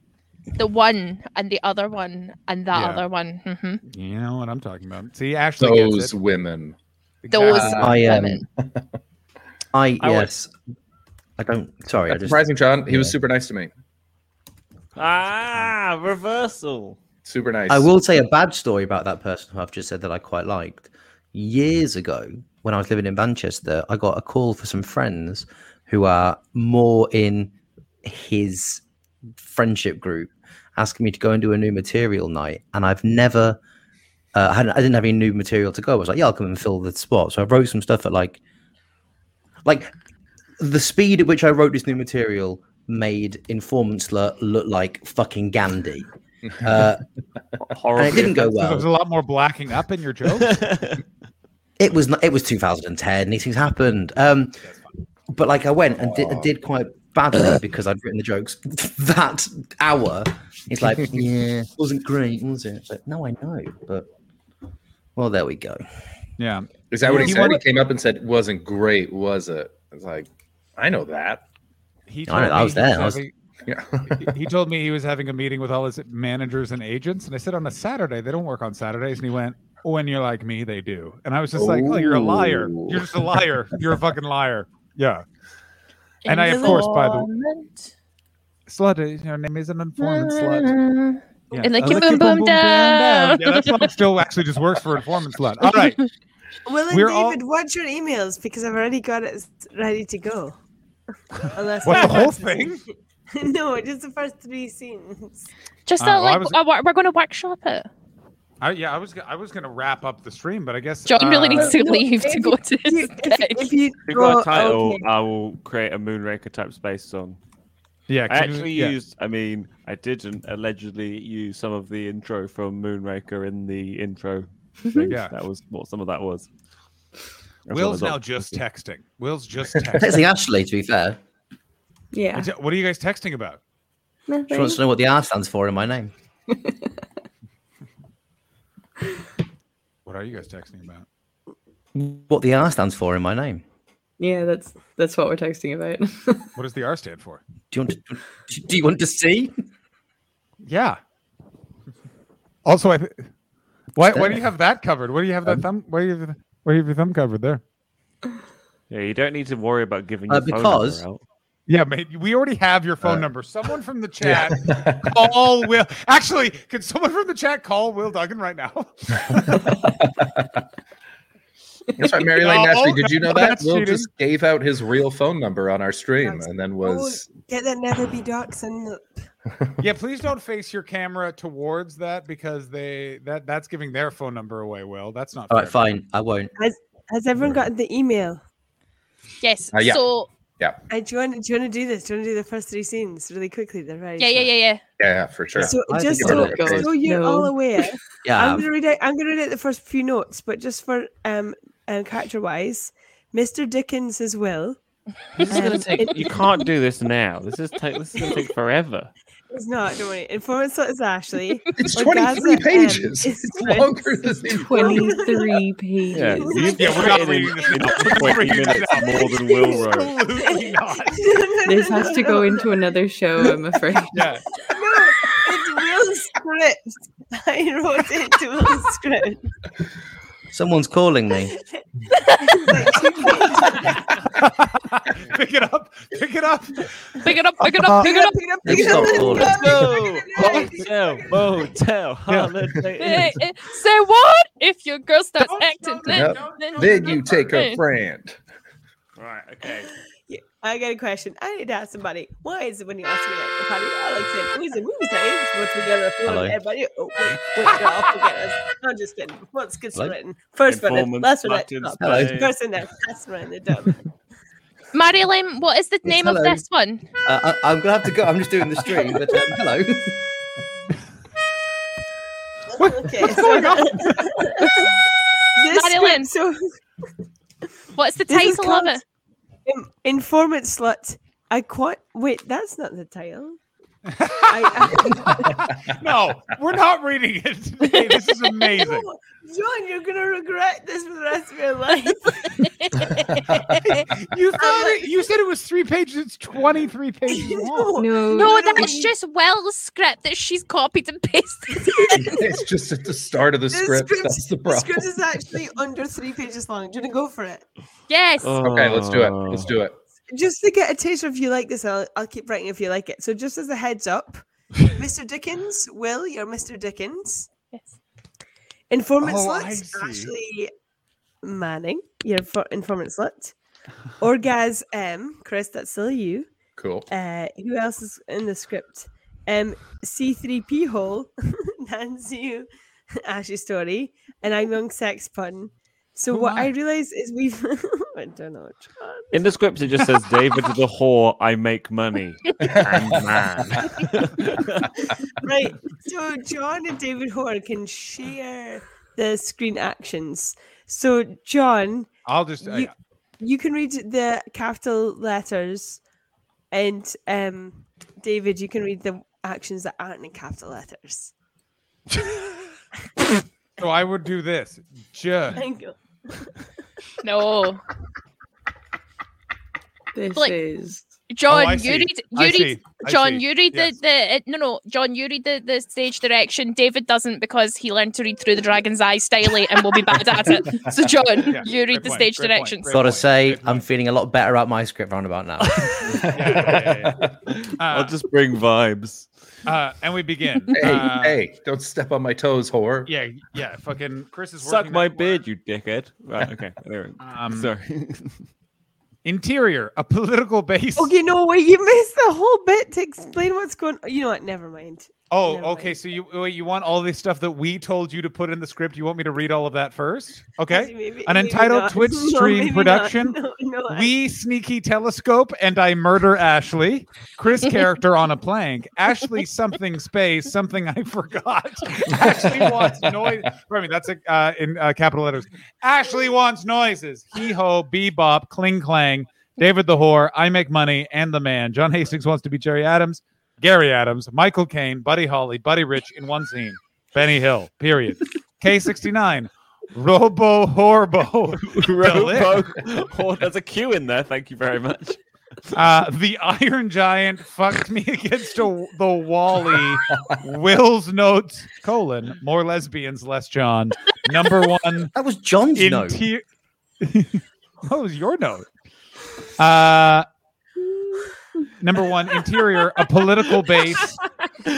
The one and the other one and that
Yeah.
other one. hmm
You know what I'm talking about. See, Ashley gets
Those
it.
women.
Those
Exactly.
I
women.
Um, I
I would-
yes. I don't. Sorry, I
That's
just
surprising, John. He was super nice to me.
Ah, reversal.
Super nice.
I will say a bad story about that person who I've just said that I quite liked. Years ago, when I was living in Manchester, I got a call for some friends who are more in his friendship group asking me to go and do a new material night. And I've never uh, I, hadn't, I didn't have any new material to go. I was like, yeah, I'll come and fill the spot. So I wrote some stuff at like, like the speed at which I wrote this new material made Informant Slut look like fucking Gandhi. Uh, and it didn't go
There
well.
was a lot more blacking up in your jokes.
[LAUGHS] It was not, it was 2010. These things happened. Um, but like I went and did, did quite badly because I'd written the jokes [LAUGHS] that hour. It's like yeah, wasn't great, was it? But no, I know. But well, there we go.
Yeah,
Is that what he
He
said? He
wanted-
came up and said, "Wasn't great, was it?" It's like, I know that.
He
I know,
told
I
me
was
he
there, I was-
having-
Yeah.
he told me he was having a meeting with all his managers and agents, and I said on a Saturday they don't work on Saturdays, and he went, "When you're like me, they do." And I was just like, "Oh, you're a liar! You're just a liar! You're a fucking liar!" Yeah. And I, of course, by the way, slut. Her name is an informant slut. Yeah.
And they
I
keep
like
boom,
you,
boom, down.
Yeah, that song still actually just works for informant slut. All right.
Will and
We're all-
David, watch your emails because I've already got it s- ready to go. Unless
What, the whole
thing? [LAUGHS] no, just the first three [LAUGHS] scenes.
Just
Uh,
that,
well, I
like,
was-
uh, we're- we're going to workshop it.
I, yeah, I was g- I was gonna wrap up the stream, but I guess
John really
uh,
needs to leave to go to his
If you
If you got
Oh,
a title,
okay.
I will create a Moonraker type space song.
Yeah,
I
can you-
actually
yeah.
used. I mean, I didn't allegedly use some of the intro from Moonraker in the intro. thing.
Yeah.
that was what some of that was.
Will's now just texting. Will's
[LAUGHS]
just texting.
Texting Ashley, to be fair,
I
Yeah.
ju- What are you guys texting about?
she wants to know what the R stands for in my name.
What are you guys texting about?
What the R stands for in my name.
Yeah, that's that's what we're texting about.
What does the R stand for?
Do you want to? Do you want to see?
Yeah. [LAUGHS] Also, I. Th- why, why do you have that covered? Why do you have that thumb? Why do you have, why do you have your thumb covered there?
Yeah, you don't need to worry about giving
Uh,
your phone number
because-
out.
Yeah, mate, we already have your phone
Uh,
number. Someone from [LAUGHS] the chat call Will. Actually, could someone from the chat call Will Duggan right now?
[LAUGHS]
[LAUGHS]
That's right, Mary
[LAUGHS]
Lane
No,
Ashley. Did you know that?
Oh, that's
Will
cheating.
just gave out his real phone number on our stream, and then was
Oh, get that never be ducks and look.
yeah, please don't face your camera towards that because they that that's giving their phone number away. Will, that's not.
All
fair.
right, fine. I won't.
Has, has everyone gotten the email?
Yes.
Uh, yeah.
So,
yeah,
I do you want, do you want to do this? Do you want to do the first three scenes really quickly? They're very
yeah, yeah, yeah, yeah.
yeah, for sure.
So just so, so you're
[LAUGHS]
all aware,
Yeah,
I'm
um,
gonna read out. I'm gonna read out the first few notes, but just for um, um character wise, Mr. Dickens as well.
This is gonna
Um,
[LAUGHS] take.
it-
You can't do this now. This is take. This is gonna take forever.
It's not. Don't worry. Informant slut is [LAUGHS] Ashley.
It's
Orgasm
23
M
pages.
is
It's
Chris.
longer than the
Twenty-three pages.
[LAUGHS]
Yeah, you've
Yeah, we're
written
not
in-
reading this
in
now. We're
20
reading this
minutes more than Will wrote.
Absolutely [LAUGHS] not.
This has to go into another show,
[LAUGHS]
I'm afraid.
Yeah. [LAUGHS]
No, it's Will's script. [LAUGHS] I wrote it to Will's [LAUGHS] script.
Someone's calling me.
pick it up. Pick it up.
Pick it up, pick it up, pick it [LAUGHS] up.
Pick it up,
pick it up, pick it up.
Go hotel, [LAUGHS] motel, holiday.
Hey, eh, say what? If your girl starts acting, then,
Yep.
then,
Then you take a
Hey.
friend.
Right. Okay.
Yeah, I got a question. I need to ask somebody. Why is it when you ask me at the party, I like saying, "Who's the movie night? What's we got
Hello?
to everybody?" Oh, wait, wait, no, I'll forget us. I'm just kidding. What's good
Hello?
written? First one, in,
Informant
last one,
Martin
in, top.
Hello.
first one, in, last one, in the top.
Marilyn, what is the name of
hello.
this one?
Uh, I, I'm gonna have to go. I'm just doing the stream. But um, hello. [LAUGHS]
Okay, so [LAUGHS] this script-
Marilyn.
so
What's the
this is
title of
called
it?
In- Informant slut. I quite wait. That's not the title. I,
No, we're not reading it. Today. This is amazing.
I, John, you're gonna regret this for the rest [LAUGHS] of your life.
[LAUGHS] You thought it, you said it was three pages. It's twenty three [LAUGHS]
[LAUGHS]
pages long.
[LAUGHS] No, that's just Will's script that she's copied and [LAUGHS] pasted.
it's just at the start of the script. That's the
The
problem.
script is actually under three pages long. Do you want to go for it?
Yes.
Oh.
Okay, let's do it. Let's do it.
Just to get a taste of if you like this, I'll, I'll keep writing if you like it. So, just as a
[LAUGHS]
heads up, Mr. Dickens, Will, you're Mr. Dickens.
Yes.
Informant
Oh, I
sluts,
see.
Ashley Manning, you're for informant slut. Orgaz M, Chris, that's still you.
Cool.
Uh,
[LAUGHS]
who else is in the script? Um, C3P hole, Nancy,
Ash's story, and I'm young sex pun. So
Oh
what
my.
I realize is we've [LAUGHS] I don't know. John.
In the script, it just says David the whore. I make money [LAUGHS] and man.
right. So John and David Hoare can share the screen actions. So John,
I'll just
you,
uh, yeah.
you can read the capital letters, and um, David, you can read the actions that aren't in capital letters. [LAUGHS]
so I would do this. Ju.
Thank you.
Oh,
no.
This
Like,
is
John,
Oh, I
you
see.
read, you
I
read,
see. I
John,
see.
you read
Yes.
the, the uh, no, no, John, you read the, the stage direction. David doesn't because he learned to read through the dragon's eye stylely and will be bad at it.
[LAUGHS]
So, John,
Yeah,
you read the stage directions.
Gotta say, I'm feeling a lot better about my script roundabout now.
I'll just bring vibes.
Uh, and we begin.
Hey,
Uh,
hey, don't step on my toes, whore.
Yeah, yeah. Fucking Chris is
Suck
working
my beard, you dickhead. Right, okay. Anyway,
Um,
[LAUGHS] Sorry.
Interior, a political base.
Okay, no wait, Oh, you missed the whole bit to explain what's going. You know what? Never mind.
Oh, okay. So you wait, you want all the stuff that we told you to put in the script? You want me to read all of that first? Okay.
Maybe-
An
maybe
entitled
not. [LAUGHS]
Twitch
No,
stream
maybe not.
production.
No, no, I-
we sneaky telescope and I murder Ashley. Chris character on a plank. Ashley something space something I [LAUGHS] forgot. Ashley wants noise. I mean that's a, uh, in uh, capital letters. Ashley wants noises. Hee ho, bebop, cling clang. David the whore. I make money and the man. John Hastings wants to be Jerry Adams. Gary Adams, Michael Caine, Buddy Holly, Buddy Rich in one scene. Benny Hill. Period. K69. Robo Horbo.
Robo. Oh, there's a Q in there. Thank you very much.
Uh, the Iron Giant fucked me [LAUGHS] against a, the Wally. Will's notes colon more lesbians, less John. Number one.
That was John's
note. [LAUGHS] that was your note. Uh, number one interior a political base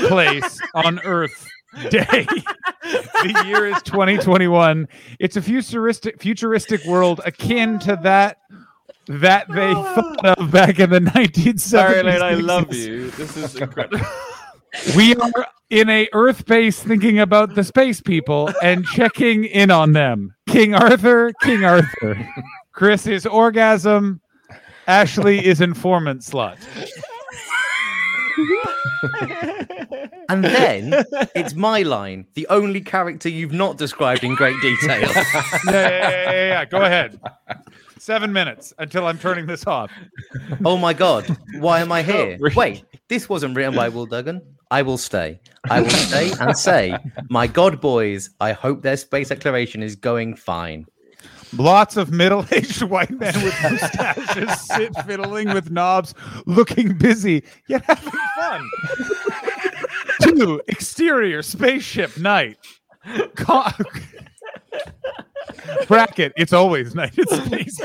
place on Earth day. [LAUGHS] the year is 2021. It's a futuristic futuristic world akin to that that they thought of back in the 1970s.
[LAUGHS] Sorry, Lane, I love you. This [LAUGHS] is incredible.
We are in a Earth base thinking about the space people and checking in on them. King Arthur, King Arthur. Chris is orgasm. Ashley is informant slut.
And then it's my line, the only character you've not described in great detail.
yeah, yeah, yeah, yeah, yeah. Go ahead. Seven minutes until I'm turning this off.
oh my god, why am I here? Wait, this wasn't written by Will Duggan. I will stay. I will stay and say, my god, boys, I hope their space exploration is going fine.
Lots of middle-aged [LAUGHS] white men with mustaches sit fiddling with knobs, looking busy yet having fun. [LAUGHS] Two exterior spaceship night. Co- [LAUGHS] bracket. It's always night at space.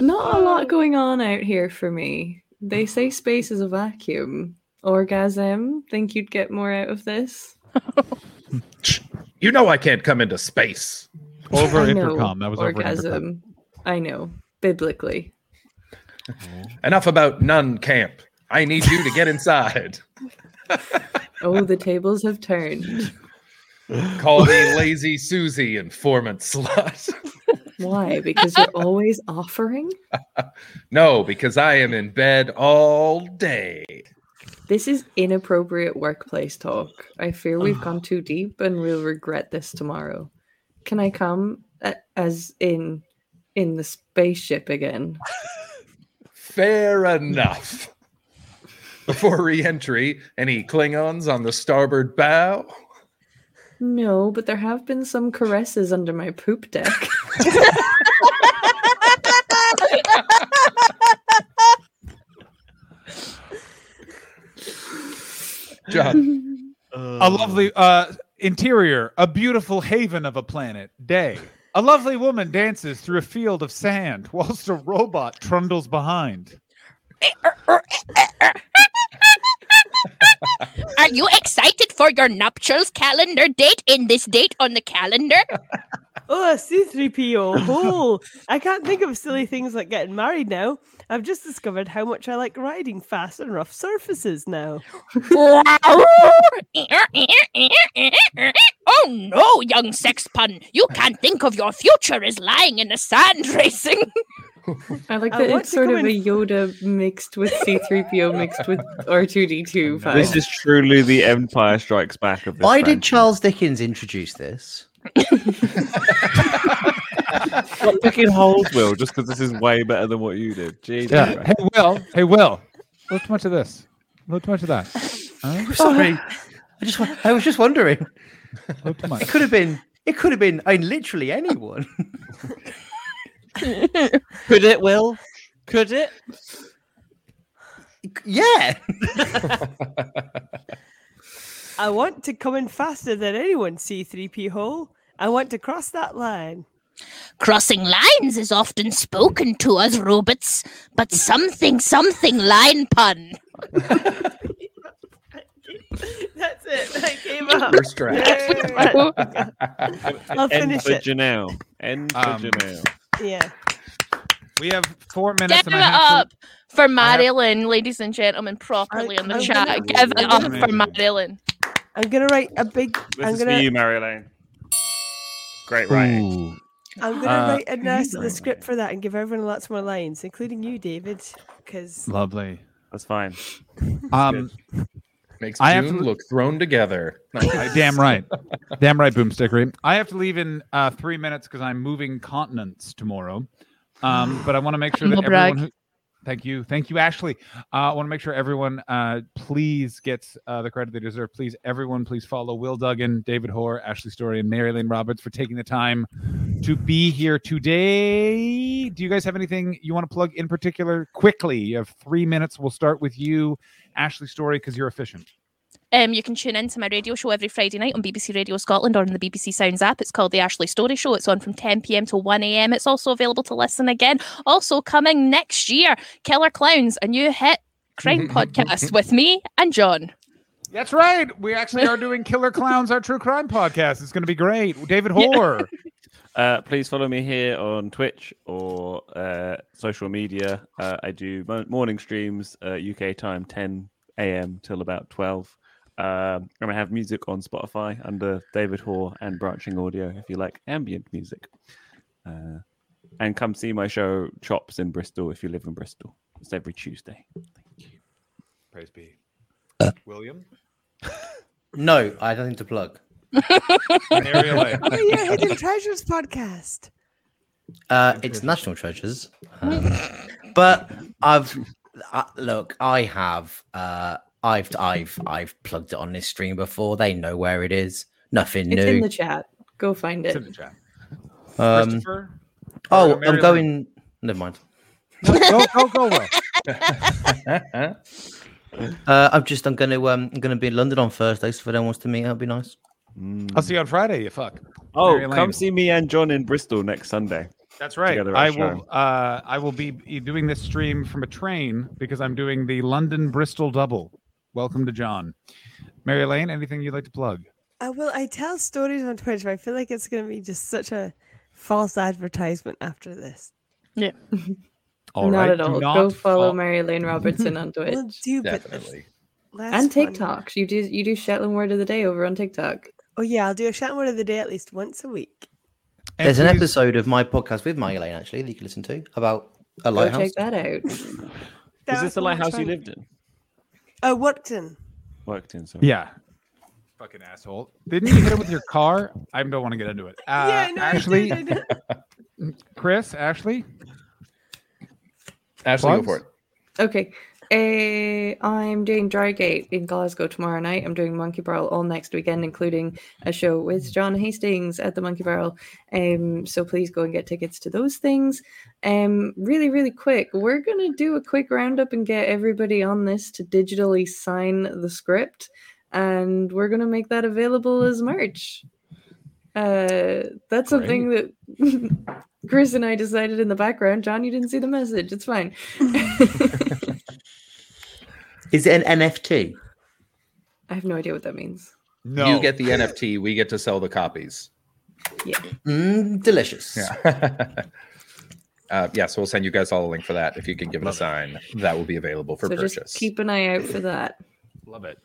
not a lot going on out here for me. They say space is a vacuum. Orgasm. Think you'd get more out of this?
You know I can't come into space.
Over
[LAUGHS] I know, orgasm. I know. Biblically.
Enough about nun camp. I need you to get inside.
Oh, the tables have turned.
Call me Lazy Susie, informant slut. [LAUGHS]
Why? Because you're always offering?
No, because I am in bed all day.
This is inappropriate workplace talk. I fear we've gone too deep and we'll regret this tomorrow. Can I come a- as in in the spaceship again?
Fair enough. Before re entry, any Klingons on the starboard bow?
No, but there have been some caresses under my poop deck.
John. a lovely uh, interior, a beautiful haven of a planet. Day. A lovely woman dances through a field of sand whilst a robot trundles behind.
[LAUGHS] Are you excited for your nuptials calendar [LAUGHS] date in this date on the calendar?
Oh,
[LAUGHS]
C3PO. Oh, I can't think of silly things like getting married now. I've just discovered how much I like riding fast on rough surfaces now.
oh no, young sex pun. You can't think of your future as lying in the sand racing.
I like
I
that
want
it's
to
sort of
come
a Yoda mixed with C3PO mixed with R2D2. vibe.
This is truly the Empire Strikes Back of this.
Why did Charles Dickens introduce this? [LAUGHS]
Stop picking holes, Will, just because this is way better than what you did. Jesus.
Yeah. Hey, Will. Hey, Will. Not too much of this. Not too much of that.
I'm sorry. I just wa- I was just wondering. It could have been it could have been I literally anyone.
Could it, Will? Could it?
[LAUGHS] Yeah.
I want to come in faster than anyone, C3P hole. I want to cross that line.
Crossing lines is often spoken to us, Roberts, but something, something line pun.
That's it. I [LAUGHS] came up.
First draft.
Yay. I'll
End
finish
for
it.
Janelle. End for
Um,
Janelle.
Yeah.
We have four minutes
Give
and
it
a half.
up for Marilyn, ladies and gentlemen, properly on the
I'm
chat.
gonna-
Give it up for
Amazing.
Marilyn.
I'm gonna write a big.
This
I'm
is
gonna.
for you, Mary Lane. Great writing.
I'm gonna
Uh,
write a nice little script for that and give everyone lots more lines, including you, David, because
Lovely.
That's fine.
Um,
Makes
I have
June
to-
look thrown together.
I- damn right. Damn right, boomstickery.
I have to leave in uh, three minutes because I'm moving continents tomorrow. Um, but I want to make sure that
No brag.
everyone. Who, thank you, thank you, Ashley. Uh, I want to make sure everyone, uh, please gets uh, the credit they deserve. Please, everyone, please follow Will Duggan, David Hoare, Ashley Story, and Mary Lynn Roberts for taking the time to be here today. Do you guys have anything you want to plug in particular? Quickly, you have three minutes. We'll start with you, Ashley Story, because you're efficient.
Um, you can tune in to my radio show every Friday night on BBC Radio Scotland or on the BBC Sounds app. It's called The Ashley Story Show. It's on from 10 pm to 1 am. It's also available to listen again. Also, coming next year, Killer Clowns, a new hit [LAUGHS] crime podcast with me and John.
That's right. We actually are doing Killer Clowns, our true crime podcast. It's going to be great. David Hoare.
[LAUGHS]
Uh, please follow me here on Twitch or uh, social media. Uh, I do mo- morning streams, uh, UK time, 10 a.m. till about 12. Um, I'm going to have music on Spotify under David Hoare and Branching Audio if you like ambient music. Uh, and come see my show Chops in Bristol if you live in Bristol. It's every Tuesday.
Praise be.
Uh.
William?
No, I had nothing to plug.
[LAUGHS]
oh,
[LAUGHS]
your hidden treasures podcast.
Uh, it's National Treasures, um, but I've uh, look. I have. Uh, I've I've I've plugged it on this stream before. They know where it is. Nothing
It's
new.
in the chat. Go find it. It's in
the chat.
Um,
Christopher?
Oh,
Uh,
I'm
Maryland?
going. Never mind.
go, go, go, Will.
uh, I'm just. I'm gonna. Um, I'm gonna be in London on Thursday. So if anyone wants to meet, that'd be nice.
I'll see you on Friday, you fuck.
Oh,
Mary Lane.
come see me and John in Bristol next Sunday.
That's right.
Together at
I
a show.
will. Uh, I will be be doing this stream from a train because I'm doing the London Bristol double. Welcome to John, Mary Lane. Anything you'd like to plug?
I will. I tell stories on Twitch, but I feel like it's gonna be just such a false advertisement after this.
Yeah.
All
not
right,
at
do
all.
not
Go follow
fol-
Mary Lane Robertson on
[LAUGHS]
Twitch.
Well, do, but the
and
last one-
TikTok. You do you do Shetland word of the day over on TikTok.
Oh yeah, I'll do a shout word of the day at least once a week.
There's an episode of my podcast with Mary Lane actually that you can listen to about a
Go
lighthouse.
check that out.
Is this the lighthouse you
fun.
lived in?
Oh, Workton.
Worked in, sorry.
Yeah. Fucking asshole. Didn't you hit it with your car? I don't want to get into it. Uh,
Yeah, I know, I
Ashley,
did,
Chris, Ashley.
Ashley, go
Plugs?
for it.
Okay. Eh, I'm doing Drygate in Glasgow tomorrow night. I'm doing Monkey Barrel all next weekend, including a show with John Hastings at the Monkey Barrel. Um, so please go and get tickets to those things. Um, really, really quick, we're gonna do a quick roundup and get everybody on this to digitally sign the script, and we're gonna make that available as merch. Uh, that's something that [LAUGHS] Chris and I decided in the background. John, you didn't see the message. It's fine. [LAUGHS]
Is it an NFT?
I have no idea what that means.
You get the NFT. We get to sell the copies.
Mm, delicious.
[LAUGHS] Yeah. uh, yeah, so we'll send you guys all a link for that. If you can give it a sign, that will be available for
so
purchase.
just keep an eye out for that.
Love it.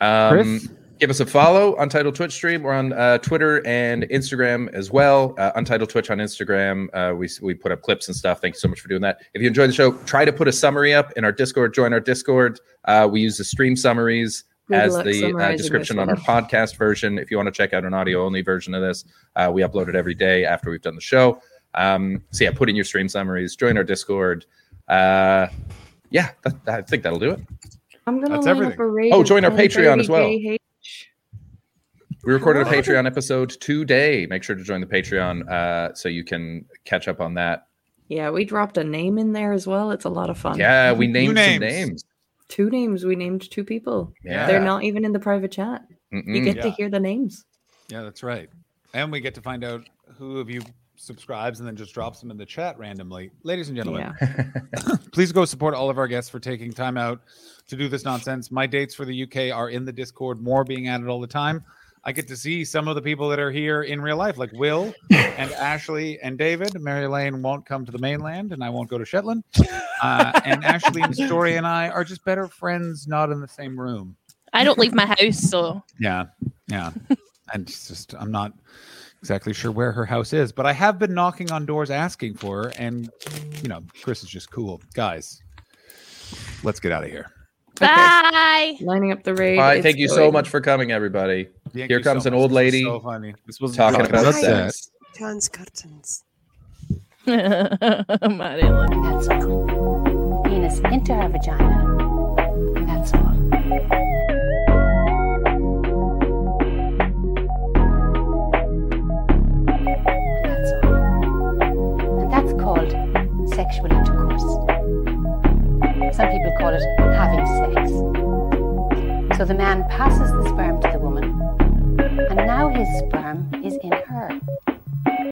Um, give us a follow Untitled Twitch stream. We're on uh, Twitter and Instagram as well. Uh, Untitled Twitch on Instagram. Uh, we we put up clips and stuff. Thank you so much for doing that. If you enjoy the show, try to put a summary up in our Discord. Join our Discord. Uh, we use the stream summaries
Good
as
luck
the uh,
summarizing
description
this
on our
one. [LAUGHS]
podcast version. If you want to check out an audio only version of this, uh, we upload it every day after we've done the show. Um, so yeah, put in your stream summaries. Join our Discord. Uh, yeah, that, I think that'll do it.
I'm gonna
That's
line
everything.
up a raid.
Oh,
of
join our
Ken
Patreon as well.
Brady
We recorded a
Hello.
Patreon episode today. Make sure to join the Patreon uh, so you can catch up on that.
Yeah, we dropped a name in there as well. It's a lot of fun.
Yeah, we Two named some names. names.
Two names. We named two people.
Yeah.
They're not even in the private chat. You
Mm-mm.
Mm,
get to
Yeah.
hear the names.
Yeah, that's right. And we get to find out who of you subscribes and then just drops them in the chat randomly. Ladies
[LAUGHS]
and gentlemen, please go support all of our guests for taking time out to do this nonsense. My dates for the UK are in the Discord, more being added all the time. I get to see some of the people that are here in real life, like Will and Ashley and David. Mary Lane won't come to the mainland, and I won't go to Shetland. Uh, and Ashley and Story and I are just better friends, not in the same room.
I don't leave my house, so
Yeah, yeah. and it's just, I'm not exactly sure where her house is, but I have been knocking on doors asking for her. And, you know, Chris is just cool. Guys, let's get out of here.
bye.
Lining up the raid.
All right,
it's
thank you so
going-
much for coming, everybody.
Thank
Here
you
comes
so
an
much.
old
This was
lady
so funny. This was
talking
really
about
good.
sex.
Turns curtains.
[LAUGHS]
[LAUGHS]
Marilyn.
That's all. Penis into her vagina. That's all. That's all. And that's called [LAUGHS] sexual intercourse. Some people call it having sex. So the man passes the sperm to the woman, and now his sperm is in her.